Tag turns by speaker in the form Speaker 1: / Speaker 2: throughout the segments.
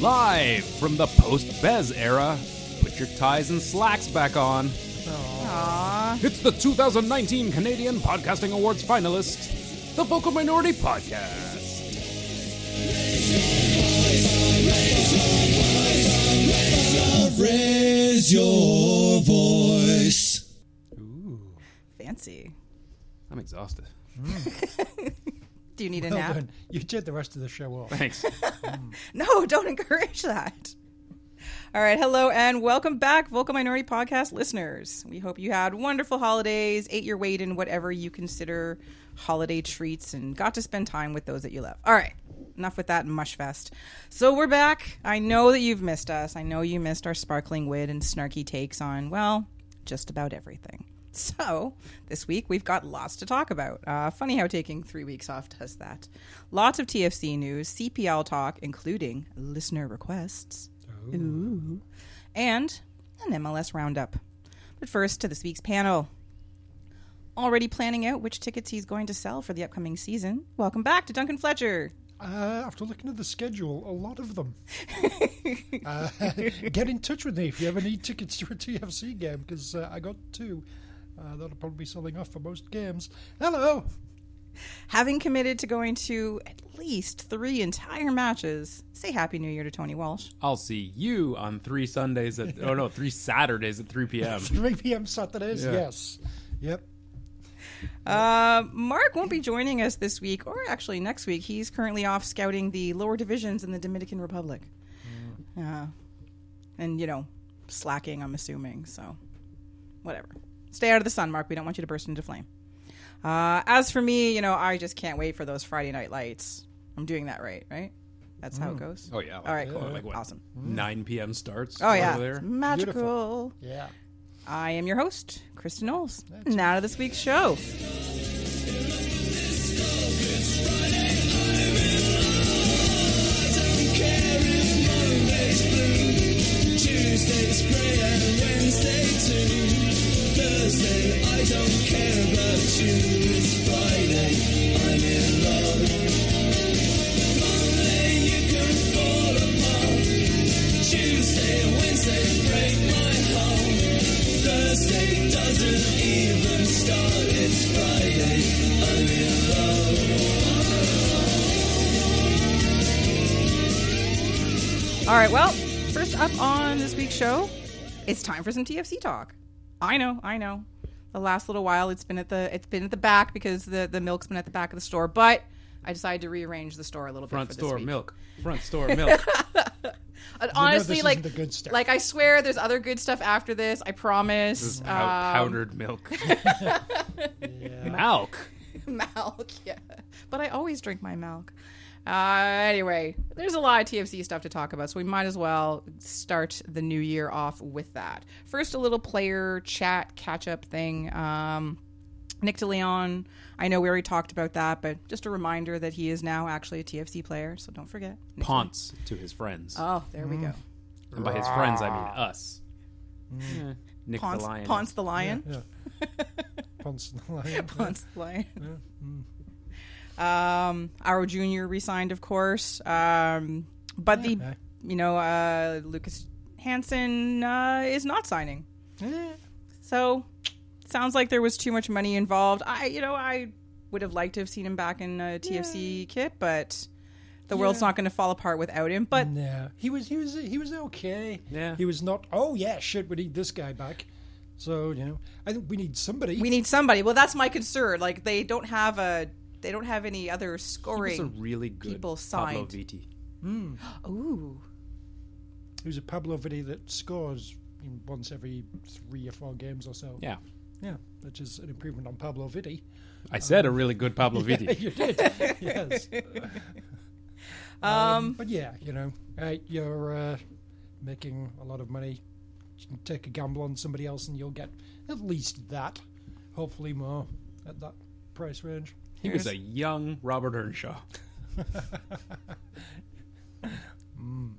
Speaker 1: live from the post Bez era. Put your ties and slacks back on.
Speaker 2: Aw.
Speaker 1: It's the 2019 Canadian Podcasting Awards finalist, the Vocal Minority Podcast.
Speaker 3: Raise your voice.
Speaker 2: Fancy.
Speaker 1: I'm exhausted.
Speaker 2: Do you need a
Speaker 4: Well
Speaker 2: nap?
Speaker 4: done. You did the rest of the show off.
Speaker 1: Thanks.
Speaker 2: No, don't encourage that. All right, hello and welcome back, Vocal Minority Podcast listeners. We hope you had wonderful holidays, ate your weight in whatever you consider holiday treats, and got to spend time with those that you love. All right, enough with that mush fest. So we're back. I know that you've missed us. I know you missed our sparkling wit and snarky takes on, well, just about everything. So, this week we've got lots to talk about. Uh, funny how taking three weeks off does that. Lots of TFC news, CPL talk, including listener requests, Ooh. and an MLS roundup. But first to this week's panel. Already planning out which tickets he's going to sell for the upcoming season. Welcome back to Duncan Fletcher.
Speaker 4: Uh, after looking at the schedule, a lot of them. uh, get in touch with me if you ever need tickets to a TFC game because uh, I got two. Uh, that'll probably be selling off for most games. Hello.
Speaker 2: Having committed to going to at least three entire matches, say Happy New Year to Tony Walsh.
Speaker 1: I'll see you on three Sundays at, oh no, three Saturdays at 3 p.m.
Speaker 4: 3 p.m. Saturdays.
Speaker 1: Yeah.
Speaker 4: Yes. Yep.
Speaker 2: Uh, Mark won't be joining us this week, or actually next week. He's currently off scouting the lower divisions in the Dominican Republic.
Speaker 1: Mm.
Speaker 2: Uh, and, you know, slacking, I'm assuming. So, whatever. Stay out of the sun, Mark. We don't want you to burst into flame. Uh, as for me, you know, I just can't wait for those Friday night lights. I'm doing that right, right? That's how it goes?
Speaker 1: Oh, yeah. Like,
Speaker 2: All right, cool.
Speaker 1: Like what?
Speaker 2: Awesome.
Speaker 1: 9 p.m. starts.
Speaker 2: Oh,
Speaker 1: over
Speaker 2: yeah. It's
Speaker 1: There.
Speaker 2: magical.
Speaker 4: Yeah.
Speaker 2: I am your host, Kristen Knowles. now to this week's show. All right, well, first up on this week's show, it's time for some TFC talk. I know, I know. The last little while it's been at the it's been at the back because the the milk's been at the back of the store, but I decided to rearrange the store a little
Speaker 1: Front
Speaker 2: bit for
Speaker 1: store
Speaker 2: this week.
Speaker 1: milk. Front store milk.
Speaker 2: And
Speaker 4: know this
Speaker 2: honestly,
Speaker 4: isn't
Speaker 2: like
Speaker 4: the good stuff.
Speaker 2: like I swear there's other good stuff after this. I promise.
Speaker 1: This is pow-
Speaker 2: Um,
Speaker 1: powdered milk. Milk.
Speaker 2: milk. Yeah, but I always drink my milk. Uh, anyway, there's a lot of TFC stuff to talk about, so we might as well start the new year off with that. First, a little player chat catch up thing. Um, Nick DeLeon, I know we already talked about that, but just a reminder that he is now actually a TFC player, so don't forget. Nick-
Speaker 1: Ponce to his friends.
Speaker 2: Oh, there
Speaker 1: Mm.
Speaker 2: we go.
Speaker 1: and by his friends, I mean us. Yeah. Nick
Speaker 2: Ponce
Speaker 1: the Lion.
Speaker 2: Ponce the Lion.
Speaker 4: Yeah. Ponce and Lion.
Speaker 2: Ponce the Lion. Um, Arrow Junior resigned, of course. Um, but the
Speaker 4: Yeah.
Speaker 2: you know uh, Lucas Hansen uh, is not signing.
Speaker 4: Eh,
Speaker 2: So sounds like there was too much money involved. I you know I would have liked to have seen him back in a TFC kit, but the world's not going to fall apart without him. But
Speaker 4: No, he was he was he was okay.
Speaker 1: Yeah.
Speaker 4: he was not. Oh yeah, shit, we need this guy back. So you know, I think we need somebody.
Speaker 2: we need somebody. Well, that's my concern. Like they don't have a they don't have any other
Speaker 1: It's a
Speaker 2: scoring.
Speaker 1: really good Pablo
Speaker 2: People signed.
Speaker 1: Vitti.
Speaker 2: Ooh.
Speaker 4: Who's a Pablo Vitti that scores in once every three or four games or so?
Speaker 1: Yeah.
Speaker 4: yeah, which is an improvement on Pablo Vitti.
Speaker 1: I said a
Speaker 2: Um,
Speaker 1: really good Pablo Vitti.
Speaker 4: you did, yes. Um, but yeah, you know, uh, you're uh, making a lot of money. You can take a gamble on somebody else, and you'll get at least that. Hopefully, more at that price range.
Speaker 1: He was a young Robert Earnshaw. Mm.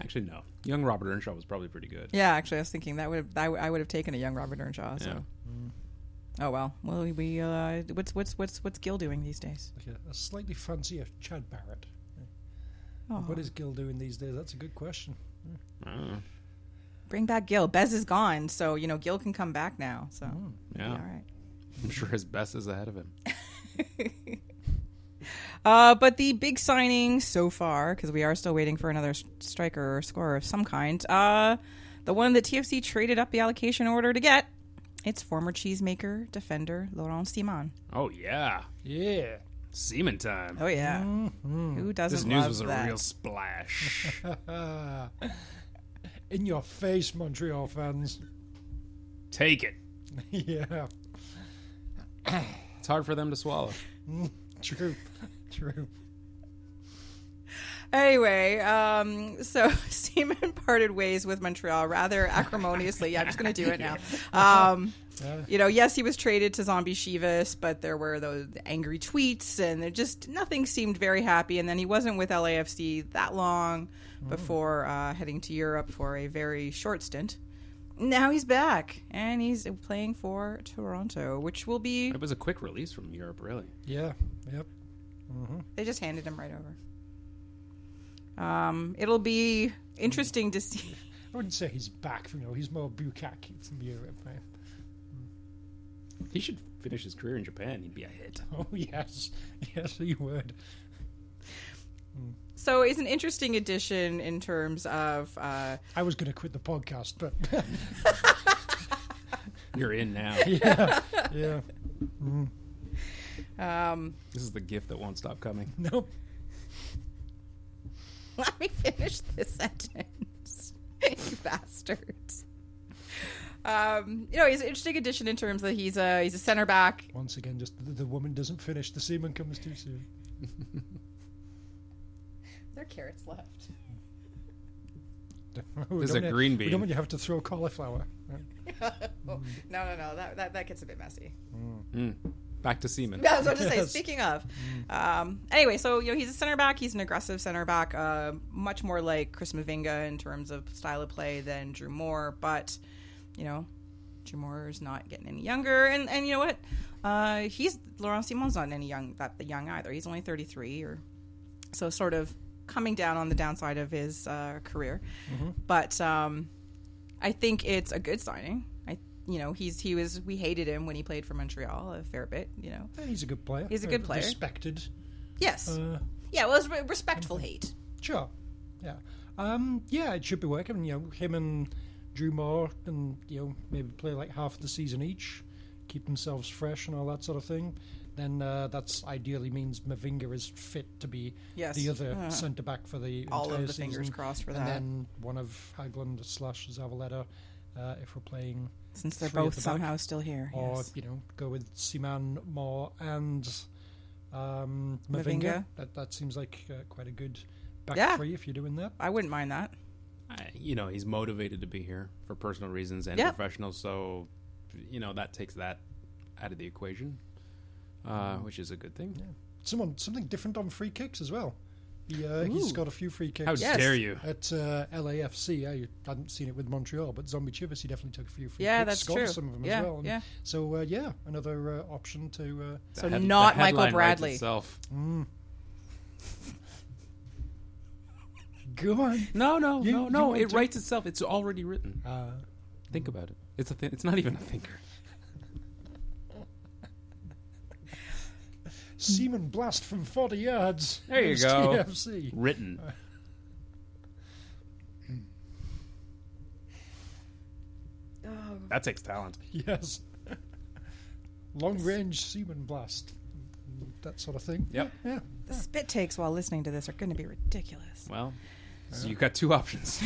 Speaker 1: Actually, no. Young Robert Earnshaw was probably pretty good.
Speaker 2: Yeah, actually, I was thinking that would have, I, would- I would have taken a young Robert Earnshaw. So,
Speaker 1: Yeah.
Speaker 2: oh well. Well, we- we uh, what's what's what's what's Gil doing these days?
Speaker 4: like a, a slightly fancier Chad Barrett. What is Gil doing these days? That's a good question.
Speaker 2: Bring back Gil. Bez is gone, so you know Gil can come back now. So
Speaker 1: Yeah.
Speaker 2: all right.
Speaker 1: I'm sure his best is ahead of him.
Speaker 2: Uh, but the big signing so far, because we are still waiting for another s- striker or scorer of some kind. Uh, the one that TFC traded up the allocation order to get. It's former cheesemaker defender Laurent Simon.
Speaker 1: Oh yeah,
Speaker 4: Yeah.
Speaker 1: semen time.
Speaker 2: Oh yeah, who
Speaker 1: Mm-hmm.
Speaker 2: doesn't
Speaker 1: This news
Speaker 2: love
Speaker 1: was a
Speaker 2: that?
Speaker 1: real splash.
Speaker 4: Ah. in your face, Montreal fans.
Speaker 1: Take it.
Speaker 4: yeah.
Speaker 1: It's hard for them to swallow.
Speaker 4: True. True.
Speaker 2: Anyway, um, so Seaman parted ways with Montreal rather acrimoniously. Yeah, I'm just going to do it now. Um, you know, yes, he was traded to Zombie Shivas, but there were those angry tweets, and there just nothing seemed very happy. And then he wasn't with LAFC that long before uh, heading to Europe for a very short stint. Now he's back, and he's playing for Toronto, which will be.
Speaker 1: It was a quick release from Europe, really.
Speaker 4: Yeah. Yep.
Speaker 2: They just handed him right over. Um, it'll be interesting to see.
Speaker 4: I wouldn't say he's back from you. He's more bukkake from Europe, man.
Speaker 1: He should finish his career in Japan. He'd be a hit.
Speaker 4: Oh yes, yes, he would.
Speaker 2: So it's an interesting addition in terms of uh,
Speaker 4: I was going to quit the podcast, but
Speaker 1: You're in now.
Speaker 4: yeah,
Speaker 2: um,
Speaker 1: This is the gift that won't stop coming.
Speaker 4: nope.
Speaker 2: Let me finish this sentence, you bastards. Um, you know, he's an interesting addition in terms that he's a he's a center back.
Speaker 4: Once again, just the, the woman doesn't finish. The semen comes too soon.
Speaker 2: There are carrots left.
Speaker 4: We
Speaker 1: There's
Speaker 4: don't
Speaker 1: a
Speaker 4: want-
Speaker 1: green
Speaker 4: We
Speaker 1: bean.
Speaker 4: don't want you to have to throw cauliflower.
Speaker 2: Oh, no, no, no. That, that that gets a bit messy.
Speaker 1: Back to semen.
Speaker 2: Yeah, I was about to say.
Speaker 4: Yes.
Speaker 2: Speaking of, um, anyway, so you know he's a center back. He's an aggressive center back, uh, much more like Chris Mavinga in terms of style of play than Drew Moore. But you know, Drew Moore is not getting any younger, and and you know what? Uh, he's Laurent Simon's not any young that young either. He's only thirty three, or so sort of coming down on the downside of his uh, career. But um, I think it's a good signing. I you know he's he was we hated him when he played for Montreal a fair bit. You know.
Speaker 4: Yeah, he's a good player. Uh,
Speaker 2: He's a good player.
Speaker 4: Respected.
Speaker 2: Yes.
Speaker 4: Uh,
Speaker 2: yeah, well, it's re- respectful hate.
Speaker 4: sure. Yeah. Um, yeah, it should be working. You know, him and Drew Moore, and you know, maybe play like half the season each, keep themselves fresh and all that sort of thing. Then uh, that's ideally means Mavinga is fit to be
Speaker 2: Yes. Hmm.
Speaker 4: the other centre back for the
Speaker 2: All of
Speaker 4: entire
Speaker 2: the
Speaker 4: season.
Speaker 2: fingers crossed for
Speaker 4: and
Speaker 2: that.
Speaker 4: then one of Hagland slash Zavaleta, uh, if we're playing
Speaker 2: Since they're
Speaker 4: three at
Speaker 2: both
Speaker 4: the back.
Speaker 2: somehow still here.
Speaker 4: or
Speaker 2: yes.
Speaker 4: you know go with Seaman, Moore, and um, Mavinga.
Speaker 2: Mavinga.
Speaker 4: That that seems like uh, quite a good back
Speaker 2: Yeah.
Speaker 4: three if you're doing that.
Speaker 2: I wouldn't mind that.
Speaker 1: I, you know, he's motivated to be here for personal reasons and
Speaker 2: Yeah.
Speaker 1: professional. So, you know, that takes that out of the equation, uh,
Speaker 4: Mm-hmm.
Speaker 1: which is a good thing.
Speaker 4: Someone something different on free kicks as well. He, uh, he's got a few free kicks.
Speaker 1: How
Speaker 2: Yes.
Speaker 1: dare you?
Speaker 4: At uh, LAFC, I hadn't seen it with Montreal, but Zombie Chivas, he definitely took a few free
Speaker 2: Yeah,
Speaker 4: kicks,
Speaker 2: that's
Speaker 4: scored
Speaker 2: true.
Speaker 4: some of them
Speaker 2: Yeah,
Speaker 4: as well. And
Speaker 2: yeah.
Speaker 4: So uh, yeah, another uh, option to. Uh,
Speaker 2: So
Speaker 1: The head- the
Speaker 2: not Michael
Speaker 1: headline writes
Speaker 2: Bradley.
Speaker 1: itself.
Speaker 4: go on.
Speaker 1: No, no,
Speaker 4: You-
Speaker 1: no,
Speaker 4: you
Speaker 1: no.
Speaker 4: want
Speaker 1: It
Speaker 4: to-
Speaker 1: writes itself. It's already written.
Speaker 4: Uh,
Speaker 1: Think about it. It's a. Th- it's not even a thinker.
Speaker 4: Seaman blast from 40 yards.
Speaker 1: There you
Speaker 4: It's
Speaker 1: go.
Speaker 4: TFC.
Speaker 1: Written.
Speaker 2: Oh,
Speaker 1: That takes talent.
Speaker 4: Yes. Long range seaman blast, that sort of thing.
Speaker 1: Yep.
Speaker 4: Yeah.
Speaker 2: The spit takes while listening to this are going to be ridiculous.
Speaker 1: Well, so you've got two options.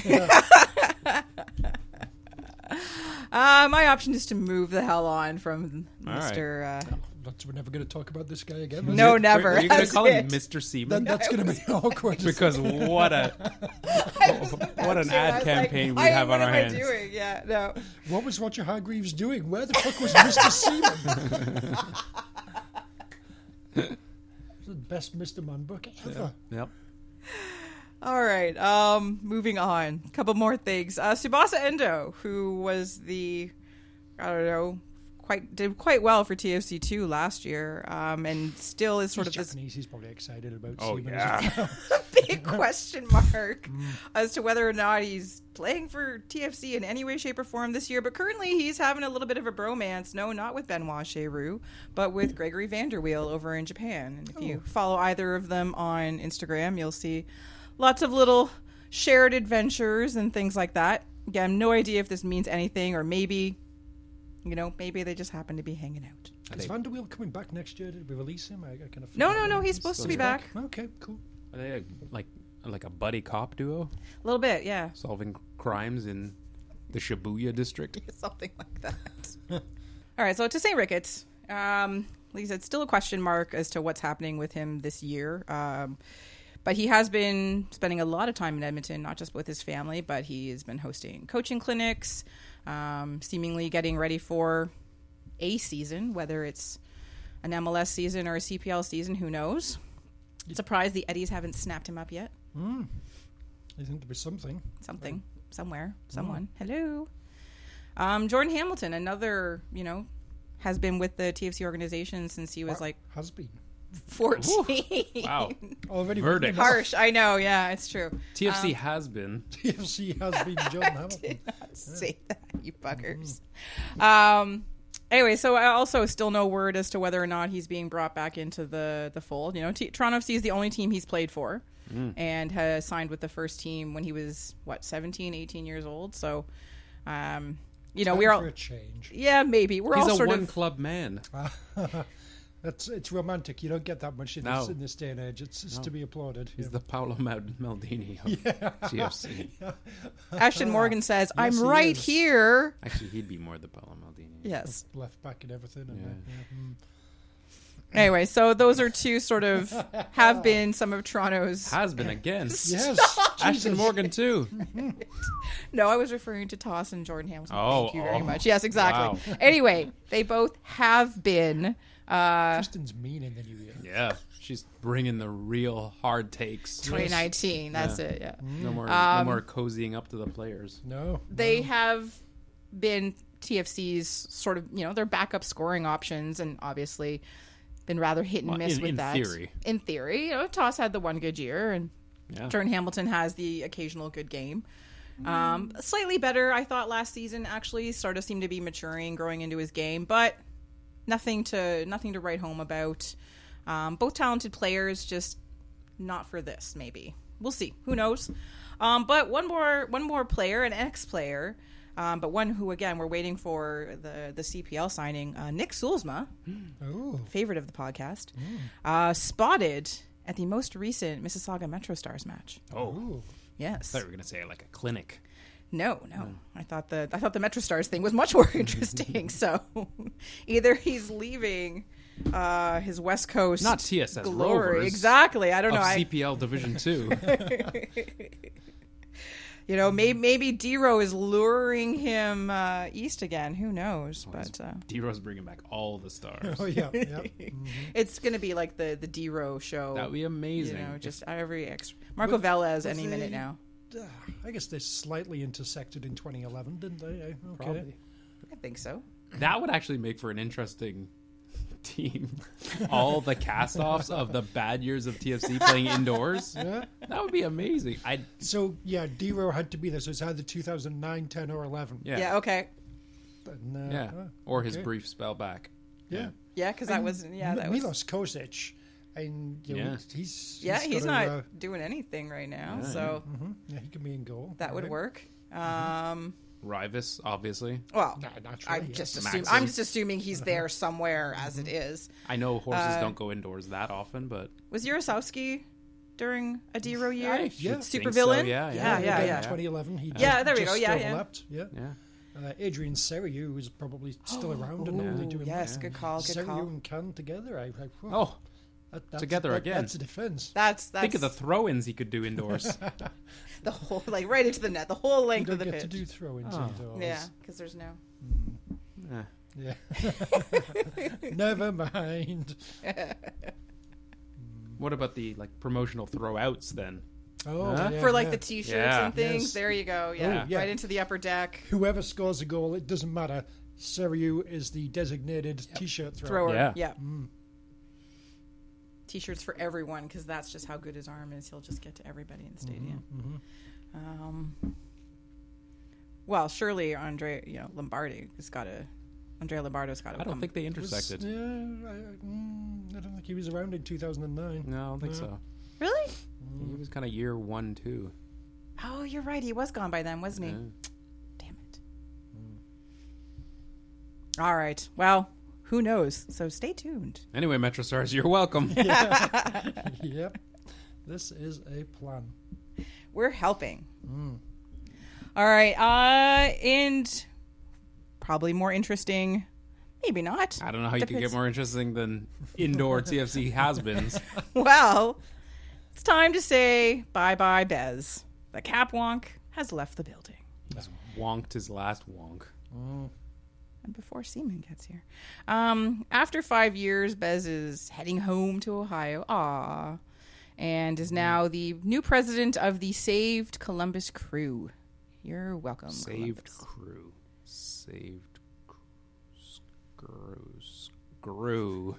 Speaker 2: Uh, my option is to move the hell on from
Speaker 1: All right.
Speaker 2: Mr. Uh,
Speaker 4: That's, we're never going to talk about this guy again. is
Speaker 2: no,
Speaker 4: it?
Speaker 2: never.
Speaker 1: Are you going to
Speaker 2: That's
Speaker 1: call him
Speaker 2: it.
Speaker 1: Mr. Seaman?
Speaker 4: Then that's going to be awkward.
Speaker 1: because what a what an ad
Speaker 2: Too, I was like,
Speaker 1: campaign we
Speaker 2: I-
Speaker 1: have on
Speaker 2: what
Speaker 1: our
Speaker 2: am
Speaker 1: hands.
Speaker 2: I doing? Yeah, no.
Speaker 4: what was Roger Hargreaves doing? Where the fuck was Mr. Seaman? the best Mr. Man book ever.
Speaker 1: Yep.
Speaker 2: All right. Um, moving on. A couple more things. Uh, Subasa Endo, who was the, I don't know, quite did quite well for TFC two last year, um, and still is sort
Speaker 4: he's
Speaker 2: of this
Speaker 4: Japanese. He's probably excited about.
Speaker 1: Oh,
Speaker 4: Siemens.
Speaker 1: yeah.
Speaker 2: big question mark as to whether or not he's playing for TFC in any way, shape, or form this year. But currently, he's having a little bit of a bromance. No, not with Benoit Cheru, but with Gregory Vanderweel over in Japan. And if you follow either of them on Instagram, you'll see lots of little shared adventures and things like that. Again, no idea if this means anything, or maybe, you know, maybe they just happen to be hanging out.
Speaker 4: Is Van der Weel coming back next year? Did we release him? I, I kind of
Speaker 2: No, no, no. He's supposed to be back.
Speaker 4: Okay, cool.
Speaker 1: Are they a, like like a buddy cop duo
Speaker 2: A little bit, yeah.
Speaker 1: solving crimes in the Shibuya district?
Speaker 2: something like that. All right, so to say Ricketts, um, like I said, still a question mark as to what's happening with him this year. Um, but he has been spending a lot of time in Edmonton, not just with his family, but he has been hosting coaching clinics, um, seemingly getting ready for a season, whether it's an MLS season or a CPL season, who knows? Surprised the Eddies haven't snapped him up yet.
Speaker 4: Isn't there was something?
Speaker 2: Something, somewhere, someone. Hello. Um, Jordan Hamilton, another, you know, has been with the TFC organization since he was like
Speaker 4: Has been.
Speaker 2: 14.
Speaker 1: Wow.
Speaker 4: Already
Speaker 1: Verdict.
Speaker 2: Harsh, I know. Yeah, it's true. Um,
Speaker 1: TFC has been.
Speaker 4: TFC has been Jordan Hamilton.
Speaker 2: Say that, Mm. you buggers. Um, anyway, so I also still no word as to whether or not he's being brought back into the, the fold. You know, T- Toronto FC is the only team he's played for and has signed with the first team when he was, what, 17, 18 years old. So, um, you know, we're
Speaker 4: Time
Speaker 2: all.
Speaker 4: for a change.
Speaker 2: Yeah, maybe. We're all
Speaker 1: He's a
Speaker 2: sort
Speaker 1: one
Speaker 2: of.
Speaker 1: club man.
Speaker 4: That's it's romantic. You don't get that much in,
Speaker 1: No.
Speaker 4: this, in this day and age. It's, it's to be applauded.
Speaker 1: He's the Paolo Mal- Maldini of TFC.
Speaker 2: Ashton Morgan says,
Speaker 4: Yes,
Speaker 2: I'm
Speaker 4: he
Speaker 2: right
Speaker 4: is.
Speaker 2: here.
Speaker 1: Actually, he'd be more the Paolo Maldini.
Speaker 2: Yes.
Speaker 4: Left back and everything. And
Speaker 1: Yeah.
Speaker 4: yeah, mm.
Speaker 2: Anyway, so those are two sort of have been some of Toronto's.
Speaker 1: Has been again.
Speaker 4: Yes.
Speaker 1: Ashton Morgan too.
Speaker 2: No, I was referring to Toss and Jordan Hamilton.
Speaker 1: Oh,
Speaker 2: Thank you very
Speaker 1: oh.
Speaker 2: much. Yes, exactly.
Speaker 1: Wow.
Speaker 2: Anyway, they both have been. Uh,
Speaker 4: Ashton's mean in the new year.
Speaker 1: Yeah, she's bringing the real hard takes.
Speaker 2: 2019. That's it. Yeah.
Speaker 1: No more,
Speaker 2: Um,
Speaker 1: no more cozying up to the players.
Speaker 4: No.
Speaker 2: They have been TFC's sort of, you know, their backup scoring options, and obviously been rather hit and
Speaker 1: Well,
Speaker 2: miss
Speaker 1: in-
Speaker 2: with
Speaker 1: in
Speaker 2: that.
Speaker 1: theory.
Speaker 2: in theory, you know, Toss had the one good year, and
Speaker 1: Yeah.
Speaker 2: Jordan Hamilton has the occasional good game. Um, slightly better, I thought, last season. Actually, sort of seemed to be maturing, growing into his game, but nothing to nothing to write home about. Um, both talented players, just not for this. Maybe we'll see. Who knows? Um, but one more one more player, an ex player, um, but one who again we're waiting for the the CPL signing, uh, Nick Sulzma
Speaker 4: Oh.
Speaker 2: favorite of the podcast,
Speaker 1: Mm.
Speaker 2: uh, spotted at the most recent Mississauga Metro Stars match.
Speaker 1: Oh,
Speaker 4: Ooh.
Speaker 2: Yes.
Speaker 1: I thought we were gonna say like a clinic.
Speaker 2: No, no. I thought the I thought the Metro Stars thing was much more interesting. so either he's leaving uh, his West Coast
Speaker 1: Not TSS
Speaker 2: glory.
Speaker 1: Rovers.
Speaker 2: Exactly. I don't know.
Speaker 1: Of
Speaker 2: I,
Speaker 1: CPL Division Two.
Speaker 2: you know, maybe maybe Dero is luring him uh, east again. Who knows?
Speaker 1: Oh,
Speaker 2: But uh,
Speaker 1: D Rose bringing back all the stars.
Speaker 4: Oh yeah. yeah.
Speaker 2: it's going to be like the the Dero show.
Speaker 1: That'd be amazing.
Speaker 2: you know, just every ex Marco Velez any
Speaker 4: the-
Speaker 2: minute now.
Speaker 4: Ah, I guess they slightly intersected in 2011, didn't they? Eh, Okay.
Speaker 1: Probably.
Speaker 2: I think so.
Speaker 1: That would actually make for an interesting team. All the cast-offs of the bad years of TFC playing indoors. That would be amazing. I
Speaker 4: So yeah, Dero had to be there. So it's either 2009, 10, or 11.
Speaker 1: yeah
Speaker 2: Yeah.
Speaker 1: yeah,
Speaker 2: Okay.
Speaker 4: And, uh, ah,
Speaker 1: or his
Speaker 4: okay.
Speaker 1: brief spell back.
Speaker 4: Yeah.
Speaker 2: Yeah, because that was yeah that was
Speaker 4: Milos Kosic, and you know,
Speaker 1: Yeah.
Speaker 4: he's
Speaker 2: yeah he's not
Speaker 4: got a, uh,
Speaker 2: doing anything right now, so
Speaker 4: yeah, he can be in goal.
Speaker 2: that would
Speaker 4: right?
Speaker 2: work. Um,
Speaker 1: Rivas, obviously.
Speaker 2: well,
Speaker 4: Nah, naturally,
Speaker 2: I'm
Speaker 4: yeah.
Speaker 2: just assuming
Speaker 1: Maxim. Mm-hmm.
Speaker 2: I'm just assuming
Speaker 4: Uh-huh.
Speaker 2: he's there somewhere as it is.
Speaker 1: I know horses
Speaker 2: Uh,
Speaker 1: don't go indoors that often, but
Speaker 2: Was Yaroslavsky during a Dero year?
Speaker 1: I should
Speaker 4: Yeah.
Speaker 1: think
Speaker 2: Supervillain?
Speaker 1: So. Yeah,
Speaker 2: Yeah,
Speaker 1: yeah,
Speaker 4: And
Speaker 2: yeah,
Speaker 4: then
Speaker 2: yeah.
Speaker 4: in 2011, he
Speaker 2: Yeah,
Speaker 4: ju-
Speaker 2: there we
Speaker 4: just
Speaker 2: go, yeah, yeah.
Speaker 4: overlapped. Yeah,
Speaker 1: yeah.
Speaker 4: Uh, Adrian Seriou is probably still around and
Speaker 2: Oh, Ooh,
Speaker 4: only doing
Speaker 2: yes, good call, good
Speaker 4: Seriou
Speaker 2: call.
Speaker 4: and Can together. I, I, whoa,
Speaker 1: Oh,
Speaker 4: that, that's,
Speaker 1: together
Speaker 4: that-
Speaker 1: again.
Speaker 4: That's a defense.
Speaker 2: That's that's
Speaker 1: think of the throw-ins he could do indoors.
Speaker 2: the whole like right into the net, the whole
Speaker 4: You
Speaker 2: length
Speaker 4: don't
Speaker 2: of the
Speaker 4: get
Speaker 2: pitch.
Speaker 4: to do throw-ins
Speaker 1: Oh.
Speaker 4: indoors.
Speaker 2: yeah, because there's no.
Speaker 1: Eh.
Speaker 4: Yeah. Never mind.
Speaker 1: What about the like promotional throwouts then?
Speaker 4: Oh,
Speaker 1: Huh?
Speaker 4: yeah,
Speaker 2: For like
Speaker 4: yeah.
Speaker 2: the t-shirts
Speaker 1: Yeah.
Speaker 2: and things,
Speaker 4: Yes.
Speaker 2: there you go. Yeah.
Speaker 4: yeah.
Speaker 2: right into the upper deck.
Speaker 4: whoever scores a goal, it doesn't matter. Seryu is the designated t-shirt thrower.
Speaker 2: Thrower. Yeah.
Speaker 1: Yeah.
Speaker 2: T-shirts for everyone because that's just how good his arm is. He'll just get to everybody in the stadium. Um, well, surely Andre, you know, Lombardi has got to. Andre Lombardo's got to.
Speaker 1: I don't think they
Speaker 4: Um, Was-
Speaker 1: intersected.
Speaker 4: yeah, I, mm, I don't think he was around in 2009.
Speaker 1: No, I don't think
Speaker 4: No.
Speaker 1: so.
Speaker 2: really.
Speaker 1: He was kind of year one, two.
Speaker 2: Oh, you're right. He was gone by then, wasn't he? Damn it. All right. Well, who knows? So stay tuned.
Speaker 1: Anyway, Metrostars, you're welcome.
Speaker 4: yep. This is a plan.
Speaker 2: We're helping.
Speaker 1: Mm.
Speaker 2: All right. Uh, and probably more interesting. Maybe not.
Speaker 1: I don't know how you could get
Speaker 2: Depends.
Speaker 1: more interesting than indoor TFC has-beens.
Speaker 2: Well, it's time to say bye bye, Bez. The Capwonk has left the building.
Speaker 1: He's wonked his last wonk.
Speaker 2: And before Seaman gets here. Um, after five years, Bez is heading home to Ohio. Aw. And is now the new president of the Saved Columbus crew. You're welcome.
Speaker 1: Saved
Speaker 2: Columbus.
Speaker 1: crew. Saved crew. Screw.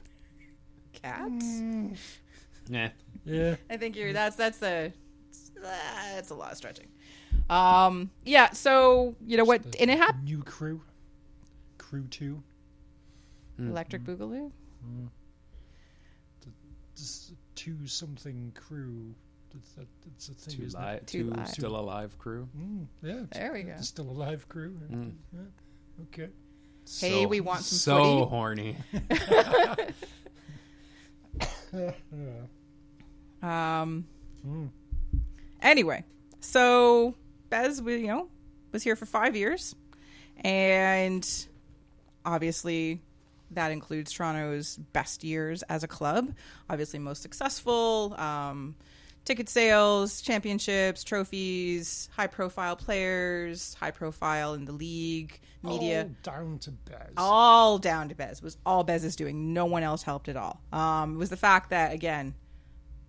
Speaker 2: cats.
Speaker 1: Nah.
Speaker 4: Yeah.
Speaker 2: I think you're that's that's the that's a lot of stretching. Um, yeah. So you know what? And it happened.
Speaker 4: New crew. Crew 2.
Speaker 2: Electric Boogaloo.
Speaker 4: Just two something crew. That's, that, that's a thing,
Speaker 1: Two,
Speaker 4: isn't
Speaker 1: li-
Speaker 4: it?
Speaker 2: Two
Speaker 1: two,
Speaker 2: live.
Speaker 1: still alive crew.
Speaker 4: Mm, yeah. it's-
Speaker 2: There we go.
Speaker 4: it's still a live crew.
Speaker 1: Mm.
Speaker 4: Yeah. Okay.
Speaker 2: Hey, we want some
Speaker 1: So
Speaker 2: footy.
Speaker 1: horny.
Speaker 4: Yeah.
Speaker 2: Um. Anyway, so Bez, we- you know, was here for five years, and obviously, that includes Toronto's best years as a club. Obviously, most successful. Um, ticket sales, championships, trophies, high-profile players, high-profile in the league, media.
Speaker 4: All down to Bez.
Speaker 2: all down to Bez. It was all Bez is doing. No one else helped at all. Um, it was the fact that again,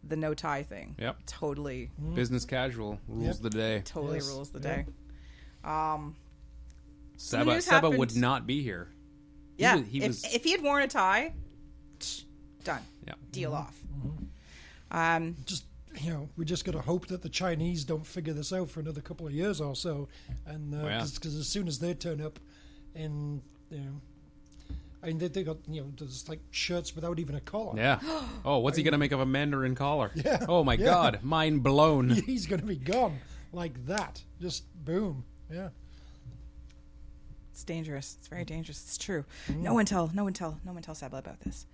Speaker 2: the no tie thing.
Speaker 1: Yep.
Speaker 2: Totally,
Speaker 1: Business casual rules the day.
Speaker 2: totally
Speaker 4: Yes.
Speaker 2: rules the
Speaker 4: Yeah.
Speaker 2: day. the
Speaker 1: Seba,
Speaker 2: news
Speaker 1: Seba
Speaker 2: happened-
Speaker 1: would not be here. He
Speaker 2: Yeah.
Speaker 1: was- he
Speaker 2: if,
Speaker 1: was-
Speaker 2: if he had worn a tie, tch, done.
Speaker 1: Yeah. Mm-hmm.
Speaker 2: Deal off. Um,
Speaker 4: Just, you know, we just got to hope that the Chinese don't figure this out for another couple of years or so. And
Speaker 1: Oh, yeah.
Speaker 4: because as soon as they turn up in, you know, I mean, they, they got, you know, there's like shirts without even a collar.
Speaker 1: Yeah. Oh, what's he gonna make of a Mandarin collar? Oh my God, mind blown.
Speaker 4: He's going to be gone like that. Just boom. Yeah.
Speaker 2: It's dangerous. It's very dangerous. It's true.
Speaker 1: Mm-hmm.
Speaker 2: No one tell. No one tell. No one tell Seba about this.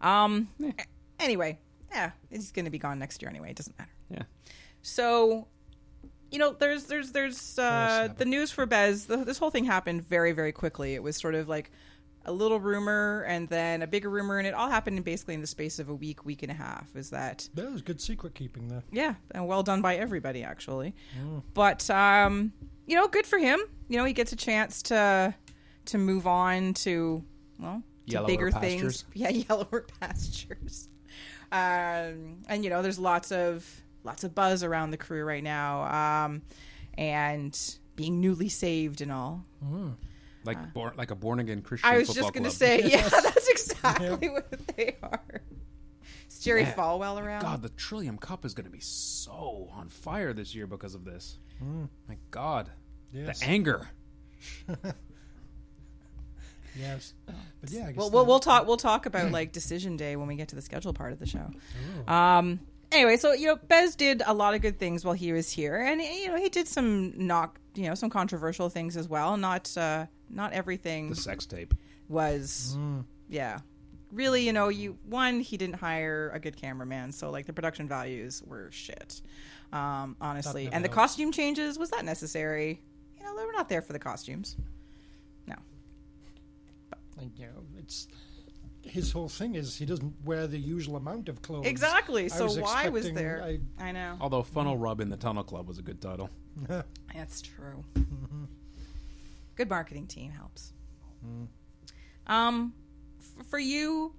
Speaker 2: Um. a- Anyway, yeah, he's going to be gone next year anyway. It doesn't matter.
Speaker 1: Yeah.
Speaker 2: So, you know, there's there's there's uh, the news for Bez. The, this whole thing happened very very quickly. It was sort of like a little rumor and then a bigger rumor, and it all happened in basically in the space of a week, week and a half. Is that
Speaker 4: That was good secret keeping there.
Speaker 2: yeah, and well done by everybody actually.
Speaker 1: Mm.
Speaker 2: But um, you know, good for him. You know, he gets a chance to to move on to well, to
Speaker 1: Yellower
Speaker 2: bigger
Speaker 1: pastures.
Speaker 2: things. Yeah, yellower pastures. Um, and you know, there's lots of lots of buzz around the crew right now. Um, and being newly saved and all.
Speaker 1: Like born, like a born again Christian.
Speaker 2: Uh. I was
Speaker 1: football
Speaker 2: just going to
Speaker 1: club.
Speaker 2: say, yeah, that's exactly what they are. Is Jerry Falwell around?
Speaker 1: God, the Trillium Cup is going to be so on fire this year because of this. My God,
Speaker 4: Mm. Yes.
Speaker 1: the anger.
Speaker 4: Yes. But yeah, I guess
Speaker 2: Well, we'll,
Speaker 4: that-
Speaker 2: we'll talk. We'll talk about like decision day when we get to the schedule part of the show. Um. Anyway, so you know, Bez did a lot of good things while he was here, and you know, he did some knock, you know, some controversial things as well. Not, uh, not everything
Speaker 1: The sex tape.
Speaker 2: was, yeah. Really, you know, you one he didn't hire a good cameraman, so like the production values were shit, um, honestly.
Speaker 4: never
Speaker 2: And the
Speaker 4: helps.
Speaker 2: costume changes was that necessary? You know, they were not there for the costumes. No,
Speaker 4: And, you know, it's his whole thing is he doesn't wear the usual amount of clothes.
Speaker 2: exactly.
Speaker 4: I
Speaker 2: So why was
Speaker 4: expecting-
Speaker 2: there?
Speaker 4: I,
Speaker 2: I know.
Speaker 1: Although Funnel Rub in the Tunnel Club was a good title.
Speaker 2: That's true. Good marketing team helps. Um, f- for you,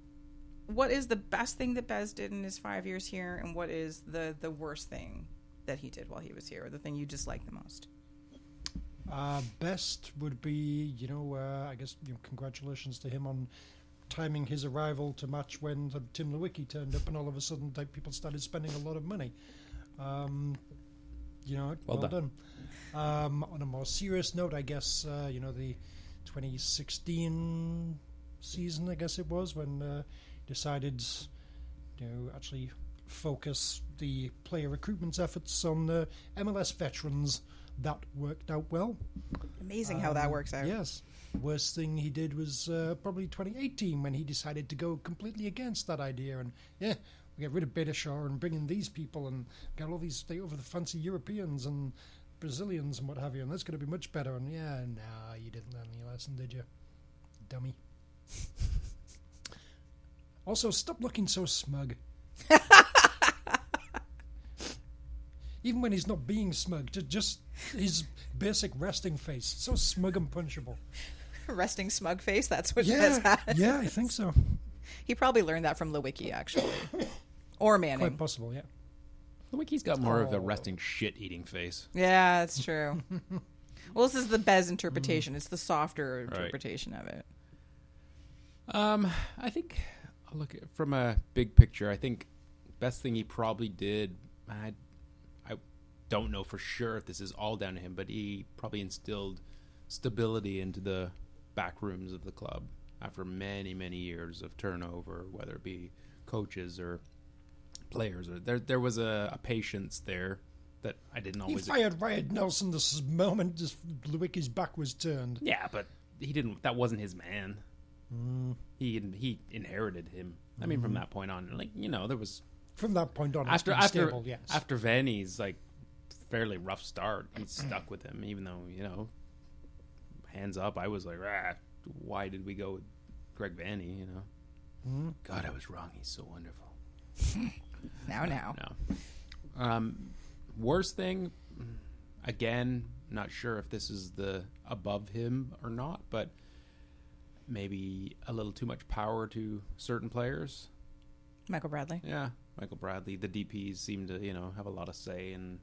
Speaker 2: what is the best thing that Bez did in his five years here, and what is the the worst thing that he did while he was here, or the thing you dislike the most?
Speaker 4: Uh, best would be, you know, uh, I guess you know, congratulations to him on timing his arrival to match when the Tim Lewicki turned up, and all of a sudden like, people started spending a lot of money. Um, you know,
Speaker 1: Well
Speaker 4: well,
Speaker 1: done.
Speaker 4: done. Um, on a more serious note, I guess uh, you know the 2016 season. I guess it was when uh, decided you know actually focus the player recruitment efforts on the MLS veterans. That worked out well.
Speaker 2: Amazing how that
Speaker 4: Um,
Speaker 2: works out.
Speaker 4: Yes. Worst thing he did was uh, probably 2018 when he decided to go completely against that idea and yeah, we get rid of Bedashaw and bring in these people and get all these stay over the fancy Europeans and Brazilians and what have you and that's going to be much better and yeah, nah, you didn't learn your lesson, did you, dummy? also, stop looking so smug. Even when he's not being smug, ju- just his basic resting face, so smug and punchable.
Speaker 2: Resting smug face. That's what that's
Speaker 4: Yeah,
Speaker 2: had.
Speaker 4: yeah, I think so.
Speaker 2: He probably learned that from Lewicki, actually, or
Speaker 4: Quite
Speaker 2: Manning.
Speaker 4: possible, yeah.
Speaker 1: The Wiki's got more of the
Speaker 4: Oh.
Speaker 1: resting shit eating face.
Speaker 2: Yeah, that's true. well, this is the Bez
Speaker 4: Mm.
Speaker 2: interpretation. It's the softer
Speaker 1: Right.
Speaker 2: interpretation of it.
Speaker 1: Um, I think I'll look at from a big picture. I think best thing he probably did. I, I don't know for sure if this is all down to him, but he probably instilled stability into the back rooms of the club after many many years of turnover, whether it be coaches or players. Or there there was a, a patience there that I didn't
Speaker 4: He
Speaker 1: always.
Speaker 4: fired Ryan Nelson the s- moment this- Lewicki's back was turned.
Speaker 1: Yeah, but he didn't. That wasn't his man.
Speaker 4: Mm.
Speaker 1: He he inherited him. I mean, from that point on, like you know, there was
Speaker 4: From that point on,
Speaker 1: after
Speaker 4: it's Mm-hmm. been
Speaker 1: after
Speaker 4: stable, yes.
Speaker 1: after Vanny's like fairly rough start. He stuck with him, even though you know, hands up. I was like, ah, why did we go with Greg Vanny? You know,
Speaker 4: Mm-hmm.
Speaker 1: God, I was wrong. He's so wonderful.
Speaker 2: Now, now.
Speaker 1: No. Um, worst thing, again, not sure if this is the above him or not, but maybe a little too much power to certain players.
Speaker 2: Michael Bradley.
Speaker 1: Yeah, Michael Bradley. The DPs seem to, you know, have a lot of say in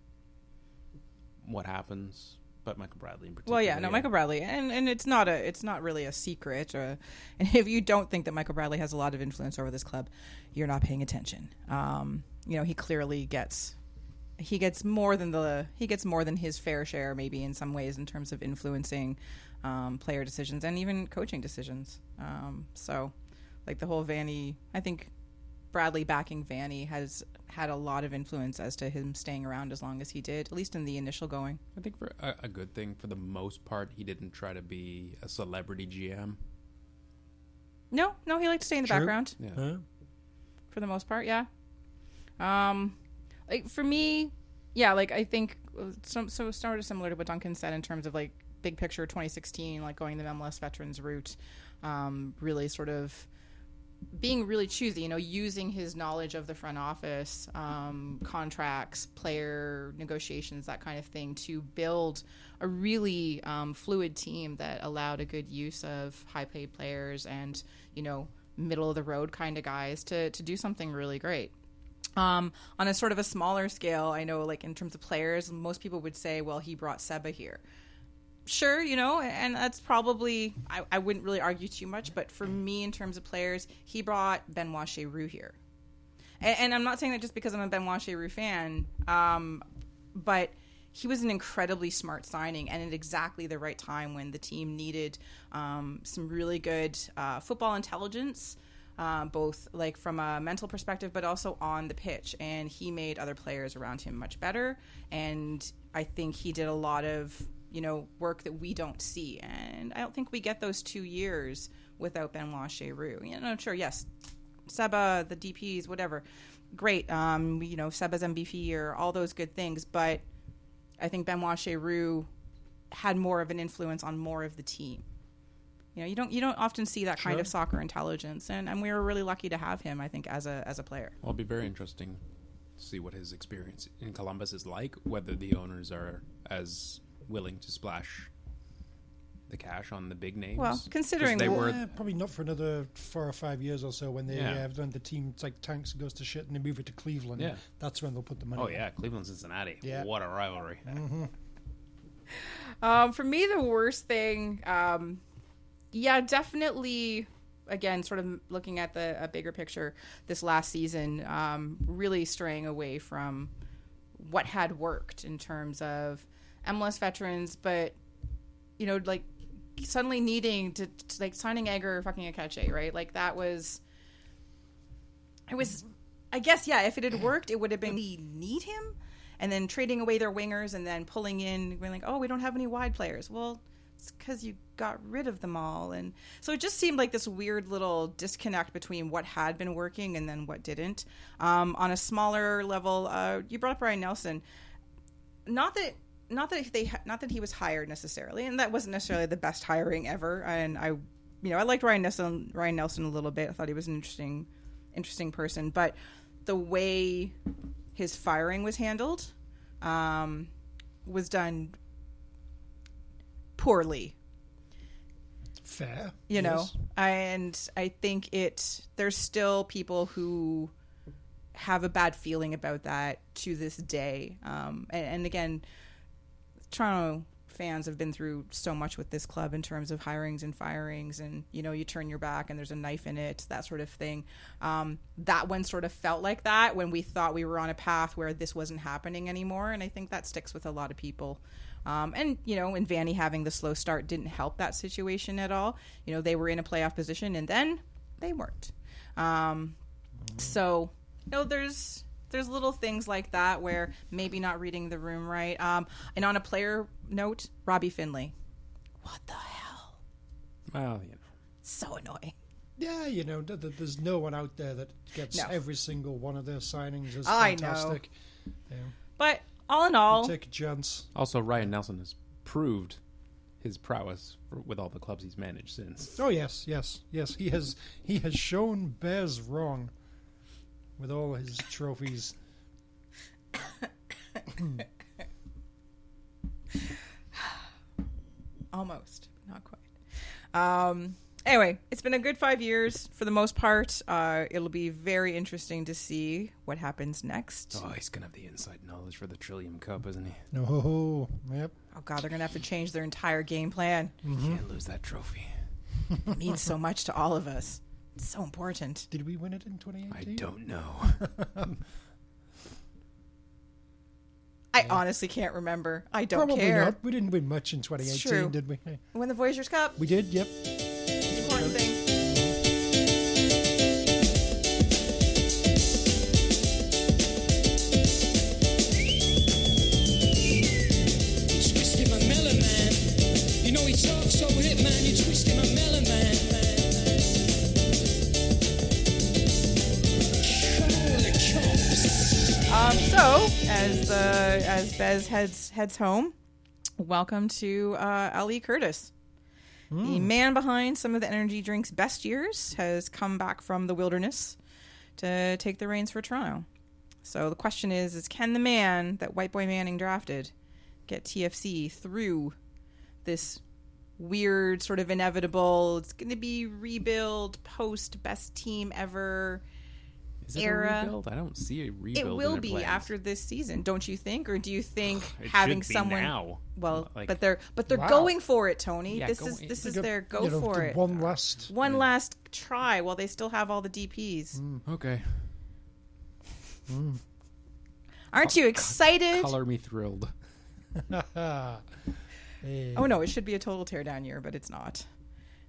Speaker 1: what happens, but Michael Bradley in particular.
Speaker 2: Well, yeah, no, Michael Bradley, and and it's not a, it's not really a secret. Or, and if you don't think that Michael Bradley has a lot of influence over this club, you're not paying attention. Um, you know, he clearly gets, he gets more than the, he gets more than his fair share, maybe in some ways, in terms of influencing um, player decisions and even coaching decisions. Um, so, like the whole Vanny, I think Bradley backing Vanny has had a lot of influence as to him staying around as long as he did, at least in the initial going.
Speaker 1: I think for a, a good thing, for the most part, he didn't try to be a celebrity GM.
Speaker 2: No, no, he liked to stay in the
Speaker 4: True.
Speaker 2: background
Speaker 1: Yeah.
Speaker 4: Huh?
Speaker 2: for the most part. Yeah. Um, like for me, yeah, like I think uh, some so sort of similar to what Duncan said in terms of like big picture 2016, like going the MLS veterans route, um, really sort of being really choosy, you know, using his knowledge of the front office, um, contracts, player negotiations, that kind of thing, to build a really um, fluid team that allowed a good use of high paid players and, you know, middle of the road kind of guys to, to do something really great. Um, on a sort of a smaller scale, I know, like in terms of players, most people would say, well, he brought Seba here sure, you know, and that's probably I, I wouldn't really argue too much, but for me in terms of players, he brought Benoit Cheroux here. And, and I'm not saying that just because I'm a Benoit Cheroux fan, um, but he was an incredibly smart signing and at exactly the right time when the team needed um, some really good uh, football intelligence. Uh, both like from a mental perspective but also on the pitch and he made other players around him much better and i think he did a lot of you know work that we don't see and i don't think we get those two years without benoit cheroux you know sure yes Seba, the DPs, whatever. Great. Um, you know, Seba's MVP year, all those good things. But I think Benoit Cheroux had more of an influence on more of the team. You know, you don't you don't often see that kind
Speaker 4: Sure.
Speaker 2: of soccer intelligence, and, and we were really lucky to have him. I think as a as a player.
Speaker 1: Well, it'll be very interesting to see what his experience in Columbus is like, whether the owners are as willing to splash the cash on the big names.
Speaker 2: Well,
Speaker 1: 'Cause
Speaker 2: considering
Speaker 1: they
Speaker 2: wh-
Speaker 1: were
Speaker 4: Eh, probably not for another four or five years or so when they
Speaker 1: Yeah.
Speaker 4: uh, when the team like tanks goes to shit and they move it to Cleveland.
Speaker 1: Yeah.
Speaker 4: That's when they'll put the money.
Speaker 1: Oh yeah, Cleveland Cincinnati.
Speaker 4: Yeah.
Speaker 1: What a rivalry.
Speaker 2: Um, for me, the worst thing, um, yeah, definitely. Again, sort of looking at the a bigger picture, this last season, um, really straying away from what had worked in terms of MLS veterans, but you know, like suddenly needing to, to like signing Edgar fucking Akeche, right? Like that was, it was, I guess, yeah. If it had worked, it would have been we need him, and then trading away their wingers and then pulling in, being like, oh, we don't have any wide players. Well, it's because you got rid of them all, and so it just seemed like this weird little disconnect between what had been working and then what didn't. Um, on a smaller level, uh, you brought up Ryan Nelson. Not that not that they not that he was hired necessarily, and that wasn't necessarily the best hiring ever. And I, you know, I liked Ryan Nelson Ryan Nelson a little bit. I thought he was an interesting interesting person, but the way his firing was handled um, was done poorly.
Speaker 4: Fair.
Speaker 2: You know,
Speaker 4: yes.
Speaker 2: and I think it. There's still people who have a bad feeling about that to this day. Um, and, and again, Toronto fans have been through so much with this club in terms of hirings and firings and you know you turn your back and there's a knife in it that sort of thing um, that one sort of felt like that when we thought we were on a path where this wasn't happening anymore and i think that sticks with a lot of people um, and you know and vanny having the slow start didn't help that situation at all you know they were in a playoff position and then they weren't um, so you know there's there's little things like that where maybe not reading the room right. Um, and on a player note, Robbie Finley. What the hell?
Speaker 1: Well, you know.
Speaker 2: So annoying.
Speaker 4: Yeah, you know, th- th- there's no one out there that gets
Speaker 2: No.
Speaker 4: every single one of their signings as
Speaker 2: I know.
Speaker 4: fantastic. I know.
Speaker 2: But all in all,
Speaker 4: Take a chance.
Speaker 1: Also, Ryan Nelson has proved his prowess for, with all the clubs he's managed since.
Speaker 4: Oh yes, yes, yes. He has he has shown bears wrong with all his trophies.
Speaker 2: almost, not quite. Um, anyway, it's been a good five years for the most part. Uh, it'll be very interesting to see what happens next.
Speaker 1: Oh, he's gonna have the inside knowledge for the Trillium Cup, isn't he?
Speaker 4: No, ho, ho. yep.
Speaker 2: Oh god, they're gonna have to change their entire game plan.
Speaker 1: Can't lose that trophy.
Speaker 2: It means so much to all of us. It's so important.
Speaker 4: Did we win it in
Speaker 1: I
Speaker 4: 2018?
Speaker 1: don't know.
Speaker 2: I honestly can't remember. I don't
Speaker 4: Probably
Speaker 2: care.
Speaker 4: not. We didn't win much in 2018,
Speaker 2: true.
Speaker 4: did we?
Speaker 2: When the Voyagers Cup,
Speaker 4: We did. Yep.
Speaker 2: important thing.
Speaker 3: You twisted my melon, man. You know he talks over it, man. You twisted my melon, man. Call the cops.
Speaker 2: Um, so as the as Bez heads heads home, welcome to uh, Ali Curtis, the man behind some of the energy drinks' best years, has come back from the wilderness to take the reins for Toronto. So the question is: Is can the man that White Boy Manning drafted get TFC through this weird sort of inevitable? It's going to be rebuild post best team ever.
Speaker 1: Is it
Speaker 2: Era.
Speaker 1: a rebuild? I don't see a rebuild.
Speaker 2: It
Speaker 1: in
Speaker 2: will
Speaker 1: their
Speaker 2: be
Speaker 1: plans.
Speaker 2: after this season, don't you think? Or do you think
Speaker 1: It
Speaker 2: having
Speaker 1: should be
Speaker 2: someone
Speaker 1: now.
Speaker 2: Well,
Speaker 1: Like-
Speaker 2: but they're but they're
Speaker 4: Wow.
Speaker 2: going for it, Tony.
Speaker 1: Yeah,
Speaker 2: this
Speaker 1: go-
Speaker 2: is this
Speaker 1: you
Speaker 2: is
Speaker 4: Yep.
Speaker 2: their go
Speaker 4: You know,
Speaker 2: for
Speaker 4: the
Speaker 2: it.
Speaker 4: One last.
Speaker 2: One last try while they still have all the DPs.
Speaker 1: okay.
Speaker 2: Aren't you excited?
Speaker 1: Color me thrilled.
Speaker 4: Eh,
Speaker 2: Oh no, it should be a total teardown year, but it's not.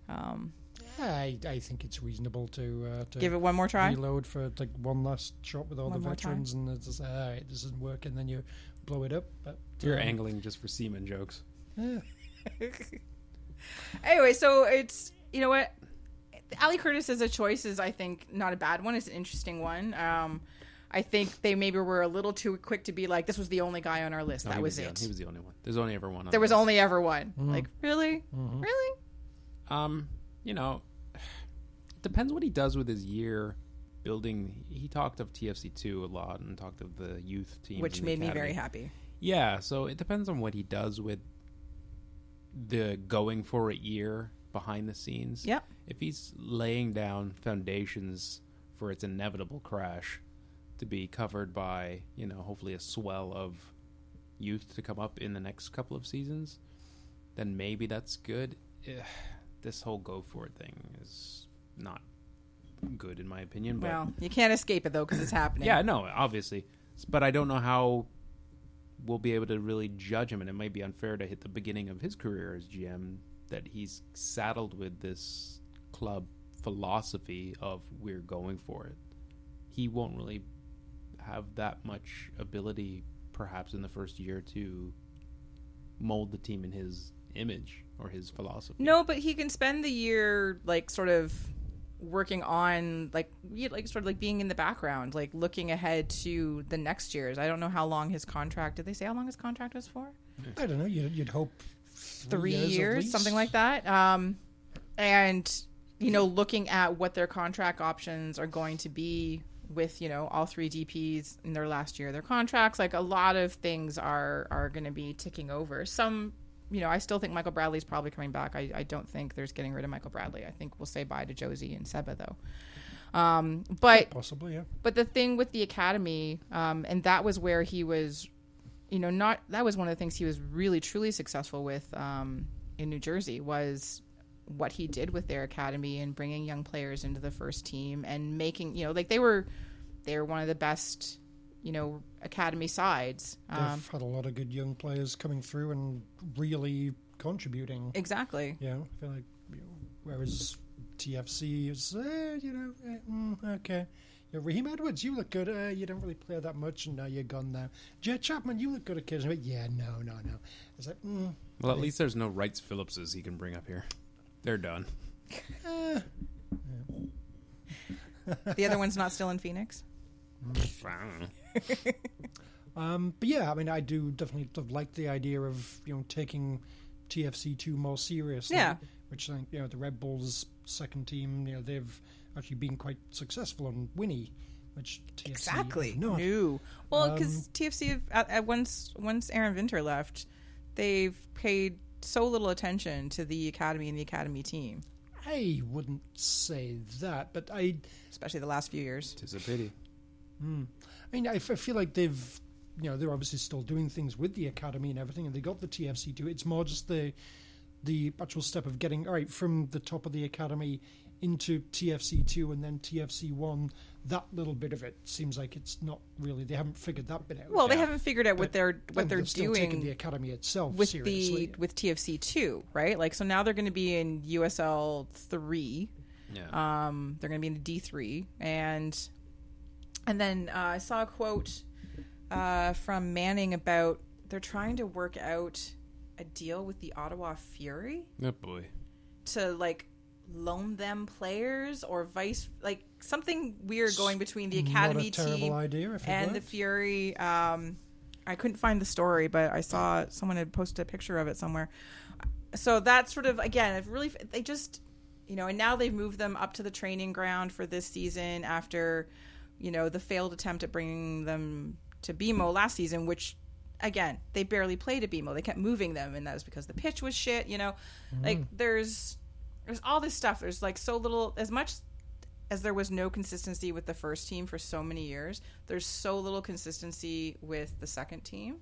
Speaker 2: Um,
Speaker 4: I, I think it's reasonable to, uh, to
Speaker 2: give it one more try.
Speaker 4: reload for like one last shot with all
Speaker 2: One
Speaker 4: the
Speaker 2: more time.
Speaker 4: veterans, and it's just, all right, this isn't working. Then you blow it up. But
Speaker 1: You're
Speaker 4: um,
Speaker 1: angling just for semen jokes.
Speaker 4: yeah.
Speaker 2: anyway, so it's you know what, Ali Curtis as a choice is I think not a bad one. It's an interesting one. Um, I think they maybe were a little too quick to be like this was the only guy on our list.
Speaker 1: No,
Speaker 2: that
Speaker 1: he
Speaker 2: was,
Speaker 1: the-
Speaker 2: it.
Speaker 1: He was the only one. There's only ever one. On
Speaker 2: there
Speaker 1: the
Speaker 2: was
Speaker 1: list.
Speaker 2: only ever one. Like really, really.
Speaker 1: Um, you know, depends what he does with his year building. He talked of TFC two a lot and talked of the youth team,
Speaker 2: which made me very happy.
Speaker 1: Yeah, so it depends on what he does with the going for it year behind the scenes.
Speaker 2: Yep.
Speaker 1: If he's laying down foundations for its inevitable crash to be covered by, you know, hopefully a swell of youth to come up in the next couple of seasons, then maybe that's good. Ugh, this whole go for it thing is not good in my opinion. But
Speaker 2: Well, you can't escape it though because it's happening.
Speaker 1: yeah, no, obviously, S- but I don't know how we'll be able to really judge him, and it might be unfair to hit the beginning of his career as GM that he's saddled with this club philosophy of we're going for it. He won't really have that much ability, perhaps in the first year, to mold the team in his image or his philosophy.
Speaker 2: No, but he can spend the year like sort of working on like we- like sort of like being in the background, like looking ahead to the next years. I don't know how long his contract. Did they say how long his contract was for?
Speaker 4: I don't know. You'd, you'd hope
Speaker 2: three
Speaker 4: years
Speaker 2: years,
Speaker 4: at least.
Speaker 2: something like that. Um, and you know, looking at what their contract options are going to be with you know all three DPs in their last year of their contracts, like a lot of things are are going to be ticking over. Some, you know, I still think Michael Bradley's probably coming back. I, I don't think there's getting rid of Michael Bradley. I think we'll say bye to Josie and Seba though. Um, but
Speaker 4: possibly. Yeah.
Speaker 2: but the thing with the academy, um, and that was where he was, you know, not that was one of the things he was really truly successful with um, in New Jersey was what he did with their academy and bringing young players into the first team and making you know like they were they were one of the best you know academy sides
Speaker 4: They've
Speaker 2: um,
Speaker 4: had a lot of good young players coming through and really contributing.
Speaker 2: exactly
Speaker 4: Yeah, I feel like you know, whereas TFC is eh, you know eh, mm, okay. Yeah, Raheem Edwards, you look good. Uh, you don't really play that much, and now you're gone now. Jet Chapman, you look good occasionally. But yeah, no, no, no. It's like, mm,
Speaker 1: Well, at least there's no Wrights Phillipses he can bring up here. They're done.
Speaker 4: eh.
Speaker 2: the other one's not still in Phoenix
Speaker 4: Um, but yeah, I mean, I do definitely sort of like the idea of you know taking TFC two more seriously.
Speaker 2: Yeah.
Speaker 4: Which I think you know the Red Bulls second team, you know, they've actually been quite successful on Winnie, which TFC have not.
Speaker 2: No. Well,
Speaker 4: Um,
Speaker 2: because TFC have, at, at once once Aaron Vinter left, they've paid so little attention to the academy and the academy team,
Speaker 4: I wouldn't say that, but I,
Speaker 2: especially the last few years.
Speaker 1: Tis a pity.
Speaker 4: I mean, I, f- I feel like they've, you know, they're obviously still doing things with the academy and everything, and they got the TFC too. It's more just the, the actual step of getting all right from the top of the academy into TFC two and then TFC one. That little bit of it seems like it's not really. They haven't figured that bit out.
Speaker 2: Well, they
Speaker 1: Yeah.
Speaker 2: haven't figured out what they're what
Speaker 4: And
Speaker 2: they're
Speaker 4: still taking the
Speaker 2: doing
Speaker 4: academy itself
Speaker 2: with
Speaker 4: seriously.
Speaker 2: the with TFC two, right? Like, so now they're going to be in USL three.
Speaker 1: Yeah.
Speaker 2: Um, they're going to be in D three, and and then uh, I saw a quote uh, from Manning about they're trying to work out a deal with the Ottawa Fury
Speaker 1: oh boy.
Speaker 2: to like loan them players or vice like something weird going between the academy
Speaker 4: not a terrible
Speaker 2: team
Speaker 4: idea if it
Speaker 2: and the
Speaker 4: works.
Speaker 2: Fury. Um, I couldn't find the story, but I saw someone had posted a picture of it somewhere. So that's sort of again, it really they just you know, and now they've moved them up to the training ground for this season after you know the failed attempt at bringing them to BMO last season, which again they barely played at BMO. They kept moving them, and that was because the pitch was shit. You know, like
Speaker 4: Mm-hmm.
Speaker 2: there's there's all this stuff. There's like so little as much as there was no consistency with the first team for so many years, there's so little consistency with the second team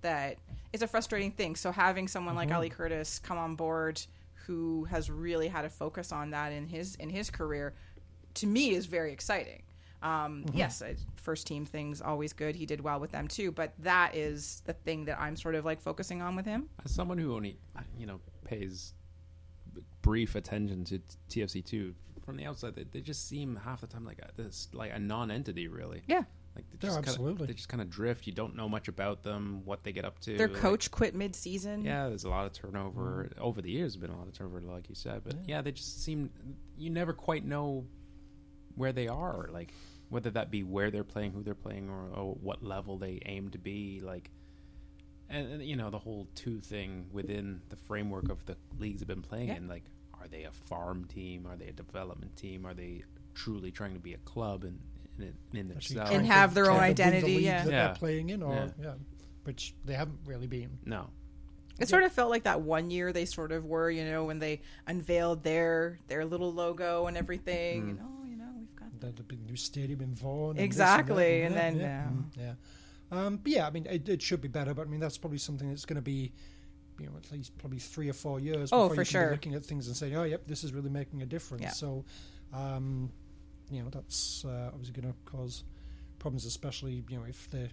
Speaker 2: that it's a frustrating thing. So having someone like Ali Curtis come on board who has really had a focus on that in his in his career to me is very exciting. Um, Yes, I, first team things always good. He did well with them too, but that is the thing that I'm sort of like focusing on with him.
Speaker 1: as someone who only you know pays brief attention to TFC two from the outside, they, they just seem half the time like a, this like a non-entity, really.
Speaker 2: Yeah.
Speaker 1: like they just
Speaker 4: No,
Speaker 1: Kinda,
Speaker 4: absolutely.
Speaker 1: they just kind of drift. You don't know much about them, what they get up to.
Speaker 2: Their
Speaker 1: like-
Speaker 2: coach quit mid season.
Speaker 1: yeah, there's a lot of turnover over the years. Been a lot of turnover, like you said, but yeah, they just seem you never quite know where they are, like whether that be where they're playing, who they're playing, or, or what level they aim to be, like. And, and, you know the whole two thing within the framework of the leagues have been playing
Speaker 2: Yeah.
Speaker 1: in. Like, are they a farm team? Are they a development team? Are they truly trying to be a club and in, in
Speaker 4: Actually
Speaker 1: themselves?
Speaker 4: trying
Speaker 2: And
Speaker 4: to
Speaker 2: have their own
Speaker 4: kind of win
Speaker 2: identity,
Speaker 4: The league
Speaker 2: yeah.
Speaker 4: that
Speaker 1: Yeah.
Speaker 4: they're playing in, or
Speaker 1: Yeah.
Speaker 4: yeah, which they haven't really been.
Speaker 1: no,
Speaker 2: It sort of felt like that one year they sort of were, you know, when they unveiled their their little logo and everything. And, oh, you know, we've got
Speaker 4: the, the new stadium in Vaughan. and this and that
Speaker 2: Exactly, and then,
Speaker 4: yeah, yeah. Mm, yeah. Um, but yeah, I mean, it, it should be better, but I mean, that's probably something that's going to be you know at least probably three or four years.
Speaker 2: Oh, for
Speaker 4: before you can be
Speaker 2: sure.
Speaker 4: looking at things and saying, oh, yep, this is really making a difference.
Speaker 2: Yeah.
Speaker 4: So, um, you know, that's uh, obviously going to cause problems, especially you know if the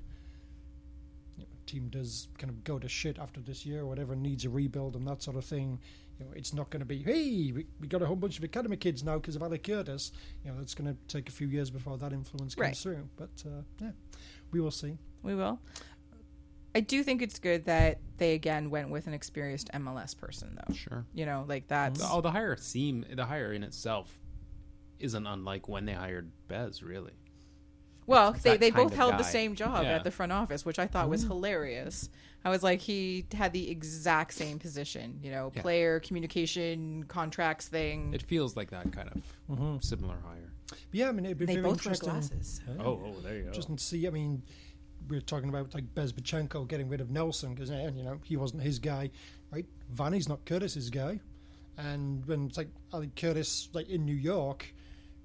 Speaker 4: you know, team does kind of go to shit after this year or whatever, needs a rebuild and that sort of thing. You know, it's not going to be hey, we, we got a whole bunch of academy kids now because of Alec Curtis. You know, that's going to take a few years before that influence comes
Speaker 2: Right.
Speaker 4: through. But uh, yeah, we will see.
Speaker 2: We will. I do think it's good that they again went with an experienced MLS person, though.
Speaker 1: Sure.
Speaker 2: You know, like that's
Speaker 1: The, oh, the hire seem the hire in itself isn't unlike when they hired Bez, really.
Speaker 2: well.
Speaker 1: it's
Speaker 2: They
Speaker 1: that
Speaker 2: they
Speaker 1: kind
Speaker 2: both
Speaker 1: of
Speaker 2: held the
Speaker 1: guy.
Speaker 2: same job
Speaker 1: Yeah.
Speaker 2: at the front office, which I thought was hilarious. I was like, he had the exact same position. You know,
Speaker 1: Yeah.
Speaker 2: player communication contracts thing.
Speaker 1: It feels like that kind of
Speaker 4: Mm-hmm.
Speaker 1: similar hire.
Speaker 4: But yeah, I mean, it'd be
Speaker 2: they
Speaker 4: very
Speaker 2: both wear
Speaker 4: interesting.
Speaker 2: glasses.
Speaker 1: Oh, oh, there you go.
Speaker 4: Just to see, I mean, we were talking about like Bezbachenko getting rid of Nelson because you know he wasn't his guy, right? Vanny's not Curtis's guy, and when it's like Ali Curtis like in New York,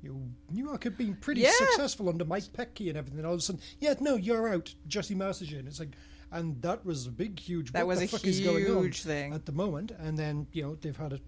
Speaker 4: you know, New York had been pretty
Speaker 2: Yeah.
Speaker 4: successful under Mike Petke and everything. All of a sudden, yeah, no, you're out. Jesse Mercer's in. It's like, and that was a big, huge.
Speaker 2: That
Speaker 4: what
Speaker 2: was
Speaker 4: the
Speaker 2: a
Speaker 4: fuck is going on
Speaker 2: huge thing.
Speaker 4: at the moment, and then you know they've had a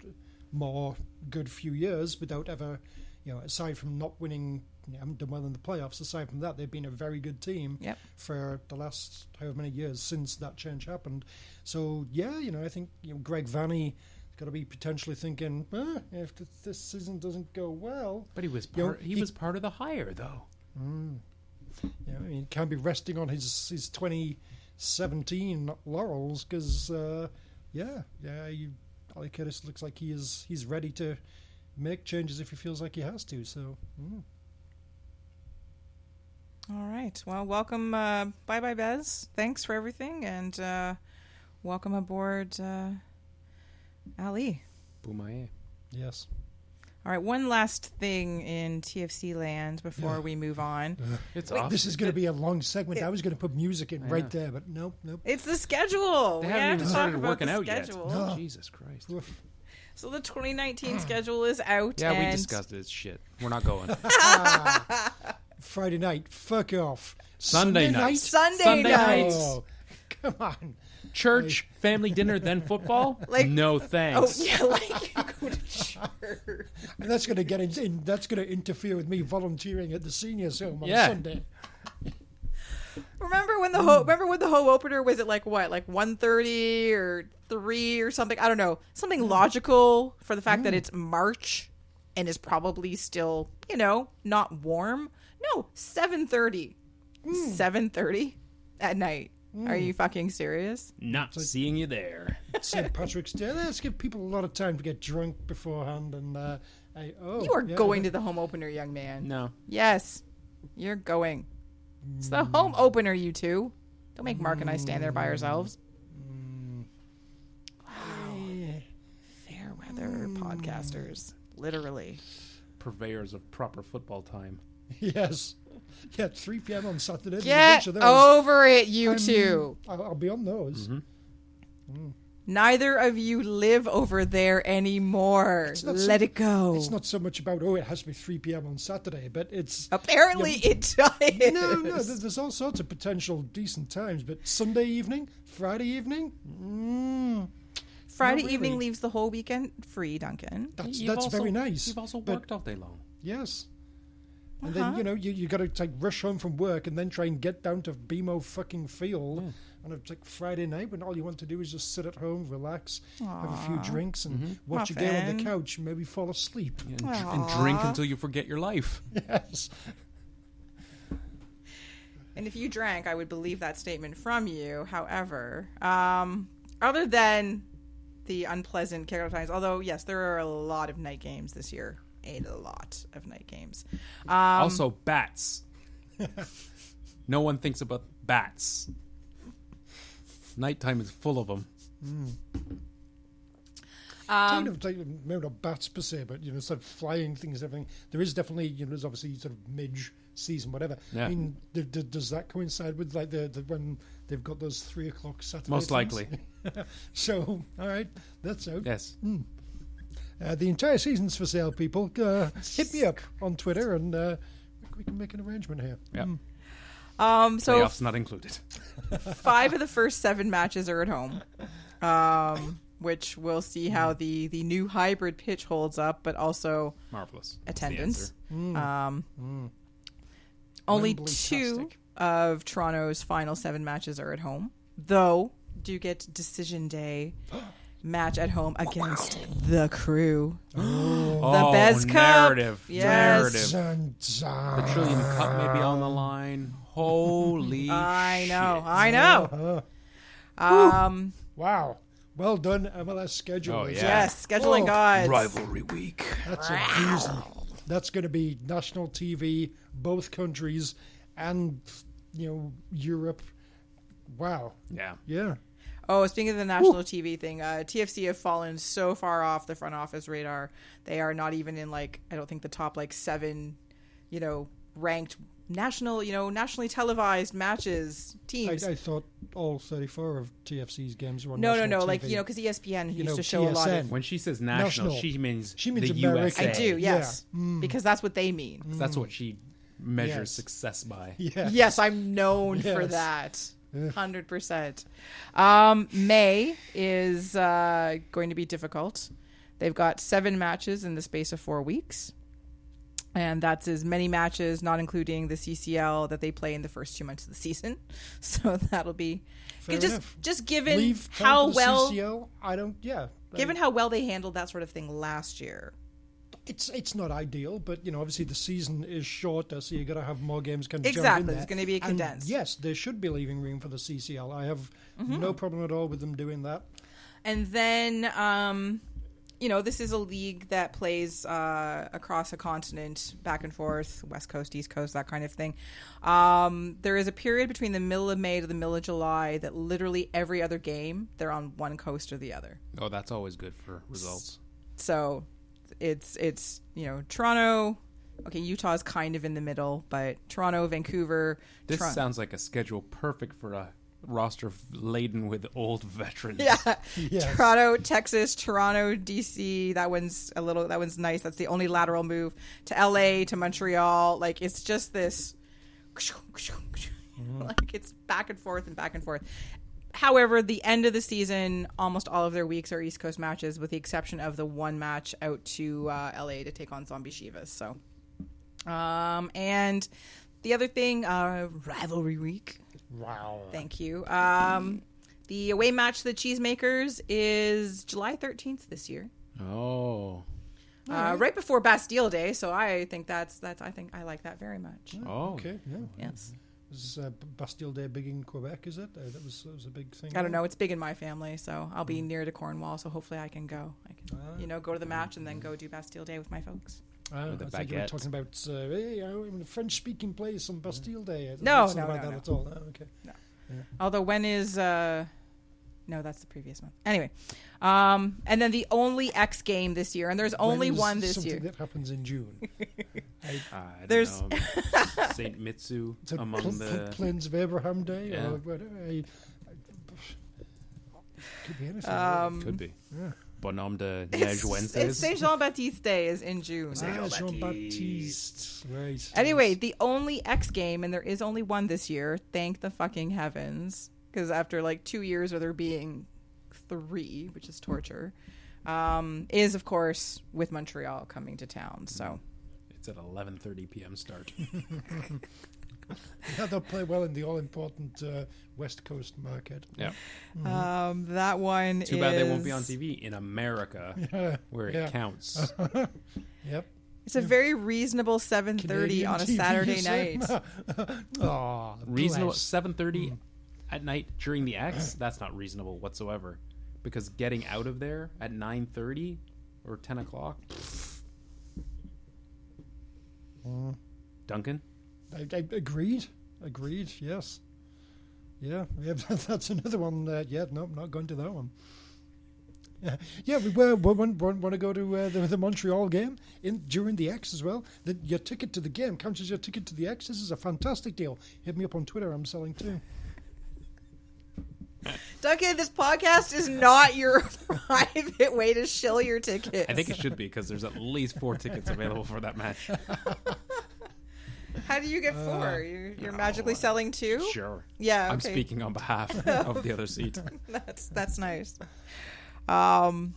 Speaker 4: more good few years without ever, you know, aside from not winning, you know, haven't done well in the playoffs. Aside from that, they've been a very good team
Speaker 2: Yep.
Speaker 4: for the last however many years since that change happened. So yeah, you know, I think you know Greg Vanny has got to be potentially thinking, "Ah, if th- this season doesn't go well,
Speaker 1: but he was
Speaker 4: you know,
Speaker 1: part, he,
Speaker 4: he-
Speaker 1: was part of the hire though.
Speaker 4: you know, I mean, he can't be resting on his his 2017 laurels because, uh, yeah, yeah, you, Ali Curtis looks like he is he's ready to make changes if he feels like he has to. So, mm.
Speaker 2: All right. Well, welcome. Uh, bye bye, Bez. Thanks for everything. And uh, welcome aboard, uh, Ali.
Speaker 1: Boomaye.
Speaker 4: yes,
Speaker 2: All right. One last thing in TFC land before we move on.
Speaker 1: It's
Speaker 4: this is going to be a long segment. I was going to put music in
Speaker 1: I
Speaker 4: right
Speaker 1: know.
Speaker 4: there, but nope, nope.
Speaker 2: It's the schedule.
Speaker 1: They
Speaker 2: we
Speaker 1: haven't
Speaker 2: have
Speaker 1: even
Speaker 2: to talk
Speaker 1: started
Speaker 2: about
Speaker 1: working
Speaker 2: the
Speaker 1: out
Speaker 2: schedule.
Speaker 1: yet.
Speaker 4: No.
Speaker 1: Jesus Christ.
Speaker 4: Oof.
Speaker 2: So the 2019 schedule is out.
Speaker 1: Hmm. Yeah,
Speaker 2: and
Speaker 1: we discussed it. It's shit. We're not going.
Speaker 4: Friday night, fuck off.
Speaker 1: Sunday night.
Speaker 2: Sunday,
Speaker 1: Sunday
Speaker 2: night.
Speaker 1: night.
Speaker 4: Oh, come on.
Speaker 1: Church, family dinner, then football?
Speaker 2: Like-
Speaker 1: no
Speaker 2: Oh
Speaker 1: thanks.
Speaker 2: yeah, like you go to church.
Speaker 4: And that's going to get in, in, that's going to interfere with me volunteering at the seniors home on
Speaker 1: Yeah.
Speaker 4: Sunday.
Speaker 2: Remember when the ho- remember when the home opener was at like what like 1.30 or three or something? I don't know something logical for the fact that it's March and is probably still you know not warm. No, seven thirty. Seven thirty at night. Are you fucking serious?
Speaker 1: Not seeing you there.
Speaker 4: St. Patrick's Day. Let's give people a lot of time to get drunk beforehand. And uh, I, oh,
Speaker 2: You are
Speaker 4: yeah,
Speaker 2: going to the home opener, young man.
Speaker 1: No.
Speaker 2: Yes, you're going. It's the
Speaker 4: Mm.
Speaker 2: home opener, you two. Don't make Mark and I stand there by ourselves.
Speaker 4: Mm.
Speaker 2: Wow. Fair weather
Speaker 4: Mm.
Speaker 2: podcasters. Literally.
Speaker 1: Purveyors of proper football time.
Speaker 4: Yes, yeah, three p.m. on Saturday. there's a
Speaker 2: Get
Speaker 4: bunch of those.
Speaker 2: over it, you
Speaker 4: I'm-
Speaker 2: two.
Speaker 4: I'll, I'll be on those.
Speaker 2: Neither of you live over there anymore.
Speaker 4: not
Speaker 2: Let
Speaker 4: some-
Speaker 2: it go.
Speaker 4: It's not so much about oh, it has to be three p.m. on Saturday, but it's
Speaker 2: Oh. Apparently, it does.
Speaker 4: no, no. there- There's all sorts of potential decent times, but Sunday evening, Friday evening, mm,
Speaker 2: Friday
Speaker 4: not really.
Speaker 2: evening leaves the whole weekend free, Duncan.
Speaker 4: that's
Speaker 1: You've
Speaker 4: that's
Speaker 1: also-
Speaker 4: very nice.
Speaker 1: You've also
Speaker 4: but-
Speaker 1: worked all day long.
Speaker 4: Yes. And then
Speaker 2: Uh-huh.
Speaker 4: you know you you got to like rush home from work and then try and get down to BMO fucking field on a like Friday night when all you want to do is just sit at home, relax, have a few drinks, and
Speaker 1: Mm-hmm.
Speaker 4: watch a game on the
Speaker 2: Muffin.
Speaker 4: couch, and maybe fall asleep.
Speaker 1: And, dr- and drink until you forget your life.
Speaker 4: Yes.
Speaker 2: And if you drank, I would believe that statement from you. However, um, other than the unpleasant character times, although yes, there are a lot of night games this year. A lot of night games. Um,
Speaker 1: also, bats. no one thinks about bats. Nighttime is full of them.
Speaker 2: Um,
Speaker 4: kind of like, maybe not bats per se, but you know, sort of flying things, and everything. There is definitely, you know, there's obviously sort of midge season, whatever.
Speaker 1: Yeah.
Speaker 4: I mean, d d does that coincide with like the, the when they've got those three o'clock Saturday?
Speaker 1: Most
Speaker 4: things?
Speaker 1: likely.
Speaker 4: so, all right, that's out.
Speaker 1: Yes.
Speaker 4: Uh, the entire season's for sale, people. Uh, hit me up on Twitter and uh, we can make an arrangement here. Mm.
Speaker 1: Yeah.
Speaker 2: um, so
Speaker 1: Playoffs not included.
Speaker 2: five of the first seven matches are at home. um, which we'll see how the the new hybrid pitch holds up, but also
Speaker 1: Marvelous. That's the
Speaker 2: attendance.
Speaker 1: answer.
Speaker 2: Um, Only two
Speaker 4: Wembley-tastic.
Speaker 2: of Toronto's final seven matches are at home, though. Do get decision day match at home against the crew. the
Speaker 1: Oh,
Speaker 2: Bez Cup.
Speaker 1: narrative,
Speaker 2: Yes.
Speaker 1: narrative.
Speaker 4: Zun, zun.
Speaker 1: The Trillium Cup may be on the line. Holy
Speaker 2: I know.
Speaker 1: shit.
Speaker 2: I know. Um,
Speaker 4: Wow. Well done, MLS schedulers.
Speaker 1: Oh, yeah.
Speaker 2: yes, scheduling
Speaker 4: Whoa.
Speaker 2: gods.
Speaker 1: Rivalry week.
Speaker 4: That's a doozy. That's going to be national TV, both countries, and you know Europe. Wow.
Speaker 1: Yeah.
Speaker 4: Yeah.
Speaker 2: Oh, speaking of the national TV thing, uh, TFC have fallen so far off the front office radar. They are not even in like I don't think the top like seven, you know, ranked national, you know, nationally televised matches
Speaker 4: I,
Speaker 2: teams.
Speaker 4: I thought all 34 of TFC's games were on
Speaker 2: no, no, no.
Speaker 4: national
Speaker 2: Like
Speaker 4: TV.
Speaker 2: you know, E because ESPN used
Speaker 4: know,
Speaker 2: to show a lot of.
Speaker 4: TSN.
Speaker 1: When she says national,
Speaker 4: National.
Speaker 1: she means
Speaker 4: She means
Speaker 1: the
Speaker 4: America.
Speaker 1: USA.
Speaker 2: I do,
Speaker 4: Yeah.
Speaker 2: yes,
Speaker 4: Mm.
Speaker 2: because that's what they mean.
Speaker 1: That's what she measures
Speaker 4: Yes.
Speaker 1: success by.
Speaker 4: Yeah.
Speaker 2: Yes, I'm known for
Speaker 4: Yes.
Speaker 2: that. Hundred percent. Um, May is uh, going to be difficult. They've got seven matches in the space of four weeks, and that's as many matches, not including the CCL that they play in the first two months of the season. So that'll be
Speaker 4: Fair
Speaker 2: just
Speaker 4: enough.
Speaker 2: just given
Speaker 4: Leave time
Speaker 2: how
Speaker 4: for the
Speaker 2: well
Speaker 4: CCO. I don't. Yeah.
Speaker 2: given how well they handled that sort of thing last year.
Speaker 4: It's it's not ideal, but you know, obviously the season is shorter, so you got to have more games kind of
Speaker 2: Exactly,
Speaker 4: Jump in
Speaker 2: there's
Speaker 4: there.
Speaker 2: gonna be a
Speaker 4: And
Speaker 2: condensed. Mm-hmm.
Speaker 4: yes, there should be leaving room for the CCL. I have no problem at all with them doing that.
Speaker 2: And then, um, you know, this is a league that plays uh, across a continent, back and forth, West Coast, East Coast, that kind of thing. Um, there is a period between the middle of May to the middle of July that literally every other game they're on one coast or the other.
Speaker 1: Oh, that's always good for results.
Speaker 2: So it's it's you know Toronto. Okay, Utah's kind of in the middle, but Toronto, Vancouver,
Speaker 1: This
Speaker 2: Toron-
Speaker 1: sounds like a schedule perfect for a roster f- laden with old veterans.
Speaker 2: Yeah.
Speaker 4: Yes.
Speaker 2: Toronto, Texas, Toronto, DC. That one's a little that one's nice. That's the only lateral move to LA to Montreal. Like it's just this like it's back and forth and back and forth. However, the end of the season, almost all of their weeks are East Coast matches, with the exception of the one match out to uh, LA to take on Zombie Shivas. So, um, and the other thing, uh, rivalry week.
Speaker 4: Wow.
Speaker 2: Thank you. Um, the away match to the Cheesemakers is July 13th this year,
Speaker 1: Oh.
Speaker 2: uh, right before Bastille Day. So I think that's that's I think I like that very much.
Speaker 1: Oh.
Speaker 4: Okay. Yeah.
Speaker 2: Yes,
Speaker 4: This is uh, B- Bastille Day big in Quebec, is it? Uh, that was that was a big thing.
Speaker 2: I don't know. It's big in my family, so I'll
Speaker 4: Mm.
Speaker 2: be near to Cornwall. So hopefully I can go. I can you know go to the match and then go do Bastille Day with my folks.
Speaker 4: Ah,
Speaker 1: With the
Speaker 4: I thought you were
Speaker 1: baguette.
Speaker 4: talking about uh, hey, I'm in a French-speaking place on Bastille Day. It's
Speaker 2: No,
Speaker 4: not
Speaker 2: no,
Speaker 4: about
Speaker 2: no,
Speaker 4: that
Speaker 2: no.
Speaker 4: at all. Ah, okay.
Speaker 2: Although when is uh, no, that's the previous month. Anyway, um, and then the only X game this year, and there's only
Speaker 4: When is
Speaker 2: one this
Speaker 4: something
Speaker 2: year.
Speaker 4: that happens in June.
Speaker 1: I don't
Speaker 2: There's-
Speaker 1: know. Saint Mitsu
Speaker 4: It's a
Speaker 1: among
Speaker 4: pl- pl-
Speaker 1: the.
Speaker 4: Plains of Abraham Day
Speaker 1: Yeah.
Speaker 4: or whatever. I, I- could be anything.
Speaker 2: Um,
Speaker 1: Could be.
Speaker 4: Yeah.
Speaker 1: Bonhomme de
Speaker 2: it's
Speaker 1: Neige
Speaker 2: it's
Speaker 1: Wednesdays.
Speaker 2: Saint Jean Baptiste Day is in June.
Speaker 4: really. Ah, Jean-Baptiste. Right.
Speaker 2: Anyway,
Speaker 4: yes.
Speaker 2: the only X game, and there is only one this year. Thank the fucking heavens, because after like two years of there being three, which is torture, um, is of course with Montreal coming to town. So
Speaker 1: It's at 11:30 p.m. start.
Speaker 4: Yeah, they'll play well in the all-important uh, West Coast market.
Speaker 1: yeah.
Speaker 2: um, that
Speaker 1: Mm-hmm.
Speaker 2: one.
Speaker 1: Too bad they won't be on TV in America where it
Speaker 4: yeah. Uh,
Speaker 1: counts.
Speaker 4: Yep.
Speaker 2: It's a very reasonable seven thirty
Speaker 4: Canadian
Speaker 2: on a
Speaker 4: TV, you
Speaker 2: Saturday
Speaker 4: said? Ah,
Speaker 2: night.
Speaker 4: Aw,
Speaker 1: Reasonable
Speaker 4: bless.
Speaker 1: 7:30 at night during the X. That's not reasonable whatsoever, because getting out of there at 9:30 or 10 o'clock.
Speaker 2: Mm.
Speaker 1: Duncan,
Speaker 4: I, I agreed. Agreed. Yes. Yeah. Yeah. That's another one. That, yeah. No, I'm not going to that one. Yeah. Yeah. We were, we want, to go to uh, the, the Montreal game in during the X as well. The, your ticket to the game counts as your ticket to the X. This is a fantastic deal. Hit me up on Twitter. I'm selling too.
Speaker 2: Duncan, this podcast is not your private way to shill your tickets.
Speaker 1: I think it should be because there's at least four tickets available for that match.
Speaker 2: How do you get four? You're, you're magically selling two.
Speaker 1: Uh, Sure.
Speaker 2: Yeah,
Speaker 1: I'm
Speaker 2: okay.
Speaker 1: speaking on behalf of the other seat.
Speaker 2: That's that's nice. Um,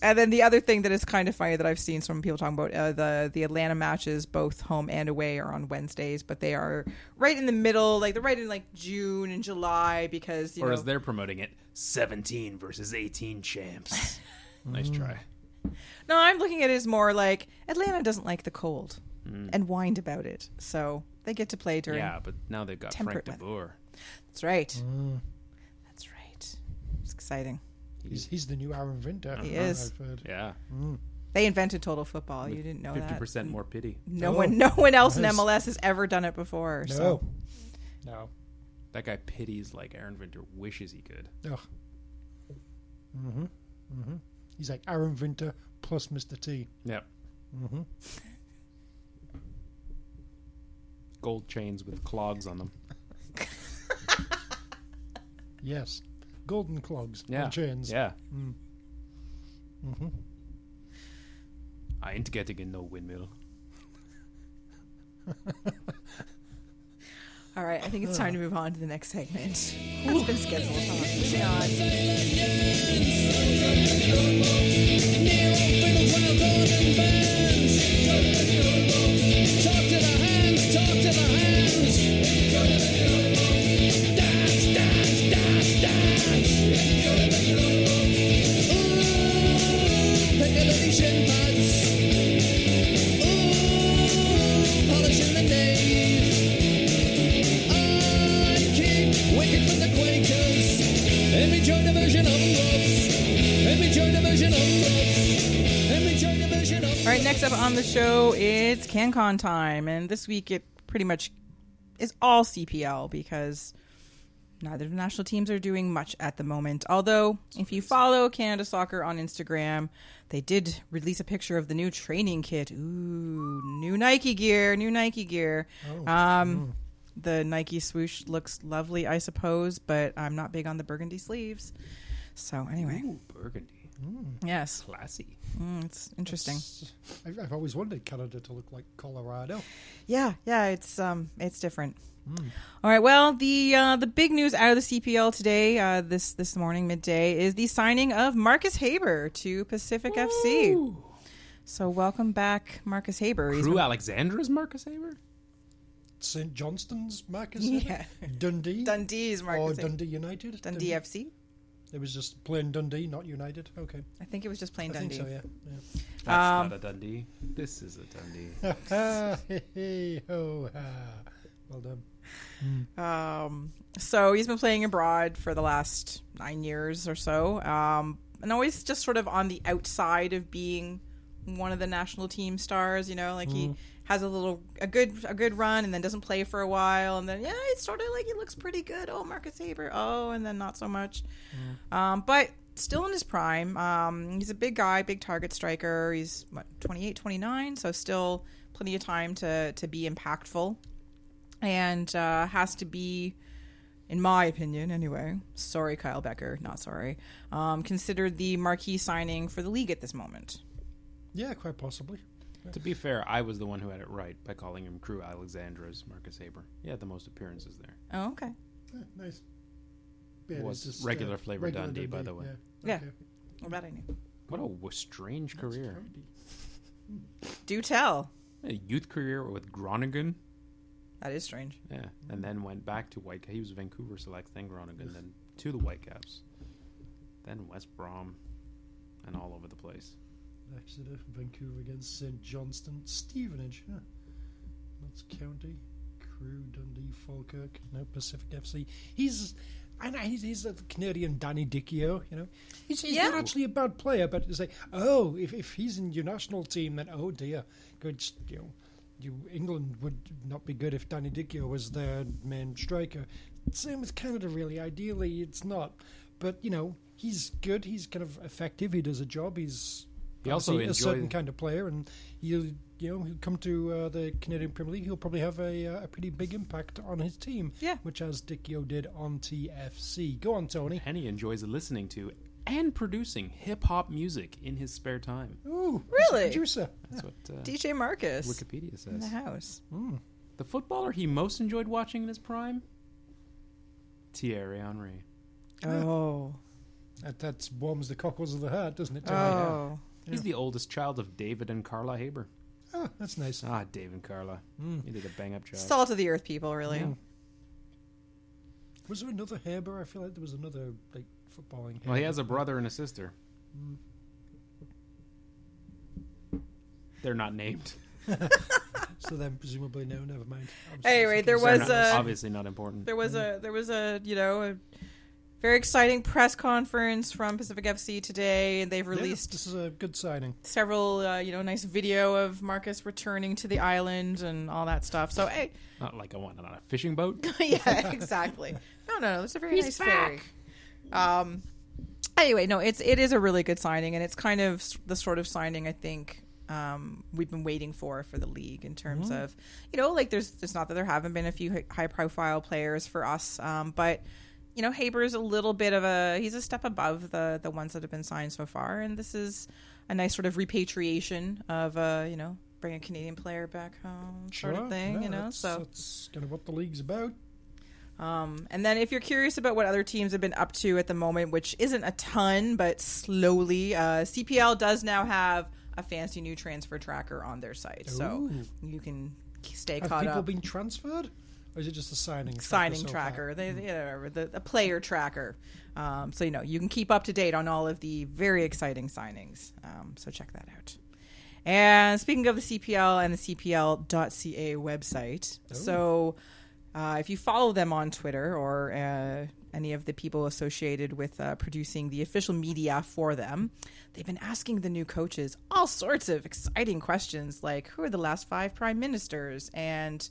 Speaker 2: and then the other thing that is kind of funny that I've seen some people talking about uh, the the Atlanta matches, both home and away, are on Wednesdays, but they are right in the middle, like they're right in like June and July because you
Speaker 1: Or
Speaker 2: know
Speaker 1: as they're promoting it, 17 versus 18 champs. nice try.
Speaker 2: Mm. No, I'm looking at it as more like Atlanta doesn't like the cold and whined about it. So they get to play during.
Speaker 1: Mm. Yeah, but now they've got
Speaker 2: Temperate
Speaker 1: Frank DeBoer.
Speaker 2: That's right.
Speaker 4: Mm.
Speaker 2: That's right. It's exciting.
Speaker 4: He's, he's the new Aaron Vinter.
Speaker 2: He
Speaker 4: I've
Speaker 2: is.
Speaker 4: heard.
Speaker 1: Yeah.
Speaker 2: They invented total football. You didn't know that.
Speaker 1: 50% more pity.
Speaker 2: No
Speaker 4: Oh.
Speaker 2: one, no one else in
Speaker 4: Nice.
Speaker 2: MLS has ever done it before.
Speaker 4: No.
Speaker 2: So
Speaker 4: No.
Speaker 1: That guy pities like Aaron Vinter wishes he could.
Speaker 4: Ugh. Mm-hmm. Mm-hmm. He's like Aaron Vinter plus Mr. T.
Speaker 1: Yep. Gold chains with clogs on them.
Speaker 4: Yes. Golden clogs.
Speaker 1: Yeah.
Speaker 4: On chains.
Speaker 1: Yeah. I ain't getting in no windmill.
Speaker 2: all right, I think it's time to move on to the next segment. That's been scheduled. Hold on. Moving on.
Speaker 3: Talk to the hands, talk to the hands. Dance, dance, dance, dance. Ooh, pick up the shin pads. Ooh, polishing the nails. I kick wicked for the Quakers. Every joint division on ropes. Every joint division on ropes. Every joint division on
Speaker 2: All right, next up on the show, it's CanCon time, and this week it pretty much is all CPL because neither of the national teams are doing much at the moment. Although, if you follow Canada Soccer on Instagram, they did release a picture of the new training kit. Ooh, new Nike gear, new Nike gear. um, The Nike swoosh looks lovely, I suppose, but I'm not big on the burgundy sleeves. So, anyway,
Speaker 1: Ooh, burgundy.
Speaker 2: yes,
Speaker 1: Classy.
Speaker 2: Mm, it's interesting.
Speaker 4: I've, I've always wanted Canada to look like Colorado.
Speaker 2: Yeah, yeah, it's um, it's different.
Speaker 4: Hmm.
Speaker 2: All right. Well, the uh, the big news out of the CPL today, uh, this this morning midday, is the signing of Marcus Haber to Pacific FC. So welcome back, Marcus Haber. He's
Speaker 1: Drew Alexander's Marcus Haber?
Speaker 4: St. Johnston's Marcus.
Speaker 2: Yeah.
Speaker 4: Dundee.
Speaker 2: Dundee's
Speaker 4: Or
Speaker 2: Marcus Haber.
Speaker 4: Oh, Dundee United.
Speaker 2: Dundee FC.
Speaker 4: It was just plain Dundee, not United. Okay.
Speaker 2: I think it was just plain
Speaker 4: I think
Speaker 2: Dundee.
Speaker 4: so, yeah. yeah.
Speaker 1: That's not a Dundee. This is a Dundee.
Speaker 4: Ha, hey, hey, ho, ha. Well done.
Speaker 2: Um, so he's been playing abroad for the last nine years or so, um, and always just sort of on the outside of being one of the national team stars. You know, like he has a little a good a good run and then doesn't play for a while, and then yeah, it's sort of like he looks pretty good. Oh, Marcus Haber. Oh, and then not so much. Um, but still in his prime. Um, he's a big guy, big target striker. He's what 28, 29, so still plenty of time to to be impactful and uh, has to be, in my opinion, anyway. Sorry, Kyle Becker, not sorry. Um, considered the marquee signing for the league at this moment.
Speaker 4: Yeah, quite possibly.
Speaker 1: To be fair, I was the one who had it right by calling him Crew Alexandra's Marcus Haber. He had the most appearances there.
Speaker 2: Oh, okay.
Speaker 4: Yeah, nice. Yeah, it's
Speaker 1: Was regular flavour Dundee, by the way.
Speaker 2: Yeah.
Speaker 4: Okay.
Speaker 2: I'm glad I knew.
Speaker 1: What a w- strange career.
Speaker 2: Do tell.
Speaker 1: A youth career with Groningen.
Speaker 2: That is strange.
Speaker 1: Yeah. And then went back to Whitecaps. He was Vancouver select, then Groningen, then to the Whitecaps. Then West Brom. And all over the place.
Speaker 4: Exeter, Vancouver against St Johnston, Stevenage, huh? Notts County, Crew, Dundee, Falkirk, no Pacific FC. He's, I know he's, he's a Canadian Danny Dicchio, you know. He's, he's
Speaker 2: Yeah.
Speaker 4: not actually a bad player, but it's like, oh, if, if he's in your national team, then oh dear, good, you know, you England would not be good if Danny Dicchio was their main striker. Same with Canada, really. Ideally, it's not, but you know, he's good. He's kind of effective. He does a job. He's
Speaker 1: He also
Speaker 4: obviously a certain
Speaker 1: enjoyed-
Speaker 4: kind of player, and you you know he'll come to uh, the Canadian Premier League. He'll probably have a, uh, a pretty big impact on his team.
Speaker 2: Yeah.
Speaker 4: which as Dicchio did on TFC. Go on, Tony.
Speaker 1: And he enjoys listening to and producing hip hop music in his spare time.
Speaker 4: Ooh, he's a
Speaker 2: Really?
Speaker 4: producer.
Speaker 1: That's what uh,
Speaker 2: DJ Marcus
Speaker 1: Wikipedia
Speaker 2: in the
Speaker 1: says.
Speaker 2: house.
Speaker 1: The footballer he most enjoyed watching in his prime? Thierry Henry.
Speaker 2: Oh.
Speaker 4: That that's warms the cockles of the heart, doesn't it? Tony?
Speaker 2: Oh.
Speaker 1: He's the oldest child of David and Carla Haber.
Speaker 4: Oh, that's nice.
Speaker 1: Ah, Dave and Carla. You did a bang up job.
Speaker 2: Salt of the earth people, really.
Speaker 1: Yeah.
Speaker 4: Was there another Haber? I feel like there was another like footballing.
Speaker 1: Well, he
Speaker 4: Haber.
Speaker 1: has a brother and a sister. They're not named.
Speaker 4: So then, presumably, no. Never mind. I'm sorry.
Speaker 2: Anyway, there
Speaker 1: They're
Speaker 2: was
Speaker 1: not-
Speaker 2: a
Speaker 1: obviously not important.
Speaker 2: there was a there was a you know a very exciting press conference from Pacific FC today, and they've
Speaker 4: Yeah,
Speaker 2: released
Speaker 4: This is a good signing.
Speaker 2: several uh, you know nice video of Marcus returning to the island and all that stuff. So hey,
Speaker 1: Not like I want on a fishing boat.
Speaker 2: yeah, exactly. No, no, no. It's a very nice ferry. Um. Anyway, no, it's it is a really good signing, and it's kind of s- the sort of signing I think um, we've been waiting for for the league in terms of you know like there's it's not that there haven't been a few high profile players for us, um, but you know Haber's a little bit of a he's a step above the the ones that have been signed so far, and this is a nice sort of repatriation of uh, you know bring a Canadian player back home sort
Speaker 4: Sure,
Speaker 2: of thing,
Speaker 4: yeah,
Speaker 2: you know
Speaker 4: that's,
Speaker 2: so.
Speaker 4: that's kind of what the league's about.
Speaker 2: Um, and then if you're curious about what other teams have been up to at the moment, which isn't a ton, but slowly, uh, CPL does now have a fancy new transfer tracker on their site, so
Speaker 4: Ooh.
Speaker 2: you can k- stay
Speaker 4: Have
Speaker 2: caught
Speaker 4: people
Speaker 2: up.
Speaker 4: been transferred, or is it just a signing? tracker
Speaker 2: Signing
Speaker 4: so far? Mm-hmm.
Speaker 2: tracker, they, they- whatever, the, the player tracker. Um, so you know you can keep up to date on all of the very exciting signings. Um, so check that out. And speaking of the CPL and the CPL.ca website,
Speaker 4: Oh.
Speaker 2: so uh, if you follow them on Twitter or uh, any of the people associated with uh, producing the official media for them, they've been asking the new coaches all sorts of exciting questions like who are the last five prime ministers? And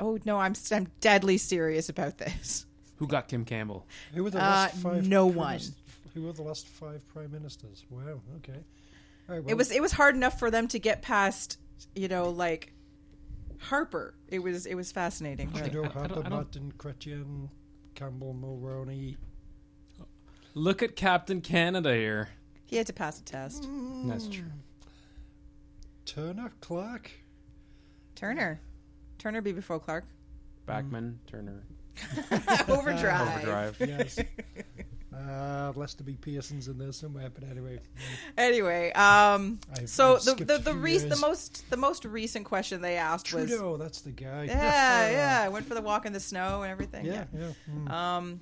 Speaker 2: oh no, I'm, I'm deadly serious about this.
Speaker 1: Who got Kim Campbell?
Speaker 4: Who were the
Speaker 2: Uh,
Speaker 4: last five?
Speaker 2: no
Speaker 4: prime
Speaker 2: one.
Speaker 4: minis- Who were the last five prime ministers? Wow. Okay. All right, well,
Speaker 2: It was it was hard enough for them to get past, you know, like Harper. It was it was fascinating. right?
Speaker 4: Trudeau,
Speaker 1: I- I don't-
Speaker 4: Harper,
Speaker 1: I don't-
Speaker 4: Martin, Chrétien, Campbell, Mulroney.
Speaker 1: Look at Captain Canada here.
Speaker 2: He had to pass a test.
Speaker 1: That's true.
Speaker 4: Turner, Clark.
Speaker 2: Turner, Turner be before Clark.
Speaker 1: Backman, Turner,
Speaker 2: Overdrive.
Speaker 1: Overdrive.
Speaker 4: Yes. uh, Lester B. Pearson's in there somewhere, but anyway.
Speaker 2: Anyway, um,
Speaker 4: I've-
Speaker 2: so
Speaker 4: I've
Speaker 2: the
Speaker 4: skipped
Speaker 2: the
Speaker 4: a
Speaker 2: the,
Speaker 4: few
Speaker 2: re- the
Speaker 4: years.
Speaker 2: most the most recent question they asked was.
Speaker 4: Trudeau, that's the guy.
Speaker 2: Yeah, yeah. I went for the walk in the snow and everything.
Speaker 4: yeah,
Speaker 2: Yeah.
Speaker 4: yeah. Mm.
Speaker 2: Um,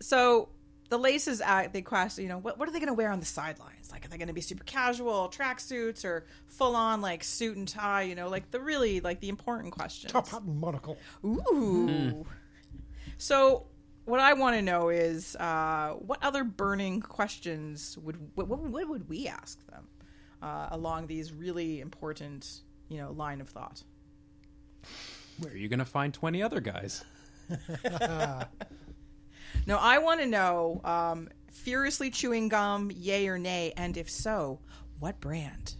Speaker 2: so the laces act they question, you know, what, what are they going to wear on the sidelines? Like, are they going to be super casual tracksuits or full on like suit and tie? You know, like the really like the important questions.
Speaker 4: Top hat and monocle.
Speaker 2: Ooh. So what I want to know is uh, what other burning questions would what, what, what would we ask them uh, along these really important you know line of thought?
Speaker 1: Where are you going to find 20 other guys?
Speaker 2: No, I want to know um, furiously chewing gum, yay or nay, and if so, what brand?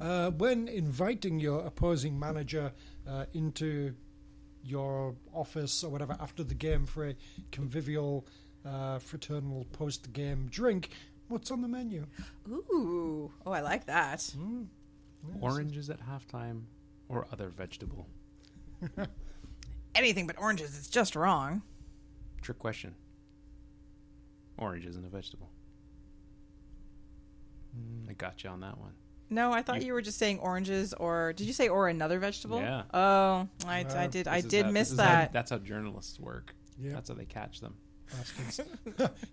Speaker 4: Uh, when inviting your opposing manager uh, into your office or whatever after the game for a convivial, uh, fraternal post game drink, what's on the menu?
Speaker 2: Ooh, oh, I like that.
Speaker 1: Hmm. Oranges at halftime or other vegetable?
Speaker 2: Anything but oranges is just wrong.
Speaker 1: Trick question. Orange isn't a vegetable. I got you on that one.
Speaker 2: No, I thought you were just saying oranges, or did you say or another vegetable?
Speaker 1: Yeah.
Speaker 2: Oh, I, I did. I
Speaker 1: This is
Speaker 2: did
Speaker 1: how-
Speaker 2: miss
Speaker 1: this is how-
Speaker 2: that.
Speaker 1: that's how journalists work.
Speaker 4: Yeah.
Speaker 1: That's how they catch them.
Speaker 4: Bastards.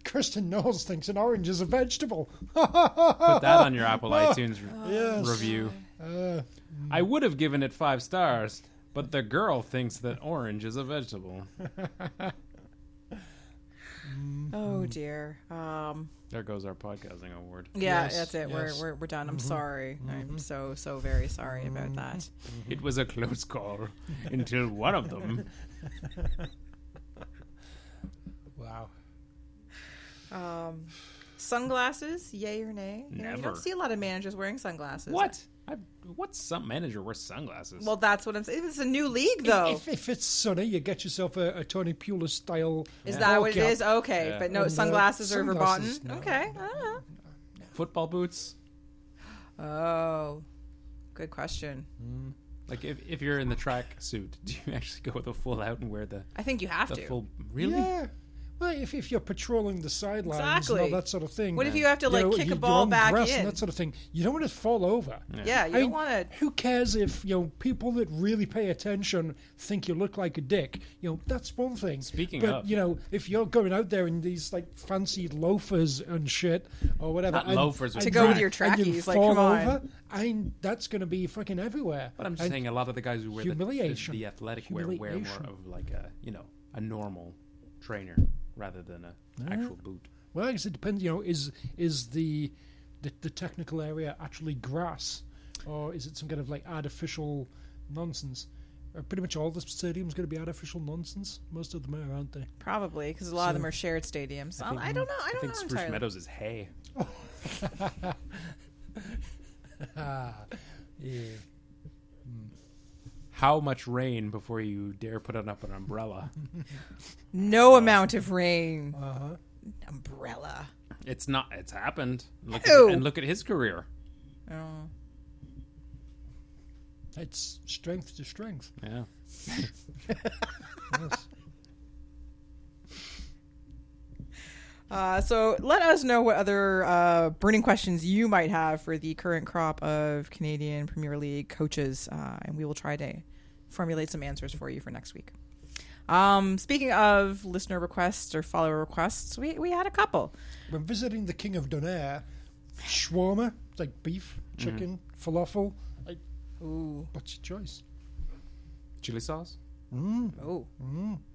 Speaker 4: Kristen Knowles thinks an orange is a vegetable.
Speaker 1: Put that on your Apple iTunes re-
Speaker 4: Oh, yes.
Speaker 1: review.
Speaker 4: Uh,
Speaker 1: I would have given it five stars, but the girl thinks that orange is a vegetable.
Speaker 2: Oh dear. Um.
Speaker 1: There goes our podcasting award.
Speaker 2: Yeah,
Speaker 4: Yes,
Speaker 2: that's it.
Speaker 4: yes.
Speaker 2: We're, we're we're done. I'm sorry. I'm so so very sorry about that.
Speaker 4: Mm-hmm.
Speaker 1: It was a close call until one of them.
Speaker 4: wow.
Speaker 2: Um, sunglasses, yay or nay? You know, You
Speaker 1: Never.
Speaker 2: don't see a lot of managers wearing sunglasses.
Speaker 1: What? I, what's some manager wears sunglasses?
Speaker 2: Well, that's what I'm saying. It's a new league, though.
Speaker 4: If, if it's sunny, you get yourself a, a Tony Pulis style.
Speaker 2: Is that what it is? Okay,
Speaker 1: Oh, Yeah.
Speaker 2: but no
Speaker 4: And, uh,
Speaker 2: sunglasses are verboten.
Speaker 4: sunglasses, no.
Speaker 2: Okay. I
Speaker 1: Football boots.
Speaker 2: don't know. Oh, good question.
Speaker 1: Like if, if you're in the track suit, do you actually go with a full out and wear the
Speaker 2: I think you have
Speaker 1: the
Speaker 2: to.
Speaker 1: full? Really?
Speaker 4: Yeah. Well, if, if you're patrolling the sidelines
Speaker 2: Exactly.
Speaker 4: and all that sort of thing.
Speaker 2: What if you have to, like,
Speaker 4: know,
Speaker 2: kick a
Speaker 4: you're
Speaker 2: ball back
Speaker 4: undressed
Speaker 2: in?
Speaker 4: And that sort of thing. You don't want to fall over.
Speaker 2: yeah, you
Speaker 4: I
Speaker 2: don't
Speaker 4: mean,
Speaker 2: want to.
Speaker 4: Who cares if you know people that really pay attention think you look like a dick? You know that's one thing.
Speaker 1: Speaking
Speaker 4: but
Speaker 1: of-
Speaker 4: you know if you're going out there in these like fancy loafers and shit or whatever,
Speaker 1: Not loafers,
Speaker 4: and,
Speaker 1: To
Speaker 2: go with
Speaker 4: you-
Speaker 2: your
Speaker 4: and you
Speaker 2: trackies, like,
Speaker 4: fall
Speaker 2: come on.
Speaker 4: over, and that's going to be fucking everywhere.
Speaker 1: But I'm just
Speaker 4: And-
Speaker 1: saying, a lot of the guys who wear the, the,
Speaker 4: humiliation.
Speaker 1: the athletic wear wear more
Speaker 4: Humiliation.
Speaker 1: of like a you know a normal trainer rather than a actual boot.
Speaker 4: Well, I guess it depends. You know, is is the the, the technical area actually grass, or is it some kind of like artificial nonsense? Uh, pretty much all the stadiums going to be artificial nonsense. Most of them are, aren't they?
Speaker 2: Probably, because a lot of them are shared stadiums. Oh, I, I don't know. I
Speaker 1: I
Speaker 2: don't
Speaker 1: think
Speaker 2: know
Speaker 1: Spruce
Speaker 2: entirely.
Speaker 1: Meadows is hay.
Speaker 4: Yeah.
Speaker 1: How much rain before you dare put it up an umbrella?
Speaker 2: No amount of rain.
Speaker 4: Uh huh.
Speaker 2: Umbrella.
Speaker 1: it's not. It's happened. Look
Speaker 2: Ew.
Speaker 1: at, and look at his career.
Speaker 2: Oh.
Speaker 4: It's strength to strength.
Speaker 1: Yeah.
Speaker 4: Yes.
Speaker 2: Uh, so let us know what other uh, burning questions you might have for the current crop of Canadian Premier League coaches, uh, and we will try to formulate some answers for you for next week. Um, speaking of listener requests or follower requests, we, we had a couple.
Speaker 4: when visiting the King of Donaire, shawarma it's like beef, chicken, falafel. Like,
Speaker 2: Ooh,
Speaker 4: what's your choice?
Speaker 1: Chili sauce?
Speaker 2: oh!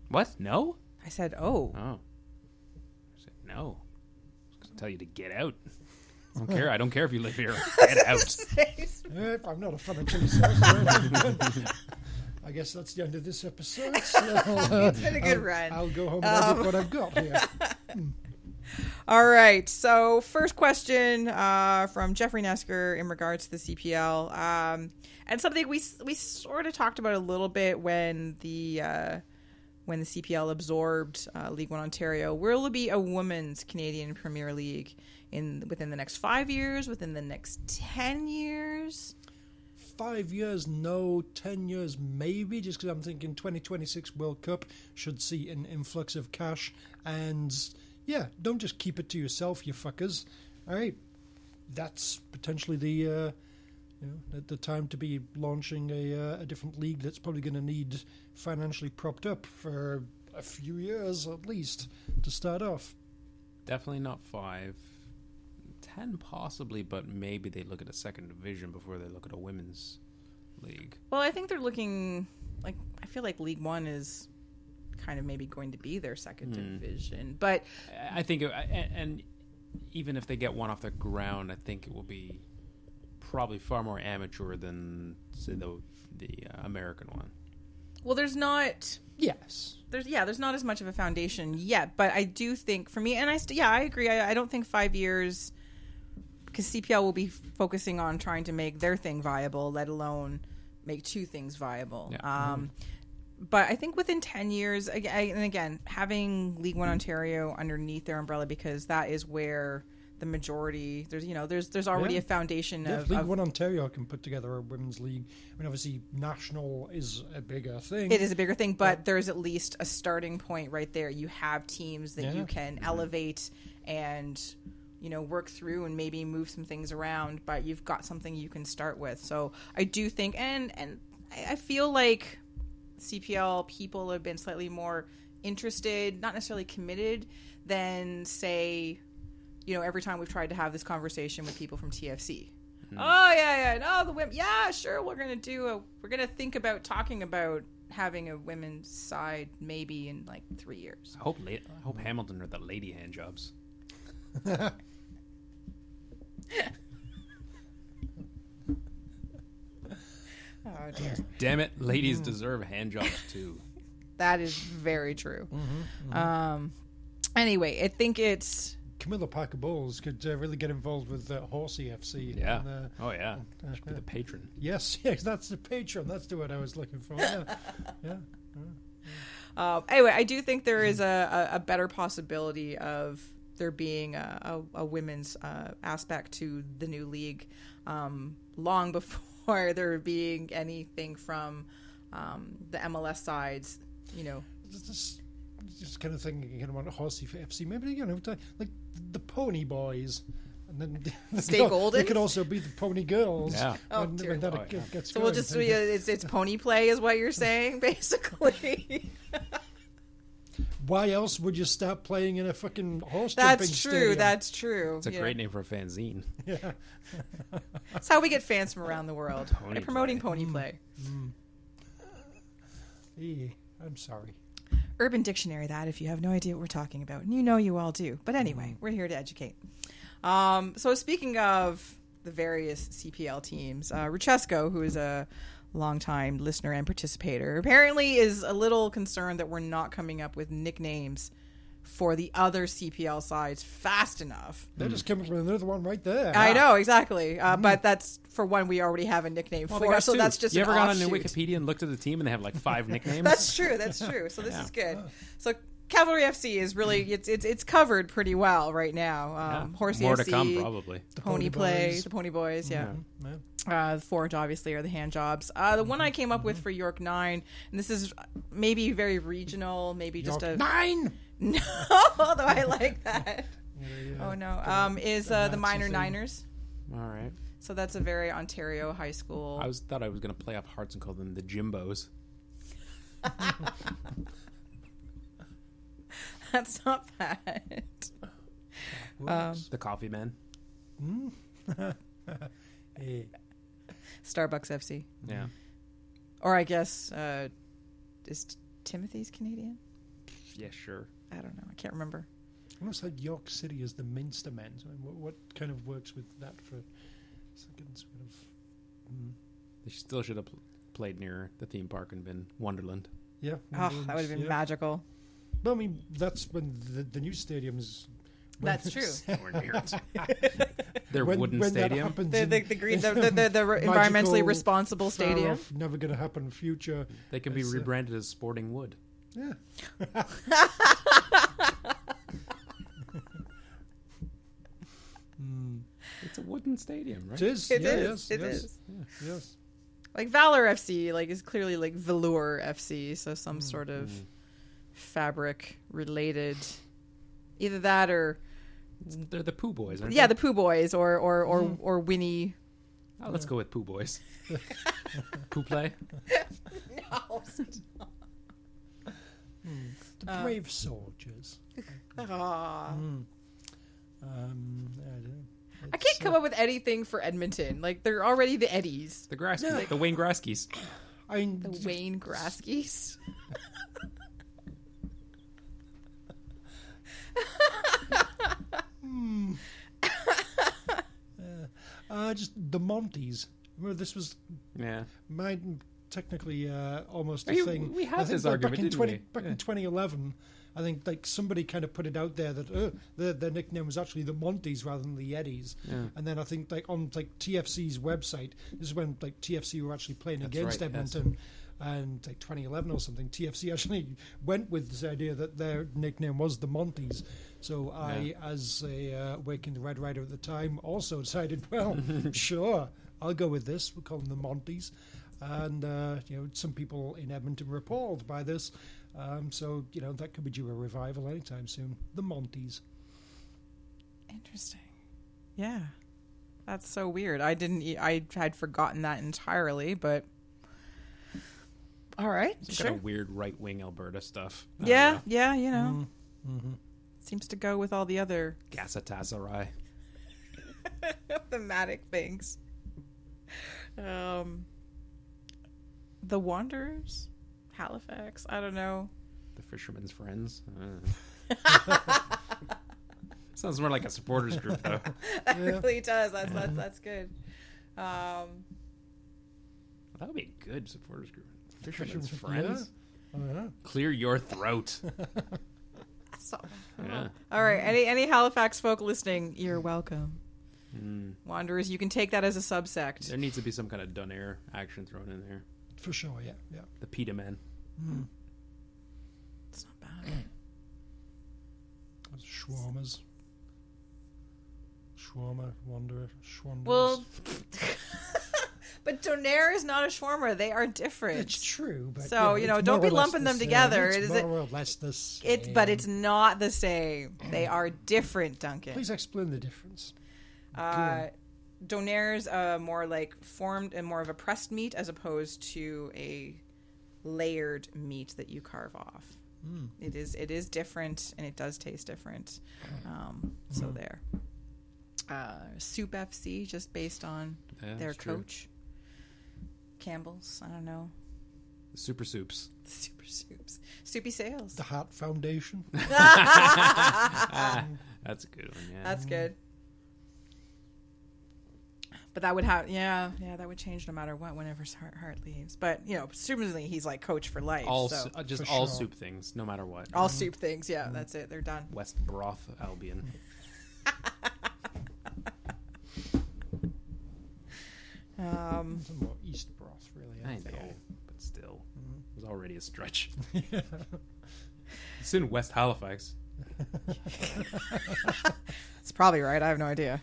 Speaker 1: What? No.
Speaker 2: I said, oh,
Speaker 1: Oh. I said no. I was gonna tell you to get out. I don't care. I don't care if you live here. Get out.
Speaker 4: Eh, I'm not a fan of chili sauce. really. I guess that's the end of this episode. So, uh,
Speaker 2: been a good
Speaker 4: I'll,
Speaker 2: run.
Speaker 4: I'll go home and edit what I've got here.
Speaker 2: All right. So, first question uh, from Jeffrey Nesker in regards to the CPL, um, and something we we sort of talked about a little bit when the uh, when the CPL absorbed uh, League One Ontario. Will there be a women's Canadian Premier League in within the next five years? Within the next ten years?
Speaker 4: Five years, no. Ten years, maybe. Just because I'm thinking 2026 World Cup should see an influx of cash. And yeah, don't just keep it to yourself, you fuckers. All right, that's potentially the uh, you know, the, the time to be launching a, uh, a different league that's probably going to need financially propped up for a few years at least to start off.
Speaker 1: Definitely not five. Ten possibly, but maybe they look at a second division before they look at a women's league.
Speaker 2: Well, I think they're looking like I feel like League One is kind of maybe going to be their second division, but
Speaker 1: I- I think, it, a- and even if they get one off the ground, I think it will be probably far more amateur than say the the uh, American one.
Speaker 2: well, there's not.
Speaker 4: Yes.
Speaker 2: there's yeah there's not as much of a foundation yet but i do think for me and i st- yeah i agree i, I don't think five years because cpl will be f- focusing on trying to make their thing viable let alone make two things viable
Speaker 1: Yeah.
Speaker 2: um but i think within 10 years ag- I- and again having league one ontario underneath their umbrella because that is where the majority there's you know there's there's already
Speaker 4: Yeah.
Speaker 2: a foundation
Speaker 4: Yeah,
Speaker 2: of,
Speaker 4: if League
Speaker 2: of-
Speaker 4: One Ontario can put together a women's league. I mean, obviously, national is a bigger thing.
Speaker 2: it is a bigger thing, but there's at least a starting point right there. You have teams that you
Speaker 4: Yeah. Mm-hmm.
Speaker 2: can elevate and you know work through and maybe move some things around, but you've got something you can start with. So I do think, and and I I feel like CPL people have been slightly more interested, not necessarily committed, than say, you know, every time we've tried to have this conversation with people from TFC. Oh yeah, yeah, no, the women. Yeah, sure, we're gonna do a. We're gonna think about talking about having a women's side maybe in like three years.
Speaker 1: I hope la- I hope Hamilton are the lady hand jobs.
Speaker 2: Oh dear, Mm.
Speaker 1: Damn it, ladies deserve hand jobs too.
Speaker 2: that is very true. Um, anyway, I think it's
Speaker 4: Camilla Parker Bowles could uh, really get involved with uh, Horsey FC.
Speaker 1: Yeah.
Speaker 4: And, uh,
Speaker 1: oh yeah. Should be
Speaker 4: uh,
Speaker 1: the patron.
Speaker 4: yes, yes, that's the patron. That's the word I was looking for. Yeah. yeah.
Speaker 2: Um, anyway, I do think there is a, a, a better possibility of there being a, a, a women's uh, aspect to the new league um, long before or there being anything from um, the MLS sides, you know.
Speaker 4: This, this, this kind of thing, you know, on Horsey for FC, maybe, you know, t- like the Pony Boys. And then
Speaker 2: Stay
Speaker 4: they could al-
Speaker 2: golden?
Speaker 4: They could also be the Pony Girls.
Speaker 1: Yeah.
Speaker 2: Oh,
Speaker 4: when,
Speaker 2: dear
Speaker 4: when that
Speaker 1: Lord.
Speaker 4: g- gets
Speaker 2: So we'll
Speaker 4: going.
Speaker 2: just
Speaker 4: They-
Speaker 2: we, uh, it's it's pony play is what you're saying basically.
Speaker 4: Why else would you start playing in a fucking horse jumping
Speaker 2: that's true.
Speaker 4: stadium?
Speaker 2: That's true.
Speaker 1: It's a
Speaker 2: Yeah.
Speaker 1: great name for a fanzine.
Speaker 2: That's how we get fans from around the world.
Speaker 1: Pony
Speaker 2: by promoting
Speaker 1: play.
Speaker 2: pony play.
Speaker 4: Eh, I'm sorry.
Speaker 2: Urban Dictionary that if you have no idea what we're talking about. And you know you all do. But anyway, we're here to educate. Um, so speaking of the various CPL teams, uh, Ruchesco, who is a longtime listener and participator, apparently is a little concerned that we're not coming up with nicknames for the other CPL sides fast enough.
Speaker 4: They're just coming with another one right there.
Speaker 2: I know exactly, uh, but that's for one we already have a nickname for, Oh so that's just
Speaker 1: you
Speaker 2: an
Speaker 1: ever gone on
Speaker 2: offshoot.
Speaker 1: Wikipedia and looked at the team and they have like five nicknames?
Speaker 2: That's true. That's true. So this is good. So Cavalry FC is really it's it's it's covered pretty well right now.
Speaker 1: Yeah.
Speaker 2: Um, Horsey
Speaker 1: More
Speaker 2: FC,
Speaker 1: to come, probably.
Speaker 2: the Pony,
Speaker 4: Pony
Speaker 2: Play,
Speaker 4: Boys.
Speaker 2: the Pony Boys. Yeah.
Speaker 4: Yeah.
Speaker 2: Uh, the Forge, obviously, are the hand jobs. Uh, the one I came up with for York 9, and this is maybe very regional, maybe just
Speaker 4: York
Speaker 2: a.
Speaker 4: nine.
Speaker 2: No, although I like that. Oh, no. Um, is uh, the
Speaker 4: Nazi
Speaker 2: Minor
Speaker 4: thing.
Speaker 2: Niners.
Speaker 1: All right.
Speaker 2: So that's a very Ontario high school.
Speaker 1: I was thought I was going to play off hearts and call them the Jimbos.
Speaker 2: That's not bad. Um,
Speaker 1: The Coffee Men.
Speaker 4: Eh,
Speaker 2: Starbucks FC.
Speaker 1: Yeah.
Speaker 2: Or I guess, uh, is Timothy's Canadian?
Speaker 1: Yeah, sure.
Speaker 2: I don't know. I can't remember.
Speaker 4: I almost had York City as the Minster men. So what, what kind of works with that for second sort of? hmm.
Speaker 1: They still should have pl- played near the theme park and been Wonderland.
Speaker 4: Yeah.
Speaker 2: Oh, that would have been
Speaker 4: yeah.
Speaker 2: magical.
Speaker 4: But I mean, that's when the, the new stadiums. when-
Speaker 2: That's true.
Speaker 1: Or near it. Their
Speaker 4: when,
Speaker 1: wooden
Speaker 4: when that
Speaker 1: stadium.
Speaker 4: happens,
Speaker 2: The,
Speaker 4: in
Speaker 2: the, the green, the, the, the, the environmentally
Speaker 4: magical,
Speaker 2: responsible
Speaker 4: far
Speaker 2: stadium.
Speaker 4: off, never going to happen future.
Speaker 1: They can be
Speaker 4: It's, uh,
Speaker 1: rebranded as Sporting Wood.
Speaker 4: Yeah. Hmm.
Speaker 1: It's a wooden stadium, right?
Speaker 4: It is.
Speaker 2: It
Speaker 4: yeah,
Speaker 2: is,
Speaker 4: Yes,
Speaker 2: it
Speaker 4: yes,
Speaker 2: is.
Speaker 4: Yes.
Speaker 2: Like Valor FC, like is clearly like Velour FC, so some
Speaker 4: Mm,
Speaker 2: sort of fabric related, either that or
Speaker 1: They're the Pooh Boys, aren't
Speaker 2: yeah,
Speaker 1: they?
Speaker 2: the Pooh Boys or or or,
Speaker 4: Mm.
Speaker 2: or Winnie.
Speaker 1: Yeah. Oh, let's go with Pooh Boys. Pooh Play.
Speaker 2: Oh,
Speaker 4: The
Speaker 1: Uh,
Speaker 4: brave soldiers. Ah. Um, I don't know.
Speaker 2: I can't come up with anything for Edmonton. Like they're already the Eddies,
Speaker 1: The Grass, the Wayne Graskies.
Speaker 4: I mean,
Speaker 2: the Wayne Graskies.
Speaker 4: uh, just the Monties. Remember, this was
Speaker 1: Yeah.
Speaker 4: mine technically uh, almost
Speaker 1: Are
Speaker 4: a
Speaker 1: you-
Speaker 4: thing.
Speaker 1: we had
Speaker 4: I think
Speaker 1: this
Speaker 4: back
Speaker 1: argument,
Speaker 4: in
Speaker 1: didn't we?
Speaker 4: back in 2011. I think like somebody kind of put it out there that uh, their, their nickname was actually the Monties rather than the Eddies. And then I think like on like TFC's website, this is when like TFC were actually playing against
Speaker 1: right, yes.
Speaker 4: Edmonton. And like 2011 or something, TFC actually went with this idea that their nickname was the Monties. So I, as a uh, Waking Red Rider at the time, also decided, well, sure, I'll go with this. We'll call them the Monties. And, uh, you know, some people in Edmonton were appalled by this. Um, so, you know, that could be due a revival anytime soon. The Monties.
Speaker 2: Interesting. Yeah. That's so weird. I didn't e- I had forgotten that entirely, but All right.
Speaker 1: Some
Speaker 2: Sure.
Speaker 1: kind of weird right wing Alberta stuff. Uh, I don't
Speaker 2: Yeah,
Speaker 1: know.
Speaker 2: yeah, you know. Seems to go with all the other
Speaker 1: Gasatasarai.
Speaker 2: thematic things. Um The Wanderers, Halifax, I don't know.
Speaker 1: The Fisherman's Friends. I don't know. Sounds more like a supporters group, though.
Speaker 2: That really does. That's that's, that's good. Um
Speaker 1: That would be a good supporters group. Fisherman's Friends.
Speaker 4: Friends? Oh, yeah.
Speaker 1: Clear your throat.
Speaker 2: so-
Speaker 1: Yeah.
Speaker 2: All right. Any any Halifax folk listening, you're welcome.
Speaker 4: Hmm.
Speaker 2: Wanderers, you can take that as a subsect.
Speaker 1: There needs to be some kind of done air action thrown in there.
Speaker 4: For sure, yeah. yeah.
Speaker 1: The PETA man.
Speaker 2: It's not bad.
Speaker 4: Schwarmers. Schwarmer, Wanderer, Schwanderers.
Speaker 2: Well, but so Nair is not a shawarma. They are different.
Speaker 4: It's true, but
Speaker 2: So, you know,
Speaker 4: it's
Speaker 2: don't
Speaker 4: more
Speaker 2: be
Speaker 4: or less
Speaker 2: lumping
Speaker 4: the
Speaker 2: them
Speaker 4: same.
Speaker 2: together.
Speaker 4: It's
Speaker 2: Is
Speaker 4: more
Speaker 2: it-
Speaker 4: or less the same.
Speaker 2: It's but it's not the same. They are different, Duncan.
Speaker 4: Please explain the difference.
Speaker 2: Uh, Donaire's uh, more like formed and more of a pressed meat as opposed to a layered meat that you carve off.
Speaker 1: Hmm.
Speaker 2: It is it is different and it does taste different. Um, so
Speaker 1: Hmm.
Speaker 2: there. Uh, Soup FC just based on
Speaker 1: Yeah,
Speaker 2: their
Speaker 1: that's true.
Speaker 2: coach. Campbell's, I don't know.
Speaker 1: Super soups.
Speaker 2: Super soups. Soupy sales.
Speaker 4: The Heart Foundation.
Speaker 1: That's a good one. Yeah.
Speaker 2: That's good. But that would have, yeah, yeah, that would change no matter what. Whenever Hart, Hart leaves, but you know, presumably he's like coach for life.
Speaker 1: all
Speaker 2: so
Speaker 1: su- uh, mm-hmm. just
Speaker 4: For
Speaker 1: all
Speaker 4: sure.
Speaker 1: soup things, no matter what.
Speaker 2: all soup things, yeah, that's it. They're done.
Speaker 1: West broth Albion.
Speaker 2: Um,
Speaker 4: Some more East broth, really.
Speaker 1: I know, but still,
Speaker 4: Mm-hmm.
Speaker 1: it was already a stretch. It's in West Halifax.
Speaker 2: it's probably right. I have no idea.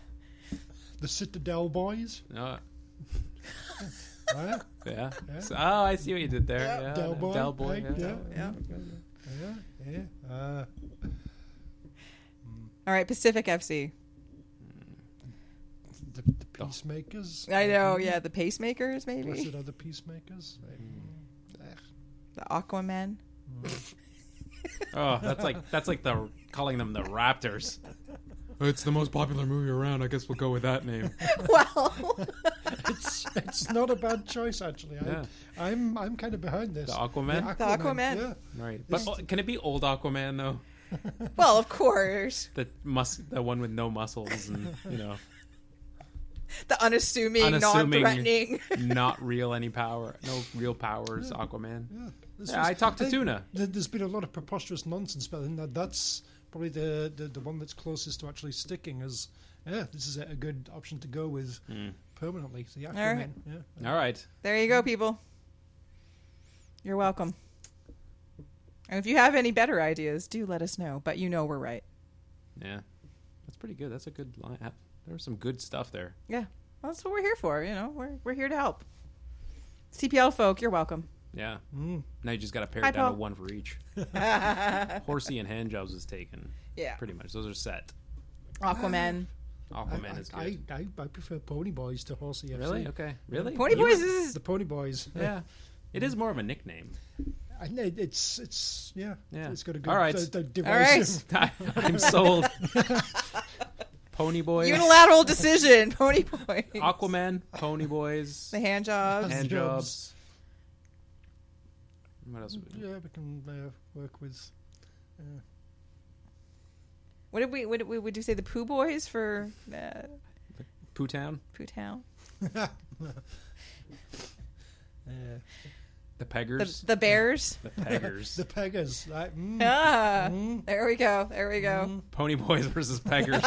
Speaker 4: The Citadel Boys.
Speaker 1: No,
Speaker 4: Right?
Speaker 1: Oh, yeah. So- oh, I see what you did there.
Speaker 2: Yeah.
Speaker 1: Yeah,
Speaker 4: Del Boy,
Speaker 1: Del Boy,
Speaker 4: right?
Speaker 1: yeah.
Speaker 4: Yeah.
Speaker 2: Oh, Yeah.
Speaker 4: yeah, yeah. Uh,
Speaker 2: All right, Pacific FC.
Speaker 4: the, the Peacemakers. Hmm?
Speaker 2: I know.
Speaker 1: Mm-hmm.
Speaker 2: Yeah, the pacemakers,
Speaker 4: Was
Speaker 2: maybe
Speaker 4: it other Peacemakers?
Speaker 1: Hmm.
Speaker 4: Eh,
Speaker 2: the Aquaman.
Speaker 1: Oh, that's like that's like the calling them the Raptors. It's the most popular movie around. I guess we'll go with that name.
Speaker 2: well,
Speaker 4: It's, it's not a bad choice actually. I,
Speaker 1: Yeah.
Speaker 4: I'm I'm kind of behind this.
Speaker 1: The Aquaman?
Speaker 4: Yeah,
Speaker 2: The Aquaman.
Speaker 4: Yeah.
Speaker 1: Right, but oh, can it be old Aquaman though?
Speaker 2: well, of course,
Speaker 1: The mus- the one with no muscles and you know,
Speaker 2: the unassuming,
Speaker 1: Unassuming.
Speaker 2: non-threatening.
Speaker 1: not real any power, no real powers. Aquaman.
Speaker 4: This
Speaker 1: Yeah, I talked to
Speaker 4: there-
Speaker 1: Tuna.
Speaker 4: there- There's been a lot of preposterous nonsense, but then that, that's probably the, the the one that's closest to actually sticking. Is yeah, this is a, a good option to go with
Speaker 1: Hmm.
Speaker 4: permanently. The Aquaman.
Speaker 2: right.
Speaker 4: Yeah.
Speaker 1: All right.
Speaker 2: There you go, people. You're welcome. And if you have any better ideas, do let us know. But you know we're right.
Speaker 1: Yeah, that's pretty good. That's a good line. uh, There was some good stuff there.
Speaker 2: Yeah, Well, that's what we're here for. You know, we're we're here to help. CPL folk, you're welcome.
Speaker 1: Yeah.
Speaker 4: Mm.
Speaker 1: Now you just got to pare
Speaker 2: Hi,
Speaker 1: it down
Speaker 2: Paul.
Speaker 1: to one for each. Horsey and hand jobs was taken.
Speaker 2: Yeah.
Speaker 1: Pretty much. Those are set.
Speaker 2: Aquaman,
Speaker 1: Aquaman is good.
Speaker 4: I, I, I, I prefer Pony Boys to Horsey FC.
Speaker 1: really? Okay. Really?
Speaker 2: Pony
Speaker 1: You were-
Speaker 2: Boys is
Speaker 4: The Pony Boys.
Speaker 1: Yeah. It is more of a nickname.
Speaker 4: I know, it's it's yeah,
Speaker 1: Yeah.
Speaker 4: It's got a good
Speaker 1: All right.
Speaker 4: uh, uh, divisive.
Speaker 1: I, am sold. Pony Boys.
Speaker 2: unilateral decision. Pony Boy,
Speaker 1: Aquaman. Pony Boys.
Speaker 2: the hand jobs.
Speaker 1: Hand
Speaker 4: jobs.
Speaker 1: jobs. What else? would-
Speaker 4: Yeah, we can uh, work with. uh,
Speaker 2: What did we? What did we? Would you say the Pooh Boys for uh,
Speaker 1: Poo Town.
Speaker 2: Pooh Town?
Speaker 4: Uh,
Speaker 1: The
Speaker 2: The,
Speaker 1: Peggers.
Speaker 2: the Bears.
Speaker 1: The, Peggers.
Speaker 4: the Peggers. Like, mm,
Speaker 2: Ah,
Speaker 4: Mm.
Speaker 2: there we go. There we go.
Speaker 1: Pony Boys versus Peggers.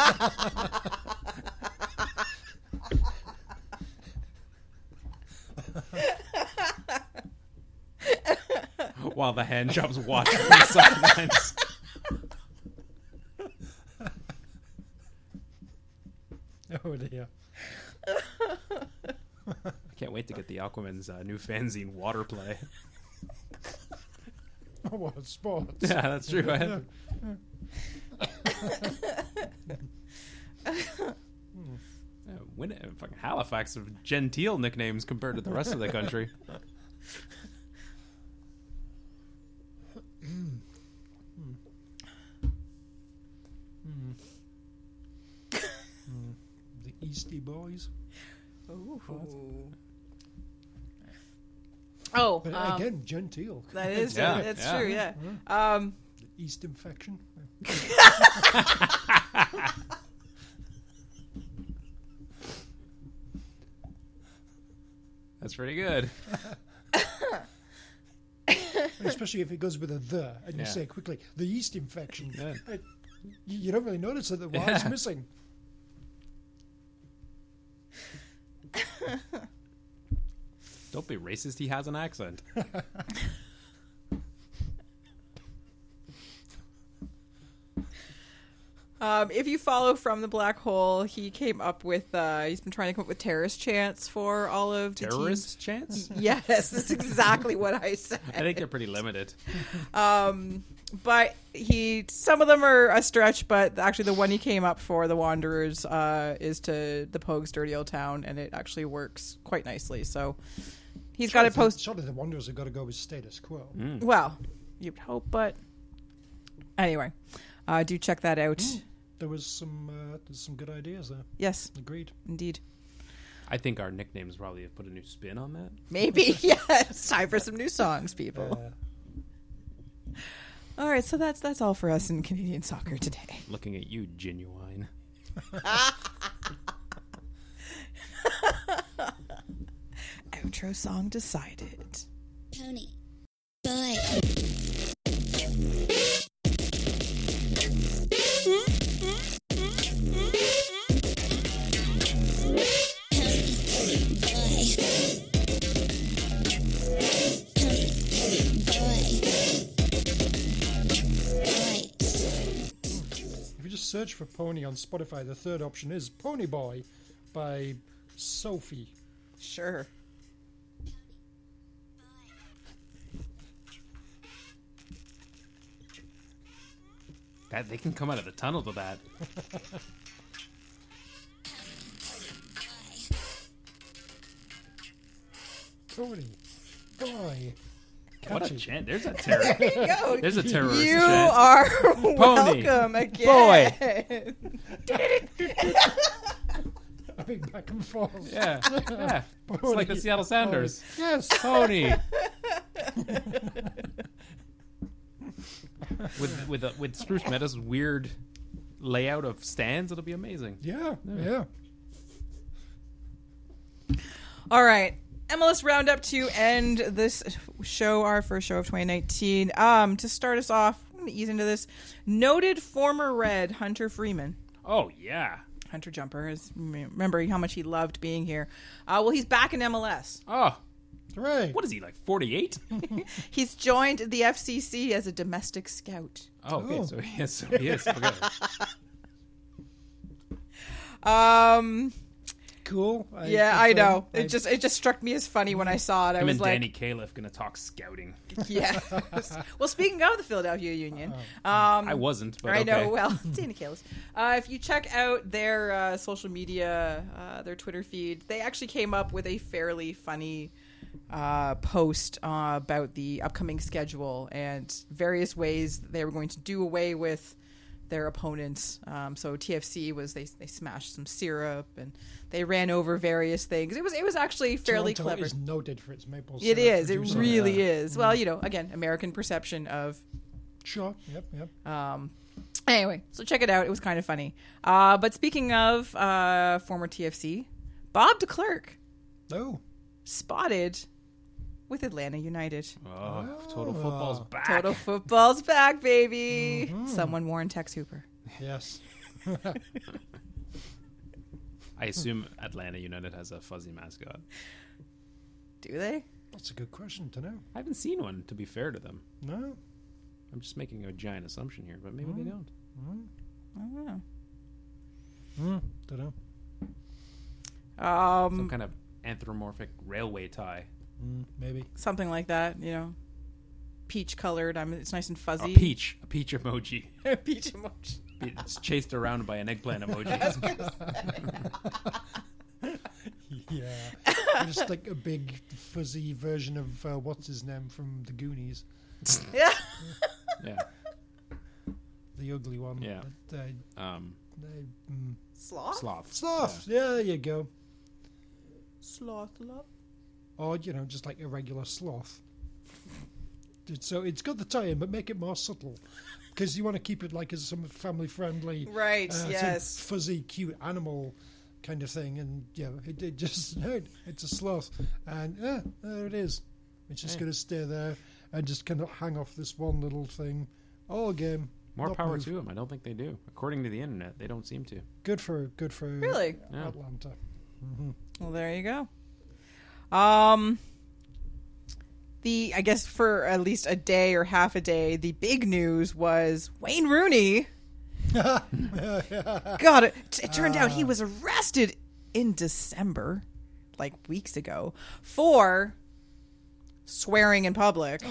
Speaker 1: While the hand jobs watch from the sidelines.
Speaker 4: oh dear.
Speaker 1: I can't wait to get the Aquaman's uh, new fanzine, Water Play.
Speaker 4: Oh, what sports?
Speaker 1: Yeah, that's true. I have- Yeah, when, uh, fucking Halifax of genteel nicknames compared to the rest of the country.
Speaker 4: The Eastie Boys.
Speaker 2: Oh,
Speaker 4: But
Speaker 2: um,
Speaker 4: again, genteel.
Speaker 2: That is
Speaker 1: Yeah,
Speaker 2: that's
Speaker 1: yeah.
Speaker 2: true, yeah. Um
Speaker 4: The East Infection.
Speaker 1: That's pretty good.
Speaker 4: Especially if it goes with a the, and you
Speaker 1: Yeah.
Speaker 4: say quickly, the yeast infection.
Speaker 1: Yeah.
Speaker 4: Uh, You, you don't really notice that the Y is
Speaker 1: Yeah.
Speaker 4: missing.
Speaker 1: Don't be racist. He has an accent.
Speaker 2: Um, if you follow from the black hole, he came up with. Uh, he's been trying to come up with terrorist chants for all of the
Speaker 1: Terrorist chance?
Speaker 2: Teams. Yes, that's exactly what I said. Um,
Speaker 1: I think they're pretty limited.
Speaker 2: but he some of them are a stretch but actually the one he came up for the wanderers uh, is to the pogues dirty old town and it actually works quite nicely so he's got it posted
Speaker 4: Surely the Wanderers have got to go with status quo.
Speaker 1: Mm.
Speaker 2: well you'd hope but anyway uh, do check that out
Speaker 4: There was some uh, there's some good ideas there.
Speaker 2: yes
Speaker 4: Agreed.
Speaker 2: indeed
Speaker 1: I think our nicknames probably have put a new spin on that.
Speaker 2: maybe yes time for some new songs people
Speaker 4: Uh,
Speaker 2: all right so that's that's all for us in canadian soccer today
Speaker 1: Looking at you, genuine.
Speaker 2: outro song decided
Speaker 5: Pony. Boy.
Speaker 4: if you just search for Pony on Spotify, the third option is Pony Boy by Sophie.
Speaker 2: sure
Speaker 1: That they can come out of the tunnel to that.
Speaker 4: Pony Boy.
Speaker 1: What a
Speaker 4: Catchy.
Speaker 1: chant! There's a terror.
Speaker 2: go
Speaker 1: There's a terrorist
Speaker 2: You
Speaker 1: chant.
Speaker 2: are
Speaker 1: Pony.
Speaker 2: welcome again.
Speaker 4: I mean, back and forth.
Speaker 1: yeah, yeah. It's like the
Speaker 4: Pony.
Speaker 1: Seattle Sounders.
Speaker 4: Yes.
Speaker 1: Pony. with with a, with Spruce Meadows' weird layout of stands, it'll be amazing.
Speaker 4: Yeah. Yeah.
Speaker 2: All right. MLS Roundup to end this show, our first show of 2019. Um, to start us off, I'm going to ease into this. Noted former Red Hunter Freeman.
Speaker 1: Oh yeah.
Speaker 2: Hunter Jumper is remembering how much he loved being here. Uh, well, he's back in MLS.
Speaker 1: Oh,
Speaker 4: Hooray.
Speaker 1: what is he like? Forty eight?
Speaker 2: He's joined the FCC as a domestic scout.
Speaker 1: Oh, okay.
Speaker 4: Oh.
Speaker 1: So yes, so he is. Okay.
Speaker 2: Um,
Speaker 4: cool.
Speaker 2: yeah, I
Speaker 4: confirm.
Speaker 2: know.
Speaker 4: I-
Speaker 2: It just it just struck me as funny when I saw it. I
Speaker 1: Him
Speaker 2: was
Speaker 1: and
Speaker 2: like,
Speaker 1: Danny Califf gonna talk scouting.
Speaker 2: yes. well, speaking of the Philadelphia Union, um,
Speaker 1: I wasn't, but
Speaker 2: Mm. I
Speaker 1: okay.
Speaker 2: know. Well, Dana Kalis. Uh, if you check out their uh, social media, uh, their Twitter feed, they actually came up with a fairly funny uh, post uh, about the upcoming schedule and various ways they were going to do away with their opponents. Um, so TFC was they they smashed some syrup and they ran over various things. It was it was actually fairly
Speaker 4: Toronto
Speaker 2: clever.
Speaker 4: is noted for its maple
Speaker 2: It
Speaker 4: syrup.
Speaker 2: is. It
Speaker 4: producer.
Speaker 2: really
Speaker 4: Yeah.
Speaker 2: is. Well, you know, again, American perception of
Speaker 4: Sure. Yep. Yep.
Speaker 2: Uh, Anyway, so check it out. It was kind of funny. Uh, but speaking of uh, former TFC, Bob DeClerc
Speaker 4: oh.
Speaker 2: spotted with Atlanta United.
Speaker 1: Oh, total football's back. Mm-hmm.
Speaker 2: Total football's back, baby. Someone warned Tex Hooper.
Speaker 4: Yes.
Speaker 1: I assume Atlanta United has a fuzzy mascot.
Speaker 2: Do they?
Speaker 4: That's a good question to know.
Speaker 1: I haven't seen one. To be fair to them,
Speaker 4: No.
Speaker 1: I'm just making a giant assumption here, but maybe they
Speaker 2: Mm.
Speaker 1: don't.
Speaker 4: Don't know.
Speaker 1: Some
Speaker 2: Um,
Speaker 1: kind of anthropomorphic railway tie.
Speaker 4: Hmm, Maybe.
Speaker 2: Something like that, you know. Peach colored. I'm. It's nice and
Speaker 1: A
Speaker 2: fuzzy.
Speaker 1: peach. A peach emoji.
Speaker 2: peach emoji.
Speaker 1: It's chased around by an eggplant emoji.
Speaker 4: Yeah. just like a big fuzzy version of uh, what's his name from the Goonies,
Speaker 2: Yeah.
Speaker 1: yeah.
Speaker 4: the ugly one.
Speaker 1: Yeah.
Speaker 4: But, uh,
Speaker 1: Um,
Speaker 4: they- mm.
Speaker 2: Sloth.
Speaker 1: sloth.
Speaker 4: Sloth. Yeah. there you go.
Speaker 2: Sloth. Sloth.
Speaker 4: Or you know, just like a regular sloth. Did- So it's got the tie-in, but make it more subtle, because you want to keep it like as some family-friendly,
Speaker 2: Right,
Speaker 1: Uh,
Speaker 4: sort of
Speaker 2: yes.
Speaker 4: Uh, fuzzy, cute animal kind of thing. And yeah, it, it just no, it's a sloth, and yeah, there it is. It's just going to stay there and just kind of hang off this one little thing all game.
Speaker 1: More
Speaker 4: not
Speaker 1: power
Speaker 4: move.
Speaker 1: to them. I don't think they do. According to the internet, they don't seem to.
Speaker 4: Good for good for
Speaker 2: Really?
Speaker 1: Yeah.
Speaker 4: Atlanta.
Speaker 2: Well, there you go. Um, the I guess for at least a day or half a day, the big news was Wayne Rooney God, it, it turned out he was arrested in December, like weeks ago, for swearing in public.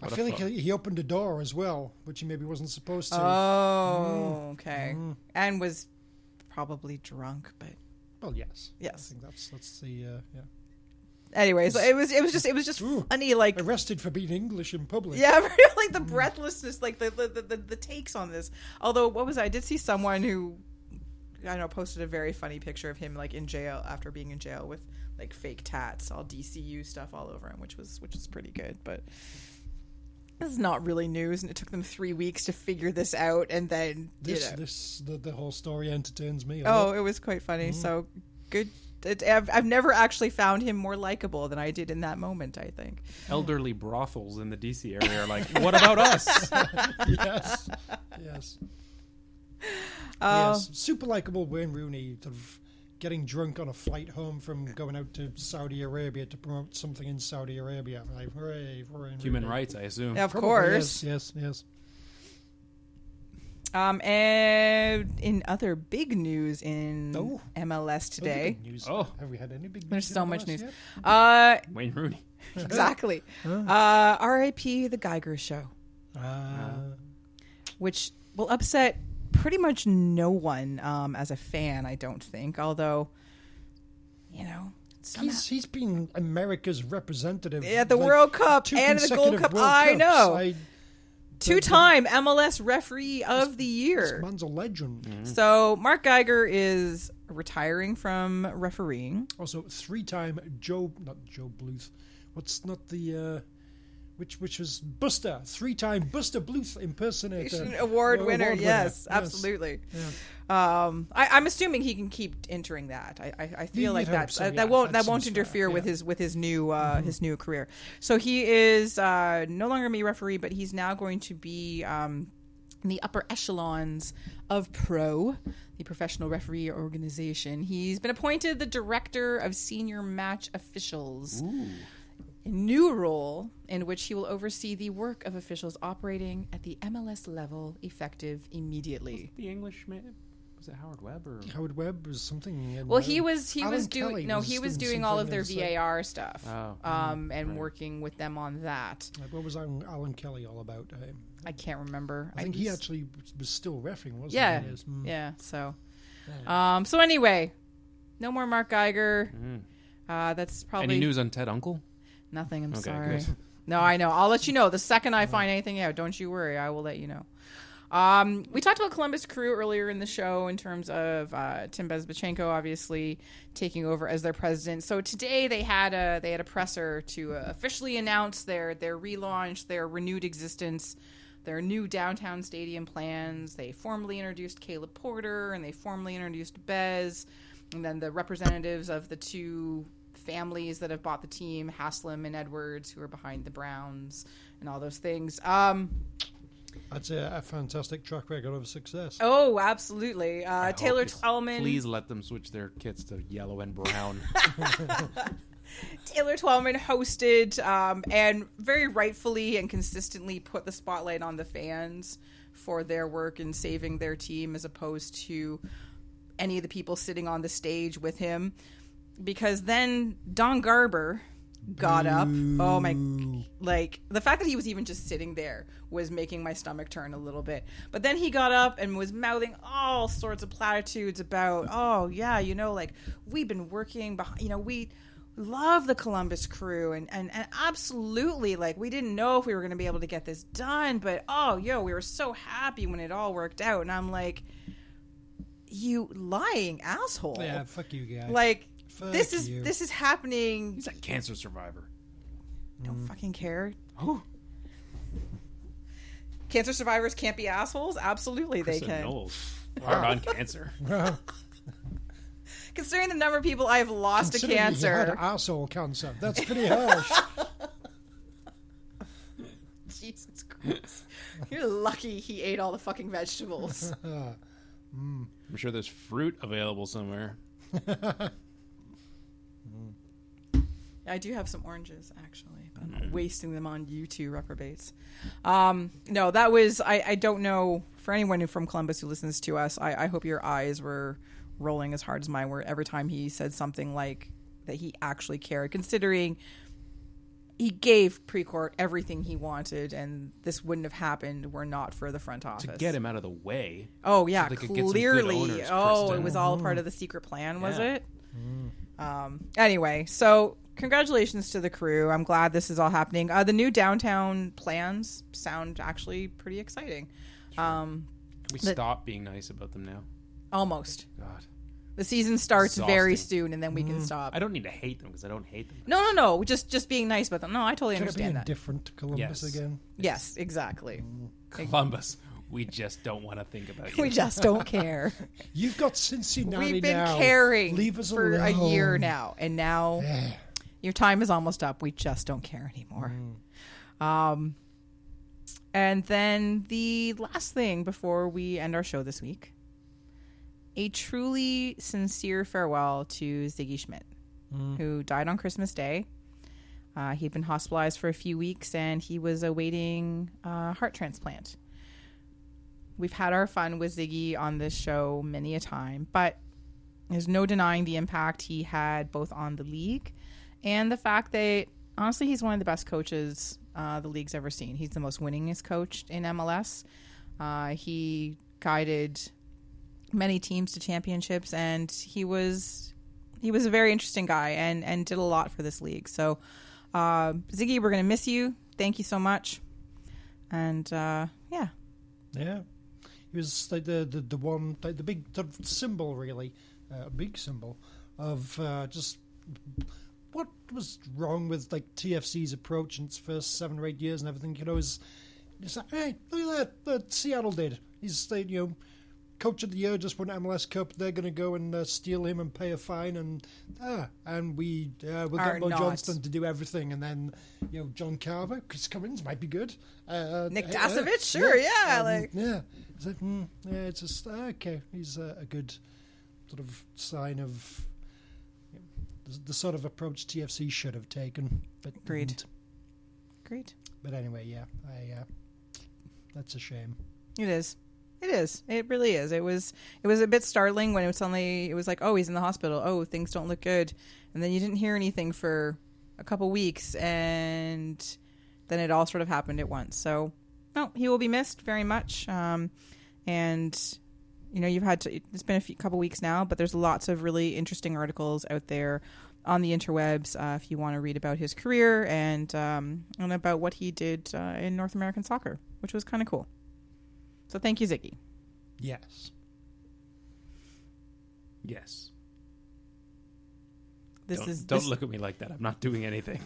Speaker 4: I feel like he he opened a door as well, which he maybe wasn't supposed to.
Speaker 2: Uh, Oh, okay. And was probably drunk, but
Speaker 4: well, yes,
Speaker 2: Yes.
Speaker 4: I think that's that's the uh, yeah.
Speaker 2: anyways, it was it was just it was just
Speaker 4: Ooh.
Speaker 2: funny like
Speaker 4: arrested for being English in public.
Speaker 2: Yeah, like the breathlessness, like the the, the, the the takes on this. Although, what was I? I did see someone who I don't know posted a very funny picture of him like in jail after being in jail with like fake tats, all DCU stuff all over him, which was which was pretty good. But this is not really news, and it took them three weeks to figure this out, and then you
Speaker 4: This
Speaker 2: know.
Speaker 4: this the, the whole story entertains me. a
Speaker 2: Oh,
Speaker 4: lot.
Speaker 2: it was quite funny.
Speaker 4: Mm-hmm.
Speaker 2: So good. It, I've, I've never actually found him more likable than I did in that moment. I think.
Speaker 1: Elderly brothels in the DC area are like, what about us?
Speaker 4: yes, yes,
Speaker 2: Uh,
Speaker 4: yes. Uh, Super likable Wayne Rooney, sort of getting drunk on a flight home from going out to Saudi Arabia to promote something in Saudi Arabia. Like, hooray, hooray,
Speaker 1: Human rights, I assume.
Speaker 2: Of course.
Speaker 4: Yes, yes, yes.
Speaker 2: Um, and in other big news in
Speaker 4: Oh.
Speaker 2: MLS today,
Speaker 4: Big news.
Speaker 1: Oh.
Speaker 4: have we had any big?
Speaker 2: there's
Speaker 4: news in
Speaker 2: so
Speaker 4: the
Speaker 2: much
Speaker 4: last
Speaker 2: news.
Speaker 4: year?
Speaker 2: Uh,
Speaker 1: Wayne Rooney.
Speaker 2: exactly. Uh, R.I.P. The Geiger Show,
Speaker 4: Ah,
Speaker 2: which will upset pretty much no one um, as a fan, I don't think. Although, you know, somehow.
Speaker 4: he's he's been America's representative
Speaker 2: At the
Speaker 4: like,
Speaker 2: World Cup
Speaker 4: two
Speaker 2: and the Gold
Speaker 4: consecutive
Speaker 2: Cup,
Speaker 4: World
Speaker 2: I
Speaker 4: Cups.
Speaker 2: know.
Speaker 4: I,
Speaker 2: two-time MLS referee of the
Speaker 4: this
Speaker 2: year.
Speaker 4: man's a legend.
Speaker 2: So Mark Geiger is retiring from refereeing.
Speaker 4: Also, three-time Joe, not Joe Bluth. What's not the, uh, which which was Buster, three-time Buster Bluth impersonator
Speaker 2: Award, award winner,
Speaker 4: Award
Speaker 2: yes, absolutely. Um, I, I'm assuming he can keep entering that. I, I, I feel
Speaker 4: You'd
Speaker 2: like
Speaker 4: hope
Speaker 2: that's
Speaker 4: so,
Speaker 2: uh,
Speaker 4: yeah.
Speaker 2: that won't
Speaker 4: That
Speaker 2: that won't
Speaker 4: seems fair,
Speaker 2: interfere with
Speaker 4: yeah. Mm-hmm.
Speaker 2: his with his new uh, his new career. So he is uh, no longer me referee, but he's now going to be um, in the upper echelons of Pro, the professional referee organization. He's been appointed the director of senior match officials new role in which he will oversee the work of officials operating at the MLS level effective immediately.
Speaker 1: The Englishman. Was it Howard Webb or
Speaker 4: Howard Webb was something. uh, in
Speaker 2: Well,
Speaker 4: there.
Speaker 2: he was he
Speaker 4: Alan
Speaker 2: was doing
Speaker 4: Kelly
Speaker 2: no he was doing all of
Speaker 4: something
Speaker 2: their
Speaker 4: else, uh,
Speaker 2: VAR stuff
Speaker 1: Oh,
Speaker 2: um, and working with them on that.
Speaker 4: like, What was Alan, Alan Kelly all about? I,
Speaker 2: I can't remember.
Speaker 4: I think he
Speaker 2: was-
Speaker 4: actually was still refereeing, wasn't
Speaker 2: yeah
Speaker 4: he? Yes. Mm.
Speaker 2: yeah. So, um, so anyway, no more Mark Geiger. Uh, that's probably
Speaker 1: Mm.
Speaker 2: Uh,
Speaker 1: any news on Ted Uncle?
Speaker 2: Nothing. I'm sorry.
Speaker 1: good.
Speaker 2: No, I know. I'll let you know the second I find anything out. Don't you worry. I will let you know. Um, we talked about Columbus Crew earlier in the show in terms of uh, Tim Bezbachenko obviously taking over as their president. So today they had a they had a presser to uh, officially announce their their relaunch, their renewed existence, their new downtown stadium plans. They formally introduced Caleb Porter and they formally introduced Bez, and then the representatives of the two families that have bought the team, Haslam and Edwards, who are behind the Browns and all those things. Um,
Speaker 4: That's a, a fantastic track record of success.
Speaker 2: oh, absolutely. Uh, Taylor
Speaker 1: Please-
Speaker 2: Twellman.
Speaker 1: Please let them switch their kits to yellow and brown.
Speaker 2: Taylor Twellman hosted um, and very rightfully and consistently put the spotlight on the fans for their work in saving their team as opposed to any of the people sitting on the stage with him. Because then Don Garber got up. Oh my! Like the fact that he was even just sitting there was making my stomach turn a little bit. But then he got up and was mouthing all sorts of platitudes about, oh yeah, you know, like we've been working behind, you know, we love the Columbus crew and, and, and absolutely like we didn't know if we were going to be able to get this done, but oh, yo, we were so happy when it all worked out. And I'm like, you lying asshole.
Speaker 4: yeah, fuck you guys.
Speaker 2: Like
Speaker 4: Fuck
Speaker 2: this is
Speaker 4: you.
Speaker 2: this is happening.
Speaker 1: He's a cancer survivor.
Speaker 2: Don't
Speaker 4: Mm.
Speaker 2: fucking care.
Speaker 1: Oh,
Speaker 2: Cancer survivors can't be assholes. Absolutely, they can.
Speaker 1: Hard on cancer.
Speaker 2: Considering the number of people I've lost to
Speaker 4: Considering he had
Speaker 2: cancer,
Speaker 4: arsehole cancer. That's pretty harsh.
Speaker 2: Jesus Christ, you're lucky he ate all the fucking vegetables.
Speaker 1: I'm sure there's fruit available somewhere.
Speaker 2: I do have some oranges actually, but I'm
Speaker 1: Mm.
Speaker 2: not wasting them on you two reprobates. Um, no, that was I, I don't know for anyone from Columbus who listens to us. I, I hope your eyes were rolling as hard as mine were every time he said something like that he actually cared, considering he gave Precourt everything he wanted, and this wouldn't have happened were not for the front office
Speaker 1: to get him out of the way.
Speaker 2: Oh yeah,
Speaker 1: they could get some good
Speaker 2: clearly.
Speaker 1: owners,
Speaker 2: Oh,
Speaker 1: Kristen.
Speaker 2: it was all part of the secret plan, was
Speaker 1: Yeah.
Speaker 2: it? Um. Anyway, so congratulations to the crew. I'm glad this is all happening. Uh, the new downtown plans sound actually pretty exciting. Um,
Speaker 1: Can we stop being nice about them now?
Speaker 2: almost.
Speaker 1: God,
Speaker 2: The season starts very
Speaker 1: Exhausting.
Speaker 2: soon, and then we can stop.
Speaker 1: I don't need to hate them because I don't hate them.
Speaker 2: No, no, no. Just, just being nice about them. No, I totally
Speaker 4: Could it be
Speaker 2: understand that.
Speaker 4: indifferent to
Speaker 1: Yes.
Speaker 4: Columbus again?
Speaker 2: yes, exactly.
Speaker 1: Columbus, we just don't want to think about you.
Speaker 2: We just don't care.
Speaker 4: You've got Cincinnati
Speaker 2: We've been
Speaker 4: now.
Speaker 2: caring
Speaker 4: Leave us
Speaker 2: for
Speaker 4: alone.
Speaker 2: a year now, and now
Speaker 4: Yeah.
Speaker 2: your time is almost up. We just don't care anymore. Um, and then the last thing before we end our show this week a truly sincere farewell to Ziggy Schmidt, who died on Christmas Day. Uh, he'd been hospitalized for a few weeks and he was awaiting uh, heart transplant. We've had our fun with Ziggy on this show many a time, but there's no denying the impact he had both on the league and the fact that honestly he's one of the best coaches uh, the league's ever seen. He's the most winningest coach in MLS. Uh, he guided many teams to championships, and he was he was a very interesting guy and and did a lot for this league. So uh, Ziggy, we're gonna miss you. Thank you so much, and uh, yeah,
Speaker 4: Yeah. He was like the, the, the one, like the big sort of symbol, really, a uh, big symbol of uh, just what was wrong with like TFC's approach in its first seven or eight years and everything. You know, is just like, hey, look at that, that Seattle did. He's they, you know, coach of the year just won MLS Cup. They're going to go and uh, steal him and pay a fine, and uh, and we uh, we'll
Speaker 2: Are
Speaker 4: get Mo
Speaker 2: not.
Speaker 4: Johnston to do everything, and then you know John Carver, Chris Cummins might be good. Uh,
Speaker 2: Nick
Speaker 4: uh,
Speaker 2: Dasovich? Sure, yeah, like-
Speaker 4: yeah. It's like, hmm, yeah, it's just ah, okay. He's a, a good sort of sign of the, the sort of approach TFC should have taken. But
Speaker 2: Agreed.
Speaker 4: didn't.
Speaker 2: great.
Speaker 4: But anyway, yeah, I. Uh, that's a shame.
Speaker 2: It is. It is. It really is. It was. It was a bit startling when it was suddenly. It was like, oh, he's in the hospital. Oh, things don't look good. And then you didn't hear anything for a couple weeks, and then it all sort of happened at once. So, no, he will be missed very much. Um, and you know you've had to it's been a few, couple weeks now but there's lots of really interesting articles out there on the interwebs uh, if you want to read about his career and um, and about what he did uh, in north american soccer which was kind of cool so thank you ziggy
Speaker 4: Yes.
Speaker 1: Yes.
Speaker 2: this
Speaker 1: don't
Speaker 2: is
Speaker 1: don't
Speaker 2: this,
Speaker 1: look at me like that. I'm not doing anything.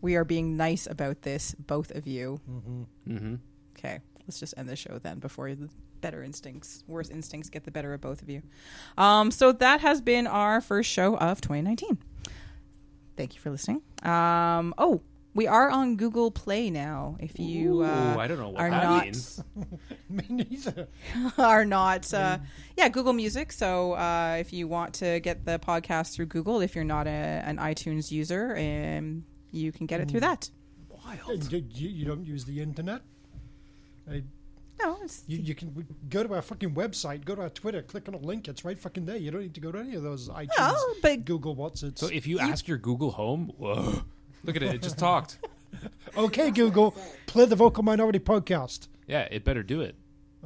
Speaker 2: we are being nice about this both of you
Speaker 1: mm-hmm.
Speaker 2: Okay, let's just end the show then before the better instincts, worse instincts get the better of both of you. Um, so that has been our first show of 2019. Thank you for listening. Um, oh, we are on Google Play now. If you uh,
Speaker 1: Ooh, I don't know what
Speaker 2: are
Speaker 1: that
Speaker 2: not
Speaker 1: means.
Speaker 4: Me neither.
Speaker 2: are not uh, yeah google music so uh, if you want to get the podcast through google if you're not a, an itunes user um, you can get it through that
Speaker 4: And you, you you don't use the internet. I,
Speaker 2: no it's
Speaker 4: you, you can w- go to our fucking website, go to our Twitter, click on a link. It's right fucking there. You don't need to go to any of those iTunes,
Speaker 2: No, but-
Speaker 4: Google, what's it?
Speaker 1: So if you, ask your Google Home, whoa, look at it. It just talked.
Speaker 4: okay, Google, play the Vocal Minority podcast.
Speaker 1: Yeah, it better do it.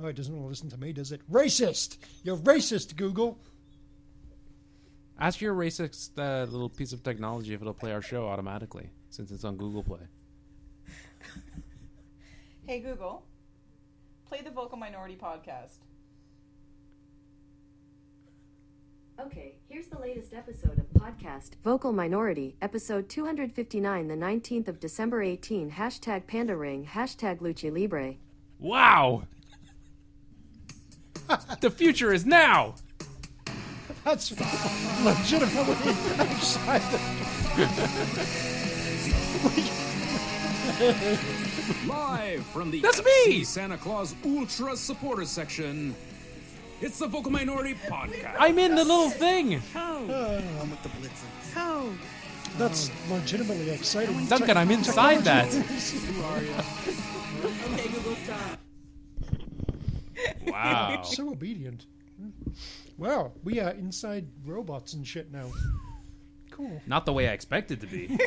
Speaker 4: Oh, it doesn't want to listen to me, does it? Racist! You're racist, Google.
Speaker 1: Ask your racist uh, little piece of technology if it'll play our show automatically since it's on Google Play.
Speaker 2: hey google play the vocal minority podcast
Speaker 6: Okay, here's the latest episode of podcast Vocal Minority, episode 259, the 19th of December 18, hashtag Panda Ring, hashtag Lucha Libre.
Speaker 1: Wow. the future is now.
Speaker 4: That's legitimately excited.
Speaker 7: Live from the
Speaker 1: That's
Speaker 7: FC
Speaker 1: me!
Speaker 7: Santa Claus Ultra Supporter Section, it's the Vocal Minority Podcast.
Speaker 1: I'm in the little thing.
Speaker 2: Go!
Speaker 8: Home with the blitzes.
Speaker 2: Go!
Speaker 4: That's legitimately exciting.
Speaker 1: Duncan, I'm inside that.
Speaker 2: Okay, Google, stop.
Speaker 1: Wow.
Speaker 4: So obedient. Wow, we are inside robots and shit now. Cool.
Speaker 1: Not the way I expected to be.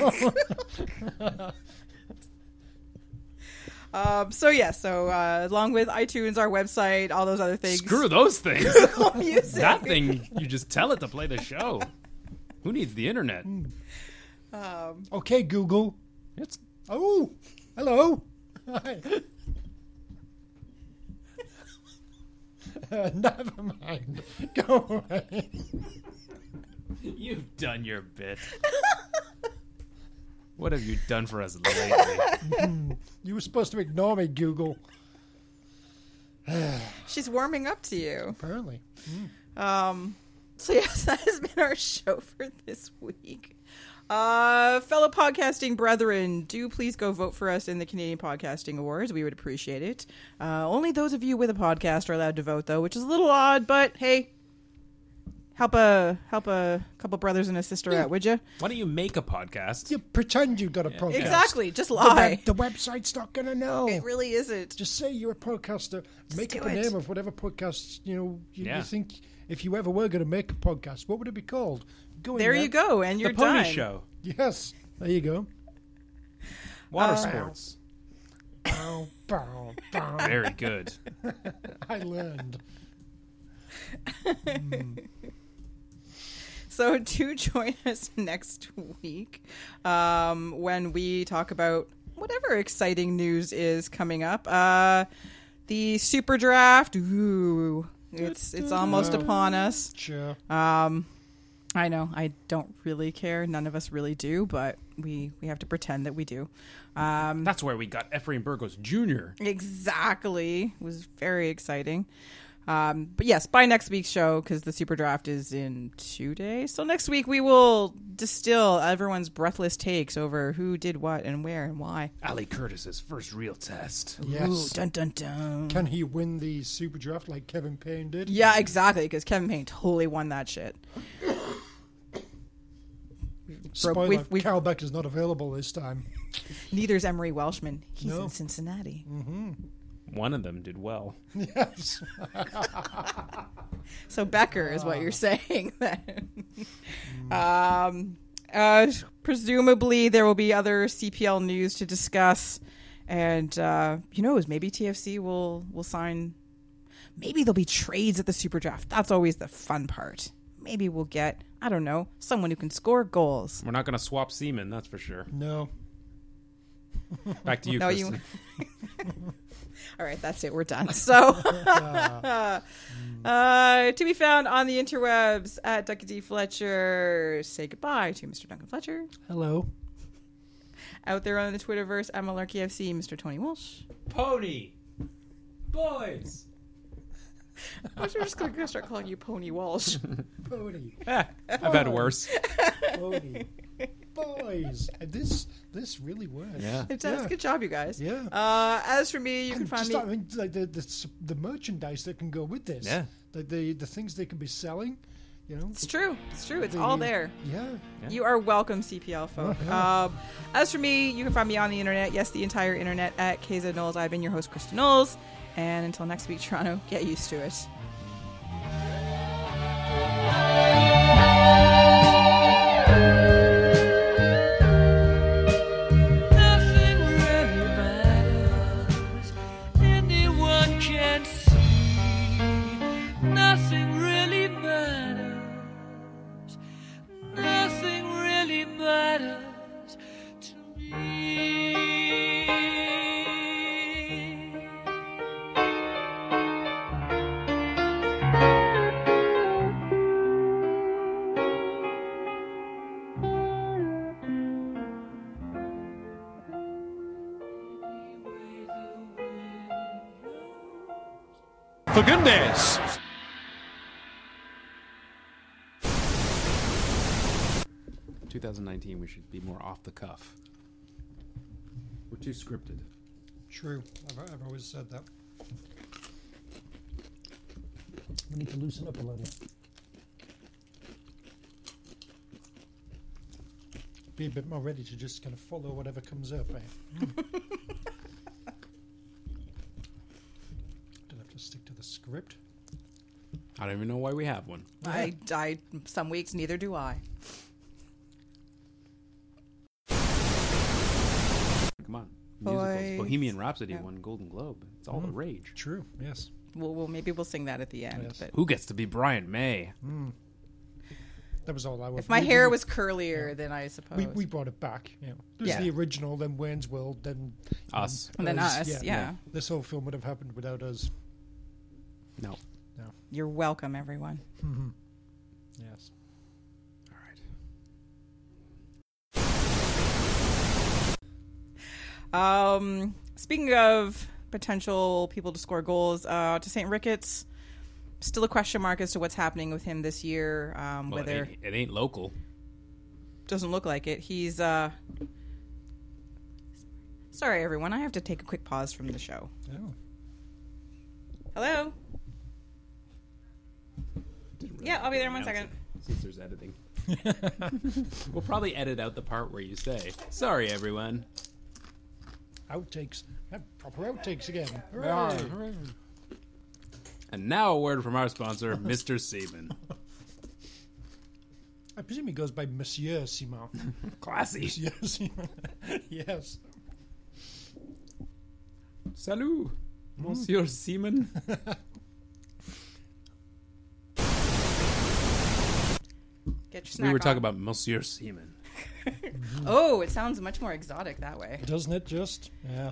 Speaker 2: Um, so yeah, so uh, along with iTunes, our website, all those other things.
Speaker 1: Screw those things.
Speaker 2: music.
Speaker 1: that thing, you just tell it to play the show. Who needs the internet?
Speaker 4: Okay, Google.
Speaker 1: It's
Speaker 4: Oh, hello. Hi. Uh, never mind. Go away.
Speaker 1: You've done your bit. what have you done for us lately?
Speaker 4: You were supposed to ignore me, Google.
Speaker 2: She's warming up to you.
Speaker 4: Apparently.
Speaker 2: Um, so yes, that has been our show for this week. Uh, fellow podcasting brethren, do please go vote for us in the Canadian Podcasting Awards. We would appreciate it. Uh, only those of you with a podcast are allowed to vote, though, which is a little odd. But hey, help a help a couple brothers and a sister out, would you?
Speaker 1: Why don't you make a podcast?
Speaker 4: You pretend you got a podcast.
Speaker 2: Exactly. Just
Speaker 4: The,
Speaker 2: lie.
Speaker 4: web, the website's not going to know.
Speaker 2: It really isn't.
Speaker 4: Just say you're a podcaster. make
Speaker 2: do
Speaker 4: up a
Speaker 2: it.
Speaker 4: name of whatever podcast you know you,
Speaker 1: Yeah.
Speaker 4: you think. If you ever were going to make a podcast, what would it be called? Go in
Speaker 2: there you go, and you're
Speaker 1: the Pony
Speaker 2: done.
Speaker 1: Show.
Speaker 4: Yes, there you go.
Speaker 1: Water sports.
Speaker 4: Bow, bow, bow.
Speaker 1: Very good.
Speaker 4: I learned.
Speaker 2: So do join us next week um, when we talk about whatever exciting news is coming up. Uh, the super draft. Ooh, it's it's almost upon us.
Speaker 4: Sure.
Speaker 2: Um, I know. I don't really care. None of us really do, but we we have to pretend that we do. Um,
Speaker 1: That's where we got Ephraim Burgos Jr.
Speaker 2: exactly. It was very exciting. Um, but yes, by next week's show, because the super draft is in two days. So next week we will distill everyone's breathless takes over who did what and where and why.
Speaker 1: Ali Curtis's first real test.
Speaker 4: yes.
Speaker 2: Ooh, dun dun dun.
Speaker 4: Can he win the super draft like Kevin Payne did?
Speaker 2: Yeah, exactly. Because Kevin Payne totally won that shit.
Speaker 4: Spoiler:
Speaker 2: we've- we've-
Speaker 4: Carol Beck is not available this time.
Speaker 2: Neither's Emery Welshman. He's
Speaker 4: No.
Speaker 2: in Cincinnati.
Speaker 1: One of them did well.
Speaker 4: Yes.
Speaker 2: So Becker is what you're saying then. um, uh, presumably there will be other CPL news to discuss, and uh, you knows maybe TFC will will sign. Maybe there'll be trades at the Super Draft. That's always the fun part. Maybe we'll get I don't know someone who can score goals.
Speaker 1: We're not going to swap semen, that's for sure.
Speaker 4: no.
Speaker 1: Back to you,
Speaker 2: No, you-
Speaker 1: Kristen.
Speaker 2: All right, that's it. We're done. So, uh, to be found on the interwebs at Duncan D. Fletcher. Say goodbye to Mr. Duncan Fletcher.
Speaker 4: Hello.
Speaker 2: Out there on the Twitterverse, I'm Malarkey FC, Mr. Tony Walsh.
Speaker 1: Pony. Boys.
Speaker 2: I'm just going to start calling you Pony Walsh.
Speaker 4: Pony.
Speaker 1: Eh, I've had worse.
Speaker 4: Pony. Boys. This this really works.
Speaker 1: Yeah.
Speaker 2: It does.
Speaker 4: Yeah.
Speaker 2: Good job, you guys.
Speaker 4: Yeah.
Speaker 2: Uh, as for me, you can find
Speaker 4: Just,
Speaker 2: me.
Speaker 4: I mean, like the, the s- the merchandise that can go with this.
Speaker 1: Yeah.
Speaker 4: The the, the things they can be selling. You know.
Speaker 2: It's true. It's true. It's all there.
Speaker 4: Yeah.
Speaker 2: You are welcome, CPL folk. Um, as for me, you can find me on the internet. Yes, the entire internet at KZ Knowles. I've been your host, Kristen Knowles. And until next week, Toronto, get used to it.
Speaker 9: Nothing really matters. Anyone can see. Nothing really matters. Nothing really matters to me.
Speaker 7: For goodness!
Speaker 1: In 2019, we should be more off the cuff. We're too scripted.
Speaker 4: True. I've, I've always said that. We need to loosen up a little. be a bit more ready to just kind of follow whatever comes up. Eh? Don't have to stick to the script.
Speaker 1: I don't even know why we have one.
Speaker 2: I, I, some weeks neither do I.
Speaker 1: Come on.
Speaker 2: Boys.
Speaker 1: Musicals. Bohemian Rhapsody won Golden Globe. It's all the rage.
Speaker 4: True. Yes.
Speaker 2: Well, well, maybe we'll sing that at the end.
Speaker 4: Yes.
Speaker 2: But
Speaker 1: Who gets to be Brian May?
Speaker 4: That was all I was.
Speaker 2: if my
Speaker 4: we-
Speaker 2: hair
Speaker 4: we-
Speaker 2: was curlier, then I suppose.
Speaker 4: We, we brought it back. Yeah. This
Speaker 2: Yeah.
Speaker 4: is the original, then Wayne's World, then
Speaker 1: Us.
Speaker 2: and then us, yeah.
Speaker 4: This whole film would have happened without us.
Speaker 1: No. All
Speaker 2: You're welcome, everyone.
Speaker 4: Yes.
Speaker 1: right.
Speaker 2: Um, speaking of potential people to score goals, uh, to St. Ricketts, still a question mark as to what's happening with him this year. Um,
Speaker 1: Well, it
Speaker 2: whether
Speaker 1: ain't, it ain't local.
Speaker 2: doesn't look like it. He's uh Sorry everyone, I have to take a quick pause from the show.
Speaker 4: Oh.
Speaker 2: Hello. Yeah, I'll be there in one
Speaker 1: Announce
Speaker 2: second.
Speaker 1: it, Since there's editing. we'll probably edit out the part where you say, sorry, everyone.
Speaker 4: Outtakes. Have proper outtakes again. Hooray.
Speaker 1: And now a word from our sponsor, Mr. Seaman.
Speaker 4: I presume he goes by Monsieur Simon.
Speaker 1: Classy.
Speaker 4: Monsieur Simon. yes.
Speaker 1: Salut, Monsieur Seaman.
Speaker 2: Get your snack.
Speaker 1: We were
Speaker 2: on.
Speaker 1: talking about Monsieur Seaman.
Speaker 2: Oh, it sounds much more exotic that way.
Speaker 4: Doesn't it just? Yeah.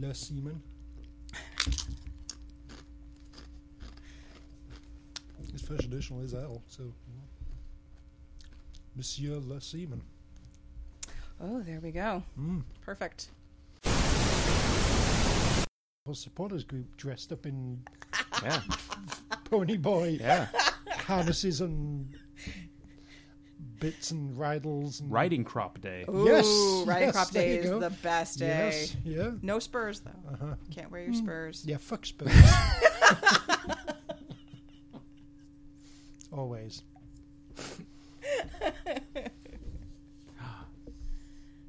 Speaker 4: Le Seaman. His first additional is L, so. Monsieur Le Seaman.
Speaker 2: Oh, there we go.
Speaker 4: Mm.
Speaker 2: Perfect.
Speaker 4: Our supporters group dressed up in
Speaker 1: Yeah.
Speaker 4: pony boy
Speaker 1: Yeah.
Speaker 4: harnesses and bits and bridles and
Speaker 1: Riding crop day.
Speaker 4: Oh.
Speaker 2: Ooh,
Speaker 4: Yes,
Speaker 2: riding
Speaker 4: yes,
Speaker 2: crop
Speaker 4: there
Speaker 2: day
Speaker 4: you
Speaker 2: is
Speaker 4: go.
Speaker 2: the best day.
Speaker 4: Yes, Uh-huh. Mm. yeah,
Speaker 2: No spurs though. Can't wear your spurs.
Speaker 4: yeah. Fuck spurs. Always.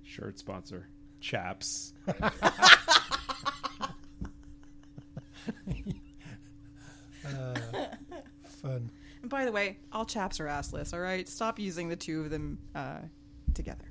Speaker 1: Shirt sponsor. Chaps.
Speaker 4: Fun.
Speaker 2: And by the way, all chaps are assless, all right? Stop using the two of them uh, together.